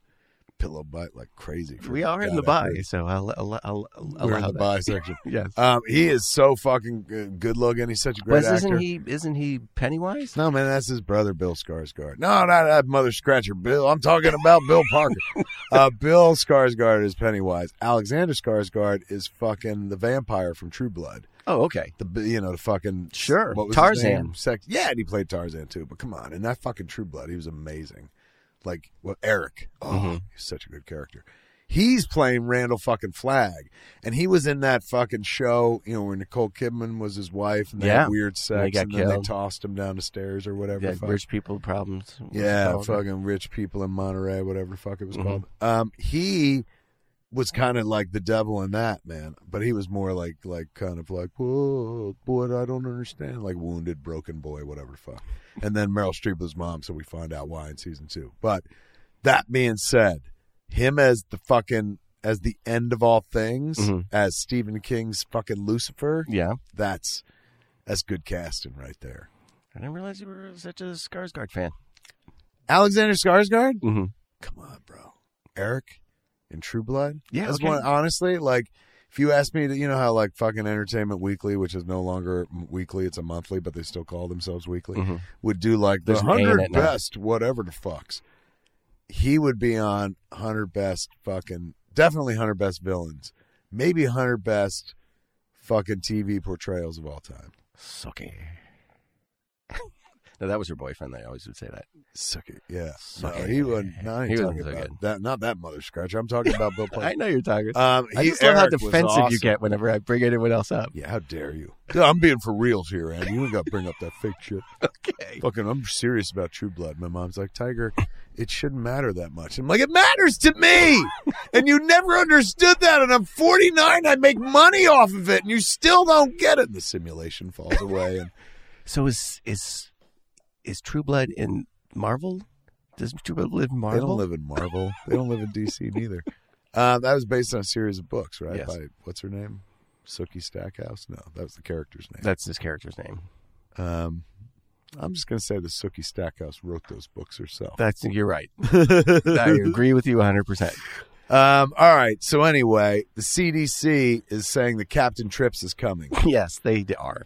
[SPEAKER 3] Pillow bite like crazy.
[SPEAKER 4] We are in
[SPEAKER 3] God,
[SPEAKER 4] the
[SPEAKER 3] I
[SPEAKER 4] buy,
[SPEAKER 3] agree.
[SPEAKER 4] so I'll, I'll, I'll, I'll
[SPEAKER 3] We're in
[SPEAKER 4] allow
[SPEAKER 3] the
[SPEAKER 4] that.
[SPEAKER 3] buy section.
[SPEAKER 4] Yes.
[SPEAKER 3] Um, he is so fucking good- good looking. He's such a great
[SPEAKER 4] Wes,
[SPEAKER 3] actor.
[SPEAKER 4] isn't he? Isn't he Pennywise?
[SPEAKER 3] No, man, that's his brother, Bill Skarsgård. No, not that mother scratcher, Bill. I'm talking about Bill Parker. Uh, Bill Skarsgård is Pennywise. Alexander Skarsgård is fucking the vampire from True Blood.
[SPEAKER 4] Oh, okay.
[SPEAKER 3] The b- you know the fucking
[SPEAKER 4] Sure.
[SPEAKER 3] what was his
[SPEAKER 4] Tarzan.
[SPEAKER 3] name? Sex. Yeah, and he played Tarzan too. But come on, in that fucking True Blood, he was amazing. Like well, Eric. Oh,
[SPEAKER 4] Mm-hmm.
[SPEAKER 3] he's such a good character. He's playing Randall fucking Flag, and he was in that fucking show. You know where Nicole Kidman was his wife, and they had
[SPEAKER 4] Yeah.
[SPEAKER 3] weird sex,
[SPEAKER 4] And they got
[SPEAKER 3] and then they
[SPEAKER 4] killed.
[SPEAKER 3] tossed him down the stairs or whatever.
[SPEAKER 4] Yeah,
[SPEAKER 3] the fuck.
[SPEAKER 4] rich people problems. What's it
[SPEAKER 3] Yeah,
[SPEAKER 4] called?
[SPEAKER 3] fucking rich people in Monterey, whatever the fuck it was
[SPEAKER 4] Mhm.
[SPEAKER 3] called. Um, he was kind of like the devil in that man, but he was more like like kind of like whoa, boy, I don't understand, like wounded, broken boy, whatever the fuck. And then Meryl Streep was mom, so we find out why in season two. But that being said, him as the fucking as the end of all things,
[SPEAKER 4] Mhm.
[SPEAKER 3] as Stephen King's fucking Lucifer,
[SPEAKER 4] Yeah.
[SPEAKER 3] that's that's good casting right there.
[SPEAKER 4] I didn't realize you were such a Skarsgård fan.
[SPEAKER 3] Alexander Skarsgård.
[SPEAKER 4] Mm-hmm.
[SPEAKER 3] come on, bro. Eric in True Blood.
[SPEAKER 4] Yeah,
[SPEAKER 3] that's
[SPEAKER 4] okay.
[SPEAKER 3] one. Honestly, like if you ask me, to, you know how like fucking Entertainment Weekly, which is no longer m- weekly, it's a monthly, but they still call themselves weekly,
[SPEAKER 4] Mhm.
[SPEAKER 3] would do like the
[SPEAKER 4] There's an A in
[SPEAKER 3] hundred
[SPEAKER 4] it now.
[SPEAKER 3] best, whatever the fucks. He would be on hundred best fucking definitely hundred best villains, maybe hundred best fucking TV portrayals of all time.
[SPEAKER 4] Sucky. no, that was her boyfriend. They always would say that.
[SPEAKER 3] Suck it, yeah.
[SPEAKER 4] Suck
[SPEAKER 3] no,
[SPEAKER 4] it.
[SPEAKER 3] he wouldn't. No, I ain't
[SPEAKER 4] He wasn't
[SPEAKER 3] talking
[SPEAKER 4] so
[SPEAKER 3] about
[SPEAKER 4] good.
[SPEAKER 3] that. Not that mother scratcher. I'm talking about Bill. Parker.
[SPEAKER 4] I know you're talking.
[SPEAKER 3] Um,
[SPEAKER 4] I
[SPEAKER 3] he-
[SPEAKER 4] just love how
[SPEAKER 3] Eric was
[SPEAKER 4] defensive you
[SPEAKER 3] awesome.
[SPEAKER 4] get whenever I bring anyone else up.
[SPEAKER 3] Yeah, how dare you? Yeah, I'm being for reals here, Andy. You ain't got to bring up that fake shit.
[SPEAKER 4] Okay.
[SPEAKER 3] Fucking, I'm serious about True Blood. My mom's like, Tiger, it shouldn't matter that much. I'm like, it matters to me, and you never understood that. And I'm 49. I make money off of it, and you still don't get it. And the simulation falls away, and
[SPEAKER 4] So is is is True Blood in Marvel? Does True Blood live in
[SPEAKER 3] they
[SPEAKER 4] Marvel?
[SPEAKER 3] don't live in Marvel. They don't live in DC neither. Uh, that was based on a series of books, right?
[SPEAKER 4] Yes.
[SPEAKER 3] By what's her name, Sookie Stackhouse? No, that was the character's name.
[SPEAKER 4] That's his character's name.
[SPEAKER 3] Um, I'm just going to say that Sookie Stackhouse wrote those books herself.
[SPEAKER 4] That's you're right. I agree with you 100. percent
[SPEAKER 3] Um, all right. So anyway, the CDC is saying the Captain Trips is coming.
[SPEAKER 4] Yes, they are.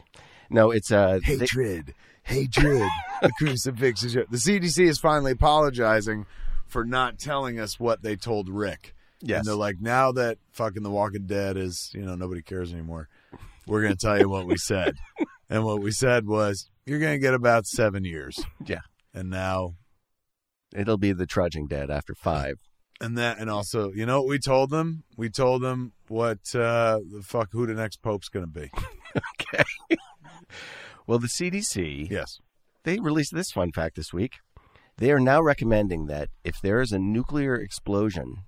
[SPEAKER 4] No, it's uh, they-
[SPEAKER 3] Hatred, hatred. the crucifix is. Your- the CDC is finally apologizing for not telling us what they told Rick.
[SPEAKER 4] yes,
[SPEAKER 3] And they're like, now that fucking The Walking Dead is, you know, nobody cares anymore, we're going to tell you what we said. and what we said was, you're going to get about seven years.
[SPEAKER 4] Yeah.
[SPEAKER 3] And now
[SPEAKER 4] it'll be the trudging dead after five.
[SPEAKER 3] and that and also you know what we told them we told them what uh the fuck who the next pope's gonna be
[SPEAKER 4] Well, the CDC
[SPEAKER 3] yes
[SPEAKER 4] they released this fun fact this week. They are now recommending that if there is a nuclear explosion,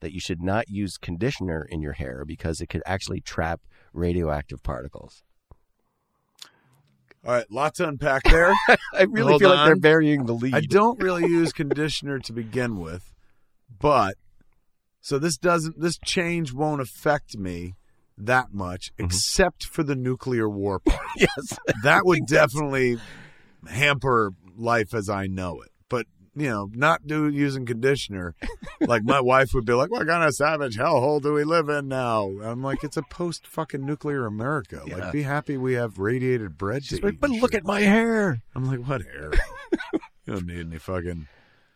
[SPEAKER 4] that you should not use conditioner in your hair because it could actually trap radioactive particles.
[SPEAKER 3] All right, lots to unpack there.
[SPEAKER 4] I really
[SPEAKER 3] Hold
[SPEAKER 4] feel like they're
[SPEAKER 3] on.
[SPEAKER 4] burying the lead.
[SPEAKER 3] I don't really use conditioner to begin with, but so this doesn't this change won't affect me that much
[SPEAKER 4] Mm-hmm.
[SPEAKER 3] except for the nuclear war part.
[SPEAKER 4] Yes.
[SPEAKER 3] That would definitely hamper life as I know it. But you know, not do using conditioner. Like my wife would be like, "What kind of savage hellhole do we live in now?" I'm like, "It's a post fucking nuclear America.
[SPEAKER 4] Yeah.
[SPEAKER 3] Like, be happy we have radiated bread."
[SPEAKER 4] She's
[SPEAKER 3] to
[SPEAKER 4] like,
[SPEAKER 3] eat
[SPEAKER 4] but
[SPEAKER 3] and
[SPEAKER 4] look
[SPEAKER 3] shit."
[SPEAKER 4] at my hair.
[SPEAKER 3] I'm like, "What air? you don't need any fucking."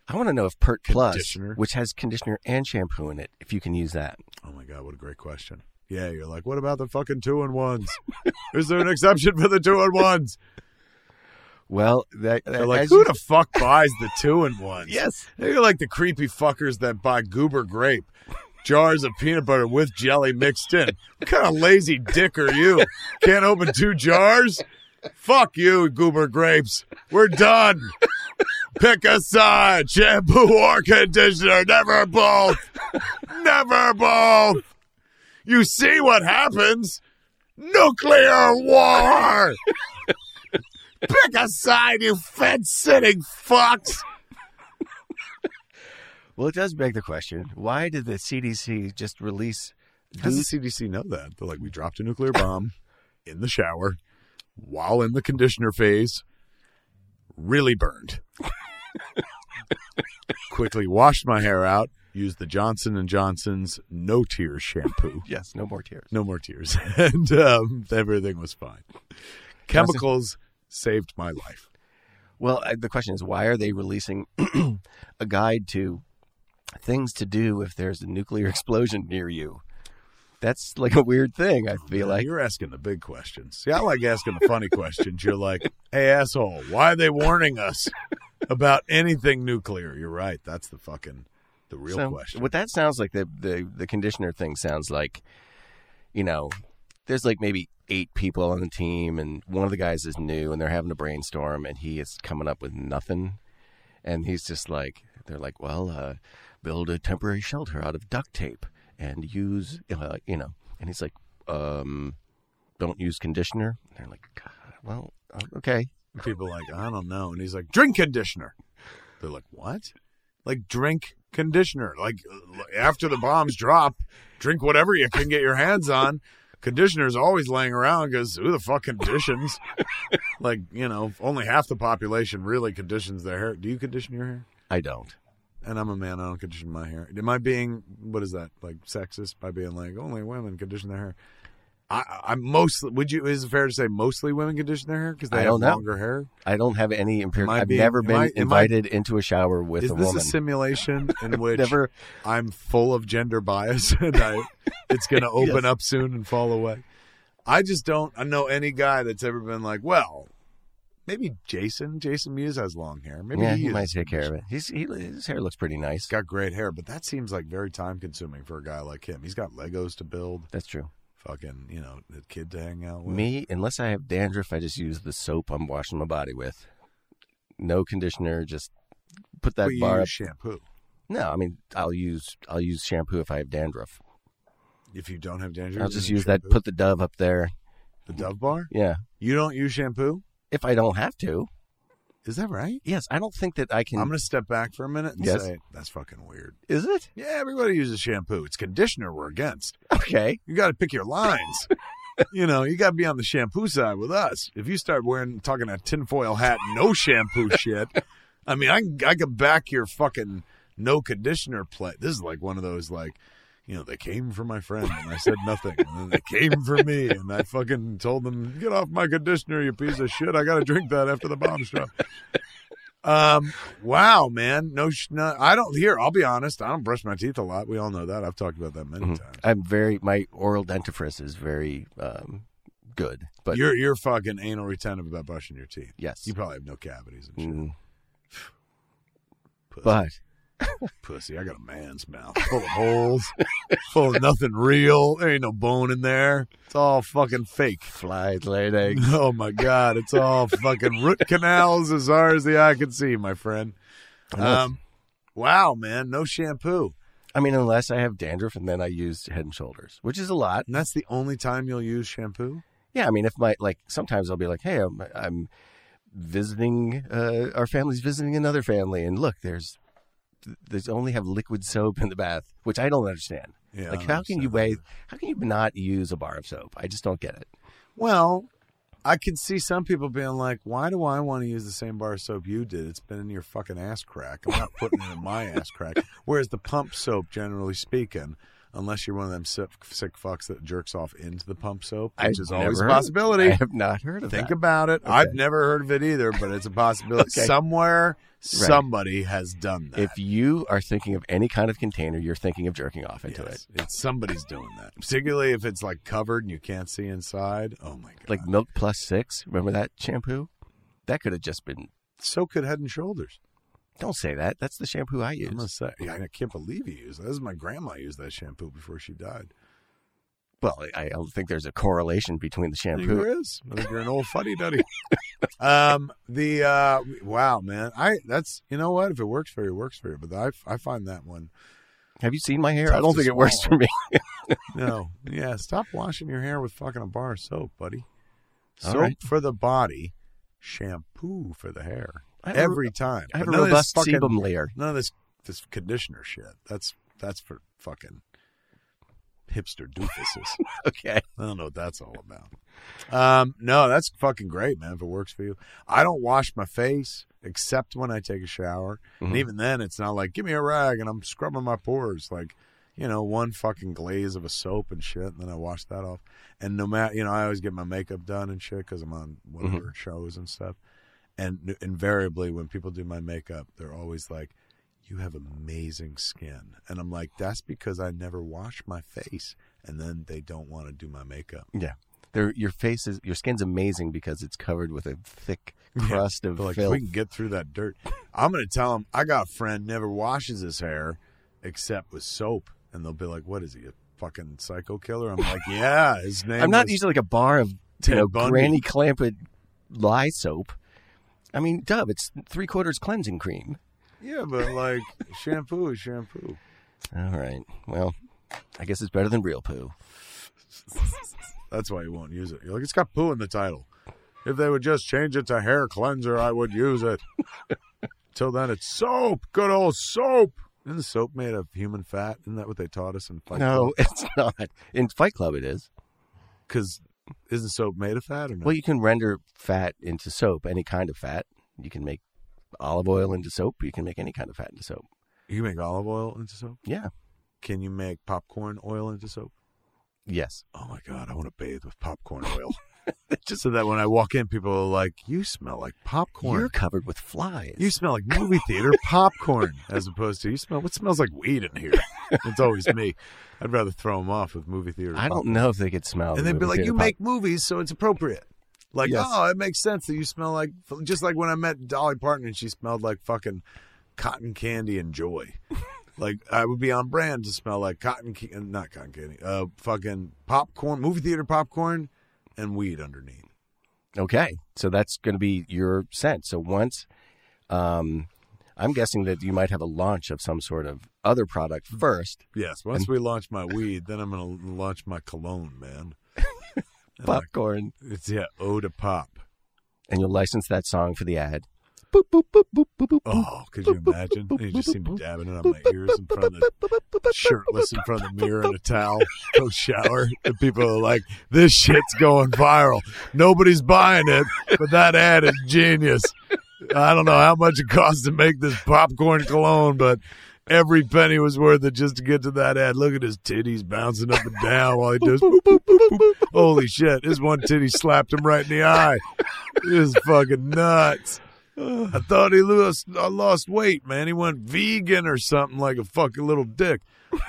[SPEAKER 4] I want to know if Pert Plus,
[SPEAKER 3] Conditioner.
[SPEAKER 4] which has conditioner and shampoo in it, if you can use that.
[SPEAKER 3] Oh my god, what a great question. Yeah, you're like, what about the fucking two and ones? Is there an exception for the two and ones?
[SPEAKER 4] Well, that,
[SPEAKER 3] They're like,
[SPEAKER 4] as
[SPEAKER 3] who
[SPEAKER 4] you-
[SPEAKER 3] the fuck buys the two and ones?
[SPEAKER 4] yes,
[SPEAKER 3] They're like the creepy fuckers that buy goober grape, jars of peanut butter with jelly mixed in. What kind of lazy dick are you? Can't open two jars? Fuck you, goober grapes. We're done. Pick a side, shampoo or conditioner. Never both. Never both. You see what happens? Nuclear war. Pick a side, you fence sitting fucks.
[SPEAKER 4] Well, it does beg the question: Why did the CDC just release?
[SPEAKER 3] How does
[SPEAKER 4] these-
[SPEAKER 3] the CDC know that? They're like, we dropped a nuclear bomb in the shower while in the conditioner phase, really burned. Quickly washed my hair out, used the Johnson and Johnson's no tear shampoo.
[SPEAKER 4] yes, no more tears.
[SPEAKER 3] No more tears. and um, everything was fine. Chemicals saved my life.
[SPEAKER 4] Well, I- the question is, why are they releasing a guide to things to do if there's a nuclear explosion near you? That's like a weird thing. I feel like
[SPEAKER 3] You're asking the big questions. See, I like asking the funny questions. You're like, hey, asshole, why are they warning us about anything nuclear? You're right. That's the fucking, the real
[SPEAKER 4] So,
[SPEAKER 3] question.
[SPEAKER 4] What that sounds like the, the the conditioner thing sounds like, you know, there's like maybe eight people on the team, and one of the guys is new, and they're having a brainstorm, and he is coming up with nothing, and he's just like, they're like, well, uh, build a temporary shelter out of duct tape and use, uh, you know, and he's like, um, don't use conditioner. And they're like, God, well, uh, okay,
[SPEAKER 3] People are like, I don't know. And he's like, drink conditioner. They're like, what? Like, drink conditioner. Like, uh, after the bombs drop, drink whatever you can get your hands on. Conditioner's always laying around because who the fuck conditions? like, you know, only half the population really conditions their hair. Do you condition your hair?
[SPEAKER 4] I don't.
[SPEAKER 3] and I'm a man. I don't condition my hair. Am I being what is that like sexist by being like only women condition their hair? I, I'm mostly. Would you? Is it fair to say mostly women condition their hair because they
[SPEAKER 4] I
[SPEAKER 3] have
[SPEAKER 4] don't know.
[SPEAKER 3] longer hair?
[SPEAKER 4] I don't have any empirical.
[SPEAKER 3] Am I
[SPEAKER 4] I've
[SPEAKER 3] being-
[SPEAKER 4] never
[SPEAKER 3] am
[SPEAKER 4] been
[SPEAKER 3] I- am I-
[SPEAKER 4] invited into a shower with
[SPEAKER 3] is
[SPEAKER 4] a
[SPEAKER 3] this
[SPEAKER 4] woman.
[SPEAKER 3] a simulation in which
[SPEAKER 4] never-
[SPEAKER 3] I'm full of gender bias and I, it's going to open
[SPEAKER 4] Yes.
[SPEAKER 3] up soon and fall away? I just don't. I know any guy that's ever been like, well, maybe Jason. Jason Mewes has long hair. Maybe
[SPEAKER 4] yeah,
[SPEAKER 3] he,
[SPEAKER 4] he,
[SPEAKER 3] is
[SPEAKER 4] might take care of it. He's, he, his hair looks pretty nice.
[SPEAKER 3] He's got great hair, but that seems like very time consuming for a guy like him. He's got Legos to build.
[SPEAKER 4] That's true.
[SPEAKER 3] fucking you know the kid to hang out with.
[SPEAKER 4] Me, unless I have dandruff, I just use the soap I'm washing my body with. No conditioner. Just put that
[SPEAKER 3] But you
[SPEAKER 4] bar up.
[SPEAKER 3] use shampoo.
[SPEAKER 4] No, I mean I'll use I'll use shampoo if I have dandruff.
[SPEAKER 3] If you don't have dandruff,
[SPEAKER 4] I'll
[SPEAKER 3] you
[SPEAKER 4] just
[SPEAKER 3] use
[SPEAKER 4] use that.
[SPEAKER 3] shampoo.
[SPEAKER 4] Put the Dove up there.
[SPEAKER 3] the Dove bar.
[SPEAKER 4] Yeah,
[SPEAKER 3] You don't use shampoo.
[SPEAKER 4] if I don't have to.
[SPEAKER 3] Is that right?
[SPEAKER 4] Yes, I don't think that I can.
[SPEAKER 3] I'm gonna step back for a minute and
[SPEAKER 4] Yes.
[SPEAKER 3] say that's fucking weird.
[SPEAKER 4] Is it
[SPEAKER 3] Yeah, everybody uses shampoo. It's conditioner we're against.
[SPEAKER 4] okay?
[SPEAKER 3] You got to pick your lines. you know, you got to be on the shampoo side with us. If you start wearing talking a tinfoil hat, no shampoo shit. I mean, I can- I can back your fucking no conditioner play. This is like one of those like. You know, they came for my friend and I said nothing. And then they came for me and I fucking told them, get off my conditioner, you piece of shit. I got to drink that after the bombs drop. Um, wow, man. No, sh- no, I don't hear. I'll be honest. I don't brush my teeth a lot. We all know that. I've talked about that many
[SPEAKER 4] Mhm.
[SPEAKER 3] times.
[SPEAKER 4] I'm very my oral dentifrice is very um, good, but
[SPEAKER 3] you're you're fucking anal retentive about brushing your teeth.
[SPEAKER 4] yes,
[SPEAKER 3] You probably have no cavities and shit.
[SPEAKER 4] Mm,
[SPEAKER 3] Pussy,
[SPEAKER 4] but Mm.
[SPEAKER 3] pussy, I got a man's mouth full of holes, full of nothing real. There ain't no bone in there. It's all fucking fake.
[SPEAKER 4] flies laid eggs.
[SPEAKER 3] Oh my god, it's all fucking root canals as far as the eye can see, my friend.
[SPEAKER 4] I know.
[SPEAKER 3] Um, wow, man, no shampoo.
[SPEAKER 4] I mean, unless I have dandruff and then I use Head and Shoulders, which is a lot.
[SPEAKER 3] And that's the only time you'll use shampoo?
[SPEAKER 4] Yeah, I mean, if my like sometimes I'll be like, hey, I'm, I'm visiting uh, our family's visiting another family, and look, there's they only have liquid soap in the bath, which I don't understand.
[SPEAKER 3] Yeah.
[SPEAKER 4] like,
[SPEAKER 3] I
[SPEAKER 4] how can you
[SPEAKER 3] understand
[SPEAKER 4] bathe? How can you not use a bar of soap? I just don't get it.
[SPEAKER 3] Well, I can see some people being like, "Why do I want to use the same bar of soap you did? It's been in your fucking ass crack. I'm not putting it in my ass crack." Whereas the pump soap, generally speaking, unless you're one of them sick, sick fucks that jerks off into the pump soap, which
[SPEAKER 4] I've
[SPEAKER 3] is always
[SPEAKER 4] never
[SPEAKER 3] a
[SPEAKER 4] heard of- I
[SPEAKER 3] possibility.
[SPEAKER 4] have not heard of
[SPEAKER 3] Think
[SPEAKER 4] that.
[SPEAKER 3] about it. I've never heard of it either, but it's a possibility.
[SPEAKER 4] Okay.
[SPEAKER 3] Somewhere, somebody has done that.
[SPEAKER 4] if you are thinking of any kind of container, you're thinking of jerking off into it.
[SPEAKER 3] Yes, it's somebody's doing that. Particularly if it's like covered and you can't see inside. Oh my god!
[SPEAKER 4] Like Milk Plus Six, remember that shampoo? That could have just been.
[SPEAKER 3] so could Head and Shoulders.
[SPEAKER 4] Don't say that. That's the shampoo I use.
[SPEAKER 3] I'm gonna say, yeah, I can't believe you used that. This is my grandma used that shampoo before she died.
[SPEAKER 4] Well, I I don't think there's a correlation between the shampoo.
[SPEAKER 3] There is. I think you're an old fuddy duddy. um, the uh, wow, man, I that's you know what? If it works for you, it works for you. But I I find that one.
[SPEAKER 4] Have you seen my hair? I
[SPEAKER 3] Tough
[SPEAKER 4] don't
[SPEAKER 3] to
[SPEAKER 4] think it works for
[SPEAKER 3] swallow.
[SPEAKER 4] me.
[SPEAKER 3] No, yeah, stop washing your hair with fucking a bar of soap, buddy.
[SPEAKER 4] All
[SPEAKER 3] Soap
[SPEAKER 4] right.
[SPEAKER 3] for the body, shampoo for the hair.
[SPEAKER 4] I have a-
[SPEAKER 3] Every time.
[SPEAKER 4] I have
[SPEAKER 3] But
[SPEAKER 4] a
[SPEAKER 3] none of this
[SPEAKER 4] robust
[SPEAKER 3] fucking-
[SPEAKER 4] sebum layer.
[SPEAKER 3] None of this this conditioner shit. That's that's for fucking hipster doofuses.
[SPEAKER 4] Okay.
[SPEAKER 3] I don't know what that's all about. Um, no, that's fucking great, man. If it works for you, I don't wash my face except when I take a shower, and even then, it's not like give me a rag and I'm scrubbing my pores. Like, you know, one fucking glaze of a soap and shit, and then I wash that off. And no matter, you know, I always get my makeup done and shit because I'm on whatever shows and stuff. And n- invariably, when people do my makeup, they're always like, "You have amazing skin," and I'm like, "That's because I never wash my face." And then they don't want to do my makeup.
[SPEAKER 4] Yeah. There, your face is, your skin's amazing because it's covered with a thick crust of
[SPEAKER 3] But like if
[SPEAKER 4] filth.
[SPEAKER 3] we can get through that dirt. I'm gonna tell him I got a friend never washes his hair except with soap, and they'll be like, "What is he, a fucking psycho killer?" I'm like, "Yeah, his name."
[SPEAKER 4] I'm not
[SPEAKER 3] was
[SPEAKER 4] using like a bar of you
[SPEAKER 3] Ted
[SPEAKER 4] know,
[SPEAKER 3] Bundy.
[SPEAKER 4] Granny Clampett lye soap. I mean, Dove, it's three quarters cleansing cream.
[SPEAKER 3] Yeah, but like shampoo is shampoo.
[SPEAKER 4] All right. Well, I guess it's better than real poo.
[SPEAKER 3] That's why you won't use it. You're like, it's got poo in the title. If they would just change it to hair cleanser, I would use it. Till then, it's soap. Good old soap. Isn't soap made of human fat? Isn't that what they taught us in Fight
[SPEAKER 4] no, it's not. In Fight Club, it is.
[SPEAKER 3] Because isn't soap made of fat or no?
[SPEAKER 4] Well, you can render fat into soap, any kind of fat. You can make olive oil into soap. You can make any kind of fat into soap.
[SPEAKER 3] You can make olive oil into soap?
[SPEAKER 4] Yeah.
[SPEAKER 3] Can you make popcorn oil into soap?
[SPEAKER 4] Yes.
[SPEAKER 3] Oh my God, I want to bathe with popcorn oil. Just so that when I walk in, people are like, you smell like popcorn.
[SPEAKER 4] You're covered with flies.
[SPEAKER 3] you smell like movie theater popcorn, as opposed to you smell what smells like weed in here. It's always me. I'd rather throw them off with movie theater.
[SPEAKER 4] I don't
[SPEAKER 3] popcorn.
[SPEAKER 4] know if they could smell.
[SPEAKER 3] And
[SPEAKER 4] the
[SPEAKER 3] they'd be
[SPEAKER 4] movie
[SPEAKER 3] like,
[SPEAKER 4] theater
[SPEAKER 3] you
[SPEAKER 4] pop-
[SPEAKER 3] make movies, so it's appropriate. Like,
[SPEAKER 4] Yes.
[SPEAKER 3] oh, it makes sense that you smell like just like when I met Dolly Parton and she smelled like fucking cotton candy and joy. like I would be on brand to smell like cotton, ca- uh, not cotton candy, uh, fucking popcorn, movie theater popcorn, and weed underneath.
[SPEAKER 4] Okay, so that's going to be your scent. So once, um, I'm guessing that you might have a launch of some sort of other product
[SPEAKER 3] Mm.
[SPEAKER 4] first.
[SPEAKER 3] Yes. Once we launch my weed, then I'm gonna launch my cologne, man. And like,
[SPEAKER 4] Popcorn,
[SPEAKER 3] it's yeah, oh to pop.
[SPEAKER 4] and you'll license that song for the ad.
[SPEAKER 3] Oh, could you imagine? And you just see me dabbing it on my ears in front of the shirtless in front of the mirror in a towel, go shower. And people are like, this shit's going viral. Nobody's buying it, but that ad is genius. I don't know how much it costs to make this popcorn cologne, but every penny was worth it just to get to that ad. Look at his titties bouncing up and down while he does. boop, boop, boop, boop. Holy shit. His one titty slapped him right in the eye. This is fucking nuts. I thought he lost. I lost weight, man. He went vegan or something like a fucking little dick.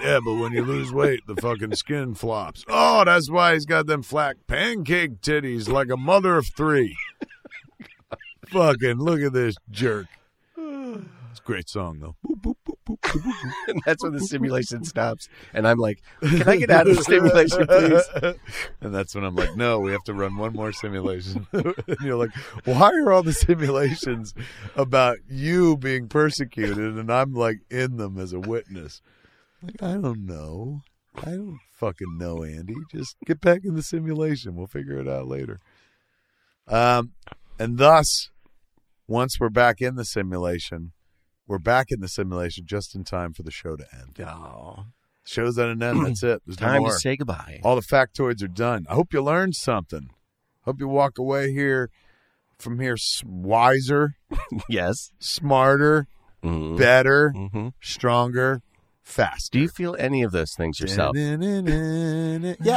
[SPEAKER 3] Yeah, but when you lose weight, the fucking skin flops. Oh, that's why he's got them flat pancake titties like a mother of three. fucking look at this jerk. It's a great song though. Boop, boop, boop, boop, boop, boop, boop.
[SPEAKER 4] And that's when the simulation stops, and I'm like, "Can I get out of the simulation, please?"
[SPEAKER 3] And that's when I'm like, no, we have to run one more simulation. and you're like, why are all the simulations about you being persecuted? And I'm like in them as a witness. Like, I don't know. I don't fucking know, Andy. Just get back in the simulation. We'll figure it out later. Um, and thus, once we're back in the simulation, we're back in the simulation just in time for the show to end.
[SPEAKER 4] Oh,
[SPEAKER 3] Show's at an end. That's it. There's no
[SPEAKER 4] time
[SPEAKER 3] more.
[SPEAKER 4] to say goodbye.
[SPEAKER 3] All the factoids are done. I hope you learned something. Hope you walk away here from here s- wiser,
[SPEAKER 4] yes.
[SPEAKER 3] smarter,
[SPEAKER 4] Mm.
[SPEAKER 3] better,
[SPEAKER 4] Mhm.
[SPEAKER 3] stronger, faster.
[SPEAKER 4] Do you feel any of those things yourself?
[SPEAKER 3] Yeah,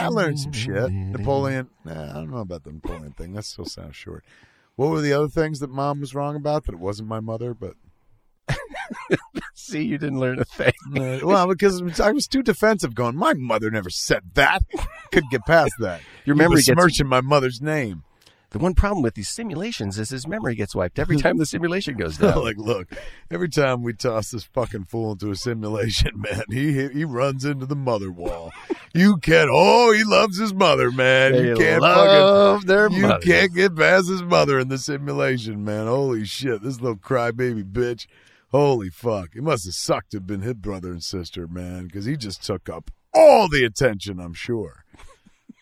[SPEAKER 3] I learned some shit. Napoleon. Nah, I don't know about the Napoleon thing. That still sounds short. What were the other things that mom was wrong about? That it wasn't my mother, but
[SPEAKER 4] See, you didn't learn a thing.
[SPEAKER 3] Uh, well, because I was too defensive. Going, my mother never said that. Couldn't get past that.
[SPEAKER 4] Your memory
[SPEAKER 3] you
[SPEAKER 4] gets-
[SPEAKER 3] besmirching my mother's name.
[SPEAKER 4] The one problem with these simulations is his memory gets wiped every time the simulation goes down.
[SPEAKER 3] like, look, every time we toss this fucking fool into a simulation, man, he he runs into the mother wall. you can't. Oh, he loves his mother, man.
[SPEAKER 4] They
[SPEAKER 3] you can't
[SPEAKER 4] love
[SPEAKER 3] fucking.
[SPEAKER 4] their
[SPEAKER 3] you
[SPEAKER 4] mothers.
[SPEAKER 3] can't get past his mother in the simulation, man. Holy shit, this little crybaby bitch. Holy fuck, it must have sucked to have been his brother and sister, man, because he just took up all the attention. I'm sure.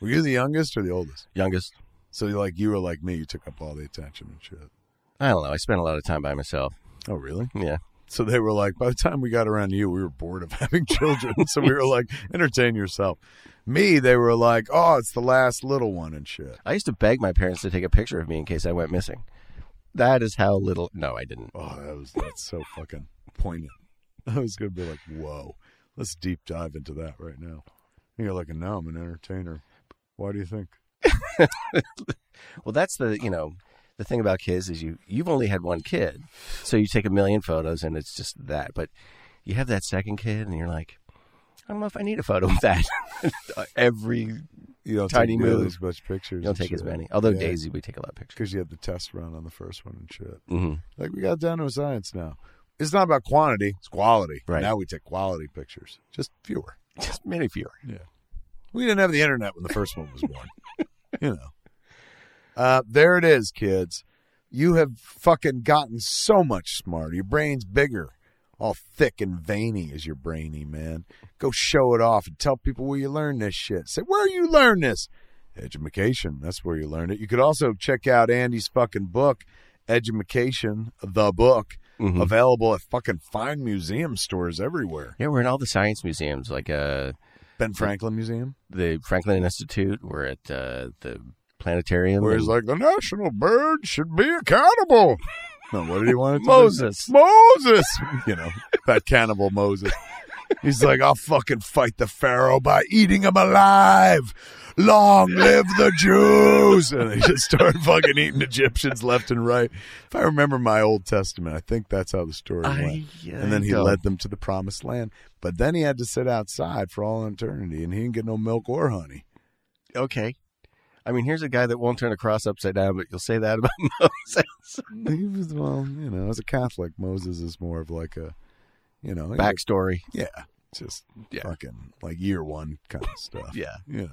[SPEAKER 3] Were you the youngest or the oldest?
[SPEAKER 4] Youngest.
[SPEAKER 3] So, like, you were like me. You took up all the attention and shit.
[SPEAKER 4] I don't know. I spent a lot of time by myself.
[SPEAKER 3] Oh, really?
[SPEAKER 4] Yeah.
[SPEAKER 3] So they were like, by the time we got around to you, we were bored of having children. so we were like, entertain yourself. Me, they were like, oh, it's the last little one and shit.
[SPEAKER 4] I used to beg my parents to take a picture of me in case I went missing. That is how little. No, I didn't.
[SPEAKER 3] Oh, that was that's so fucking poignant. I was gonna be like, whoa, let's deep dive into that right now. And you're like, no, I'm an entertainer. Why do you think?
[SPEAKER 4] Well, that's the you know the thing about kids is you you've only had one kid, so you take a million photos and it's just that. But you have that second kid and you're like, I don't know if I need a photo of that. Every
[SPEAKER 3] You don't
[SPEAKER 4] Tiny
[SPEAKER 3] take nearly
[SPEAKER 4] move.
[SPEAKER 3] as much pictures.
[SPEAKER 4] you don't take as many. Although Daisy, we take a lot of pictures.
[SPEAKER 3] because you had the test run on the first one and shit.
[SPEAKER 4] Mm-hmm.
[SPEAKER 3] Like we got down to a science now. It's not about quantity; it's quality.
[SPEAKER 4] Right.
[SPEAKER 3] now, we take quality pictures, just fewer.
[SPEAKER 4] Just many fewer.
[SPEAKER 3] We didn't have the internet when the first one was born. you know. Uh, there it is, kids. You have fucking gotten so much smarter. Your brain's bigger. All thick and veiny is your brainy, man. Go show it off and tell people where you learned this shit. Say, where you learned this? Edumacation. That's where you learned it. You could also check out Andy's fucking book, Edumacation, the book,
[SPEAKER 4] Mhm.
[SPEAKER 3] available at fucking fine museum stores everywhere.
[SPEAKER 4] Yeah, we're in all the science museums, like uh,
[SPEAKER 3] Ben Franklin Museum.
[SPEAKER 4] the Franklin Institute. We're at uh, the planetarium.
[SPEAKER 3] where
[SPEAKER 4] and-
[SPEAKER 3] he's like, the national bird should be accountable. No, what did he want it to be?
[SPEAKER 4] Moses.
[SPEAKER 3] Moses. You know, that cannibal Moses. He's like, I'll fucking fight the Pharaoh by eating him alive. Long live the Jews. And they just start fucking eating Egyptians left and right. If I remember my Old Testament, I think that's how the story
[SPEAKER 4] I-
[SPEAKER 3] went.
[SPEAKER 4] yeah,
[SPEAKER 3] and then
[SPEAKER 4] I
[SPEAKER 3] he
[SPEAKER 4] don't.
[SPEAKER 3] led them to the promised land. But then he had to sit outside for all eternity and he didn't get no milk or honey.
[SPEAKER 4] okay. I mean, here's a guy that won't turn a cross upside down, but you'll say that about Moses.
[SPEAKER 3] He was well, you know, as a Catholic, Moses is more of like a, you know, he-
[SPEAKER 4] Backstory.
[SPEAKER 3] yeah, just
[SPEAKER 4] Yeah.
[SPEAKER 3] fucking like year one kind of stuff.
[SPEAKER 4] Yeah.
[SPEAKER 3] you know,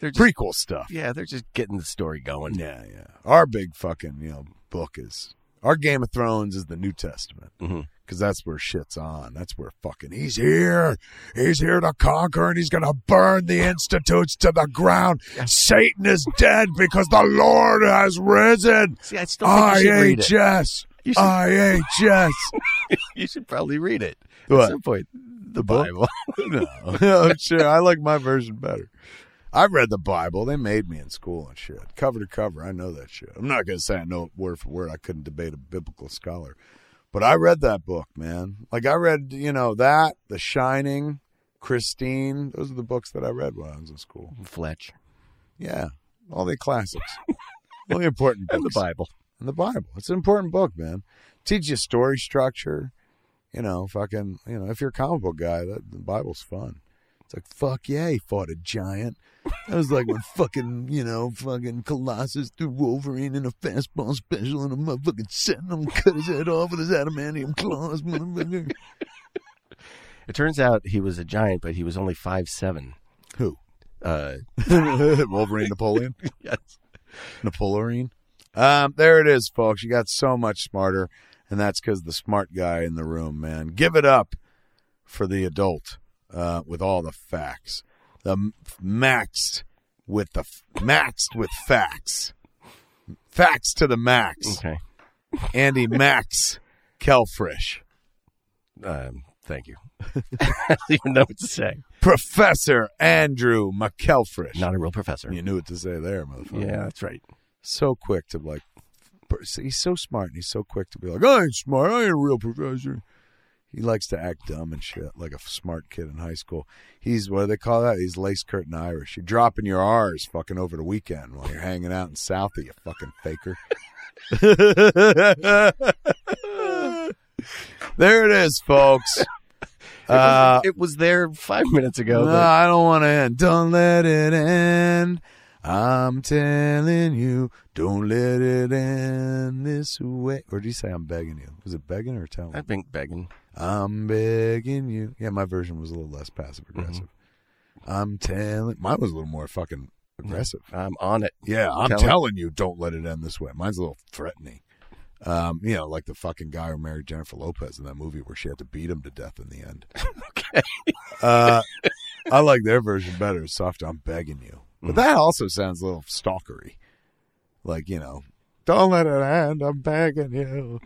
[SPEAKER 4] They're just,
[SPEAKER 3] prequel stuff.
[SPEAKER 4] yeah, they're just getting the story going.
[SPEAKER 3] yeah, yeah. Our big fucking you know book is our Game of Thrones is the New Testament
[SPEAKER 4] Mhm.
[SPEAKER 3] because that's where shit's on. That's where fucking he's here. He's here to conquer, and he's gonna burn the institutes to the ground. Satan is dead because the Lord has risen.
[SPEAKER 4] See, I still think you should read it.
[SPEAKER 3] IHS.
[SPEAKER 4] You should-
[SPEAKER 3] IHS.
[SPEAKER 4] You should probably read it
[SPEAKER 3] What?
[SPEAKER 4] at some point. The
[SPEAKER 3] book?
[SPEAKER 4] Bible.
[SPEAKER 3] no, no, sure. I like my version better. I've read the Bible. They made me in school and shit, cover to cover. I know that shit. I'm not gonna say I know it word for word. I couldn't debate a biblical scholar, but I read that book, man. Like I read, you know, that The Shining, Christine. Those are the books that I read when I was in school.
[SPEAKER 4] Fletch
[SPEAKER 3] Yeah, all the classics, all the important books
[SPEAKER 4] and the Bible.
[SPEAKER 3] in the Bible. It's an important book, man. Teach you story structure. You know, fucking, you know, if you're a comic book guy, that, the Bible's fun. It's like, fuck yeah, he fought a giant. That was like when fucking, you know, fucking Colossus threw Wolverine in a fastball special and a motherfucking sentinel cut his head off with his adamantium claws, motherfucker.
[SPEAKER 4] It turns out he was a giant, but he was only five seven.
[SPEAKER 3] Who?
[SPEAKER 4] Uh,
[SPEAKER 3] Wolverine Napoleon?
[SPEAKER 4] yes.
[SPEAKER 3] Napoleon. Um, there it is, folks. You got so much smarter, and that's because the smart guy in the room, man. Give it up for the adult uh, with all the facts. The m- maxed with the f- maxed with facts. Facts to the max.
[SPEAKER 4] Okay.
[SPEAKER 3] Andy Max Kelfrish,
[SPEAKER 4] Um, thank you. I don't even know what to say.
[SPEAKER 3] Professor Andrew McKelfrish.
[SPEAKER 4] Not a real professor.
[SPEAKER 3] you knew what to say there, motherfucker.
[SPEAKER 4] Yeah, that's right.
[SPEAKER 3] so quick to like per- he's so smart and he's so quick to be like i ain't smart i ain't a real professor he likes to act dumb and shit like a smart kid in high school he's what do they call that he's lace curtain irish you're dropping your r's fucking over the weekend while you're hanging out in southie you fucking faker there it is folks uh,
[SPEAKER 4] it was there five minutes ago.
[SPEAKER 3] no,
[SPEAKER 4] but-
[SPEAKER 3] I don't want to end. Don't let it end. I'm telling you, don't let it end this way. Or did he say I'm begging you? Was it begging or telling?
[SPEAKER 4] I've been begging.
[SPEAKER 3] I'm begging you. Yeah, my version was a little less passive aggressive. I'm telling. Mine was a little more fucking aggressive.
[SPEAKER 4] I'm on it.
[SPEAKER 3] Yeah, I'm
[SPEAKER 4] Telling-
[SPEAKER 3] telling you, don't let it end this way. Mine's a little threatening. Um, you know, like the fucking guy who married Jennifer Lopez in that movie where she had to beat him to death in the end. okay. Uh, I like their version better. It's Soft, I'm begging you. But that also sounds a little stalkery. Like, you know, don't let it end. I'm begging you.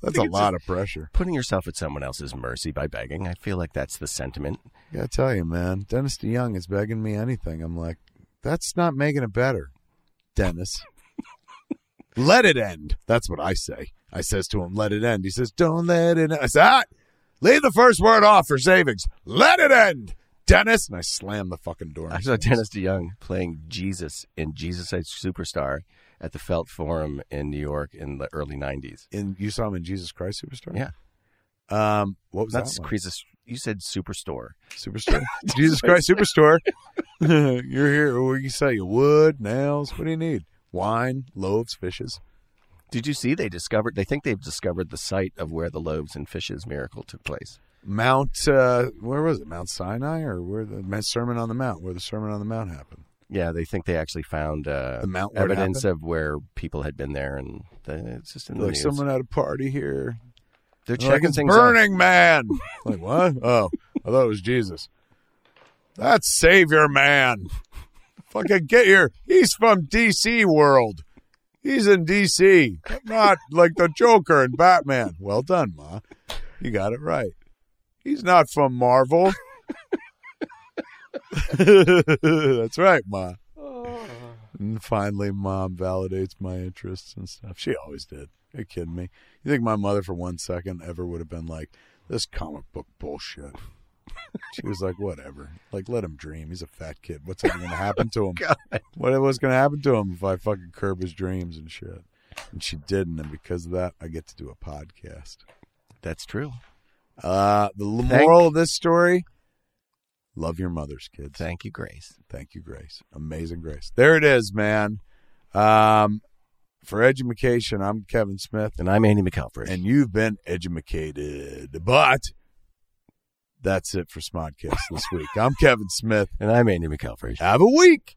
[SPEAKER 3] That's a lot of pressure.
[SPEAKER 4] Putting yourself at someone else's mercy by begging. I feel like that's the sentiment.
[SPEAKER 3] I gotta tell you, man, Dennis DeYoung is begging me anything. I'm like, that's not making it better, Dennis. let it end. That's what I say. I says to him, let it end. He says, don't let it end. I said, ah, leave the first word off for savings. Let it end, Dennis. And I slam the fucking door. in
[SPEAKER 4] I
[SPEAKER 3] his
[SPEAKER 4] saw
[SPEAKER 3] face.
[SPEAKER 4] Dennis DeYoung playing Jesus in Jesus Age Superstar at the Felt Forum in New York in the early 90s.
[SPEAKER 3] In, you saw him in Jesus Christ Superstar?
[SPEAKER 4] Yeah.
[SPEAKER 3] Um, what was
[SPEAKER 4] Not
[SPEAKER 3] that? one?
[SPEAKER 4] Jesus. You said Superstore.
[SPEAKER 3] Superstore. Jesus Christ Superstore. You're here. What do you say? Wood, nails. What do you need? Wine, loaves, fishes.
[SPEAKER 4] Did you see they discovered? They think they've discovered the site of where the loaves and fishes miracle took place.
[SPEAKER 3] Mount, uh, where was it? Mount Sinai or where the Ma- Sermon on the Mount, where the Sermon on the Mount happened?
[SPEAKER 4] Yeah, they think they actually found uh,
[SPEAKER 3] The mount where it
[SPEAKER 4] evidence of where people had been there, and the, it's just in the
[SPEAKER 3] Like
[SPEAKER 4] news.
[SPEAKER 3] someone had a party here.
[SPEAKER 4] They're
[SPEAKER 3] They're like,
[SPEAKER 4] checking
[SPEAKER 3] it's
[SPEAKER 4] things. out.
[SPEAKER 3] Burning Man. like, what? Oh, I thought it was Jesus. That's Savior Man. Fucking get here. He's from DC world. He's in DC, not like the Joker and Batman. Well done, Ma. You got it right. He's not from Marvel. That's right, Ma. And finally, mom validates my interests and stuff. She always did. You're kidding me. You think my mother, for one second, ever would have been like, this comic book bullshit? She was like, whatever. Like, let him dream. He's a fat kid. What's ever going to happen to him? What What's going to happen to him if I fucking curb his dreams and shit? And she didn't. And because of that, I get to do a podcast.
[SPEAKER 4] That's true.
[SPEAKER 3] Uh, the l-
[SPEAKER 4] Thank-
[SPEAKER 3] moral of this story love your mothers, kids.
[SPEAKER 4] Thank you, Grace.
[SPEAKER 3] Thank you, Grace. Amazing Grace. There it is, man. Um, for education, I'm Kevin Smith,
[SPEAKER 4] And I'm Andy McCalford.
[SPEAKER 3] and you've been educated. But that's it for Smodcast this week. I'm Kevin Smith.
[SPEAKER 4] and I'm Andy McCalford.
[SPEAKER 3] Have a week.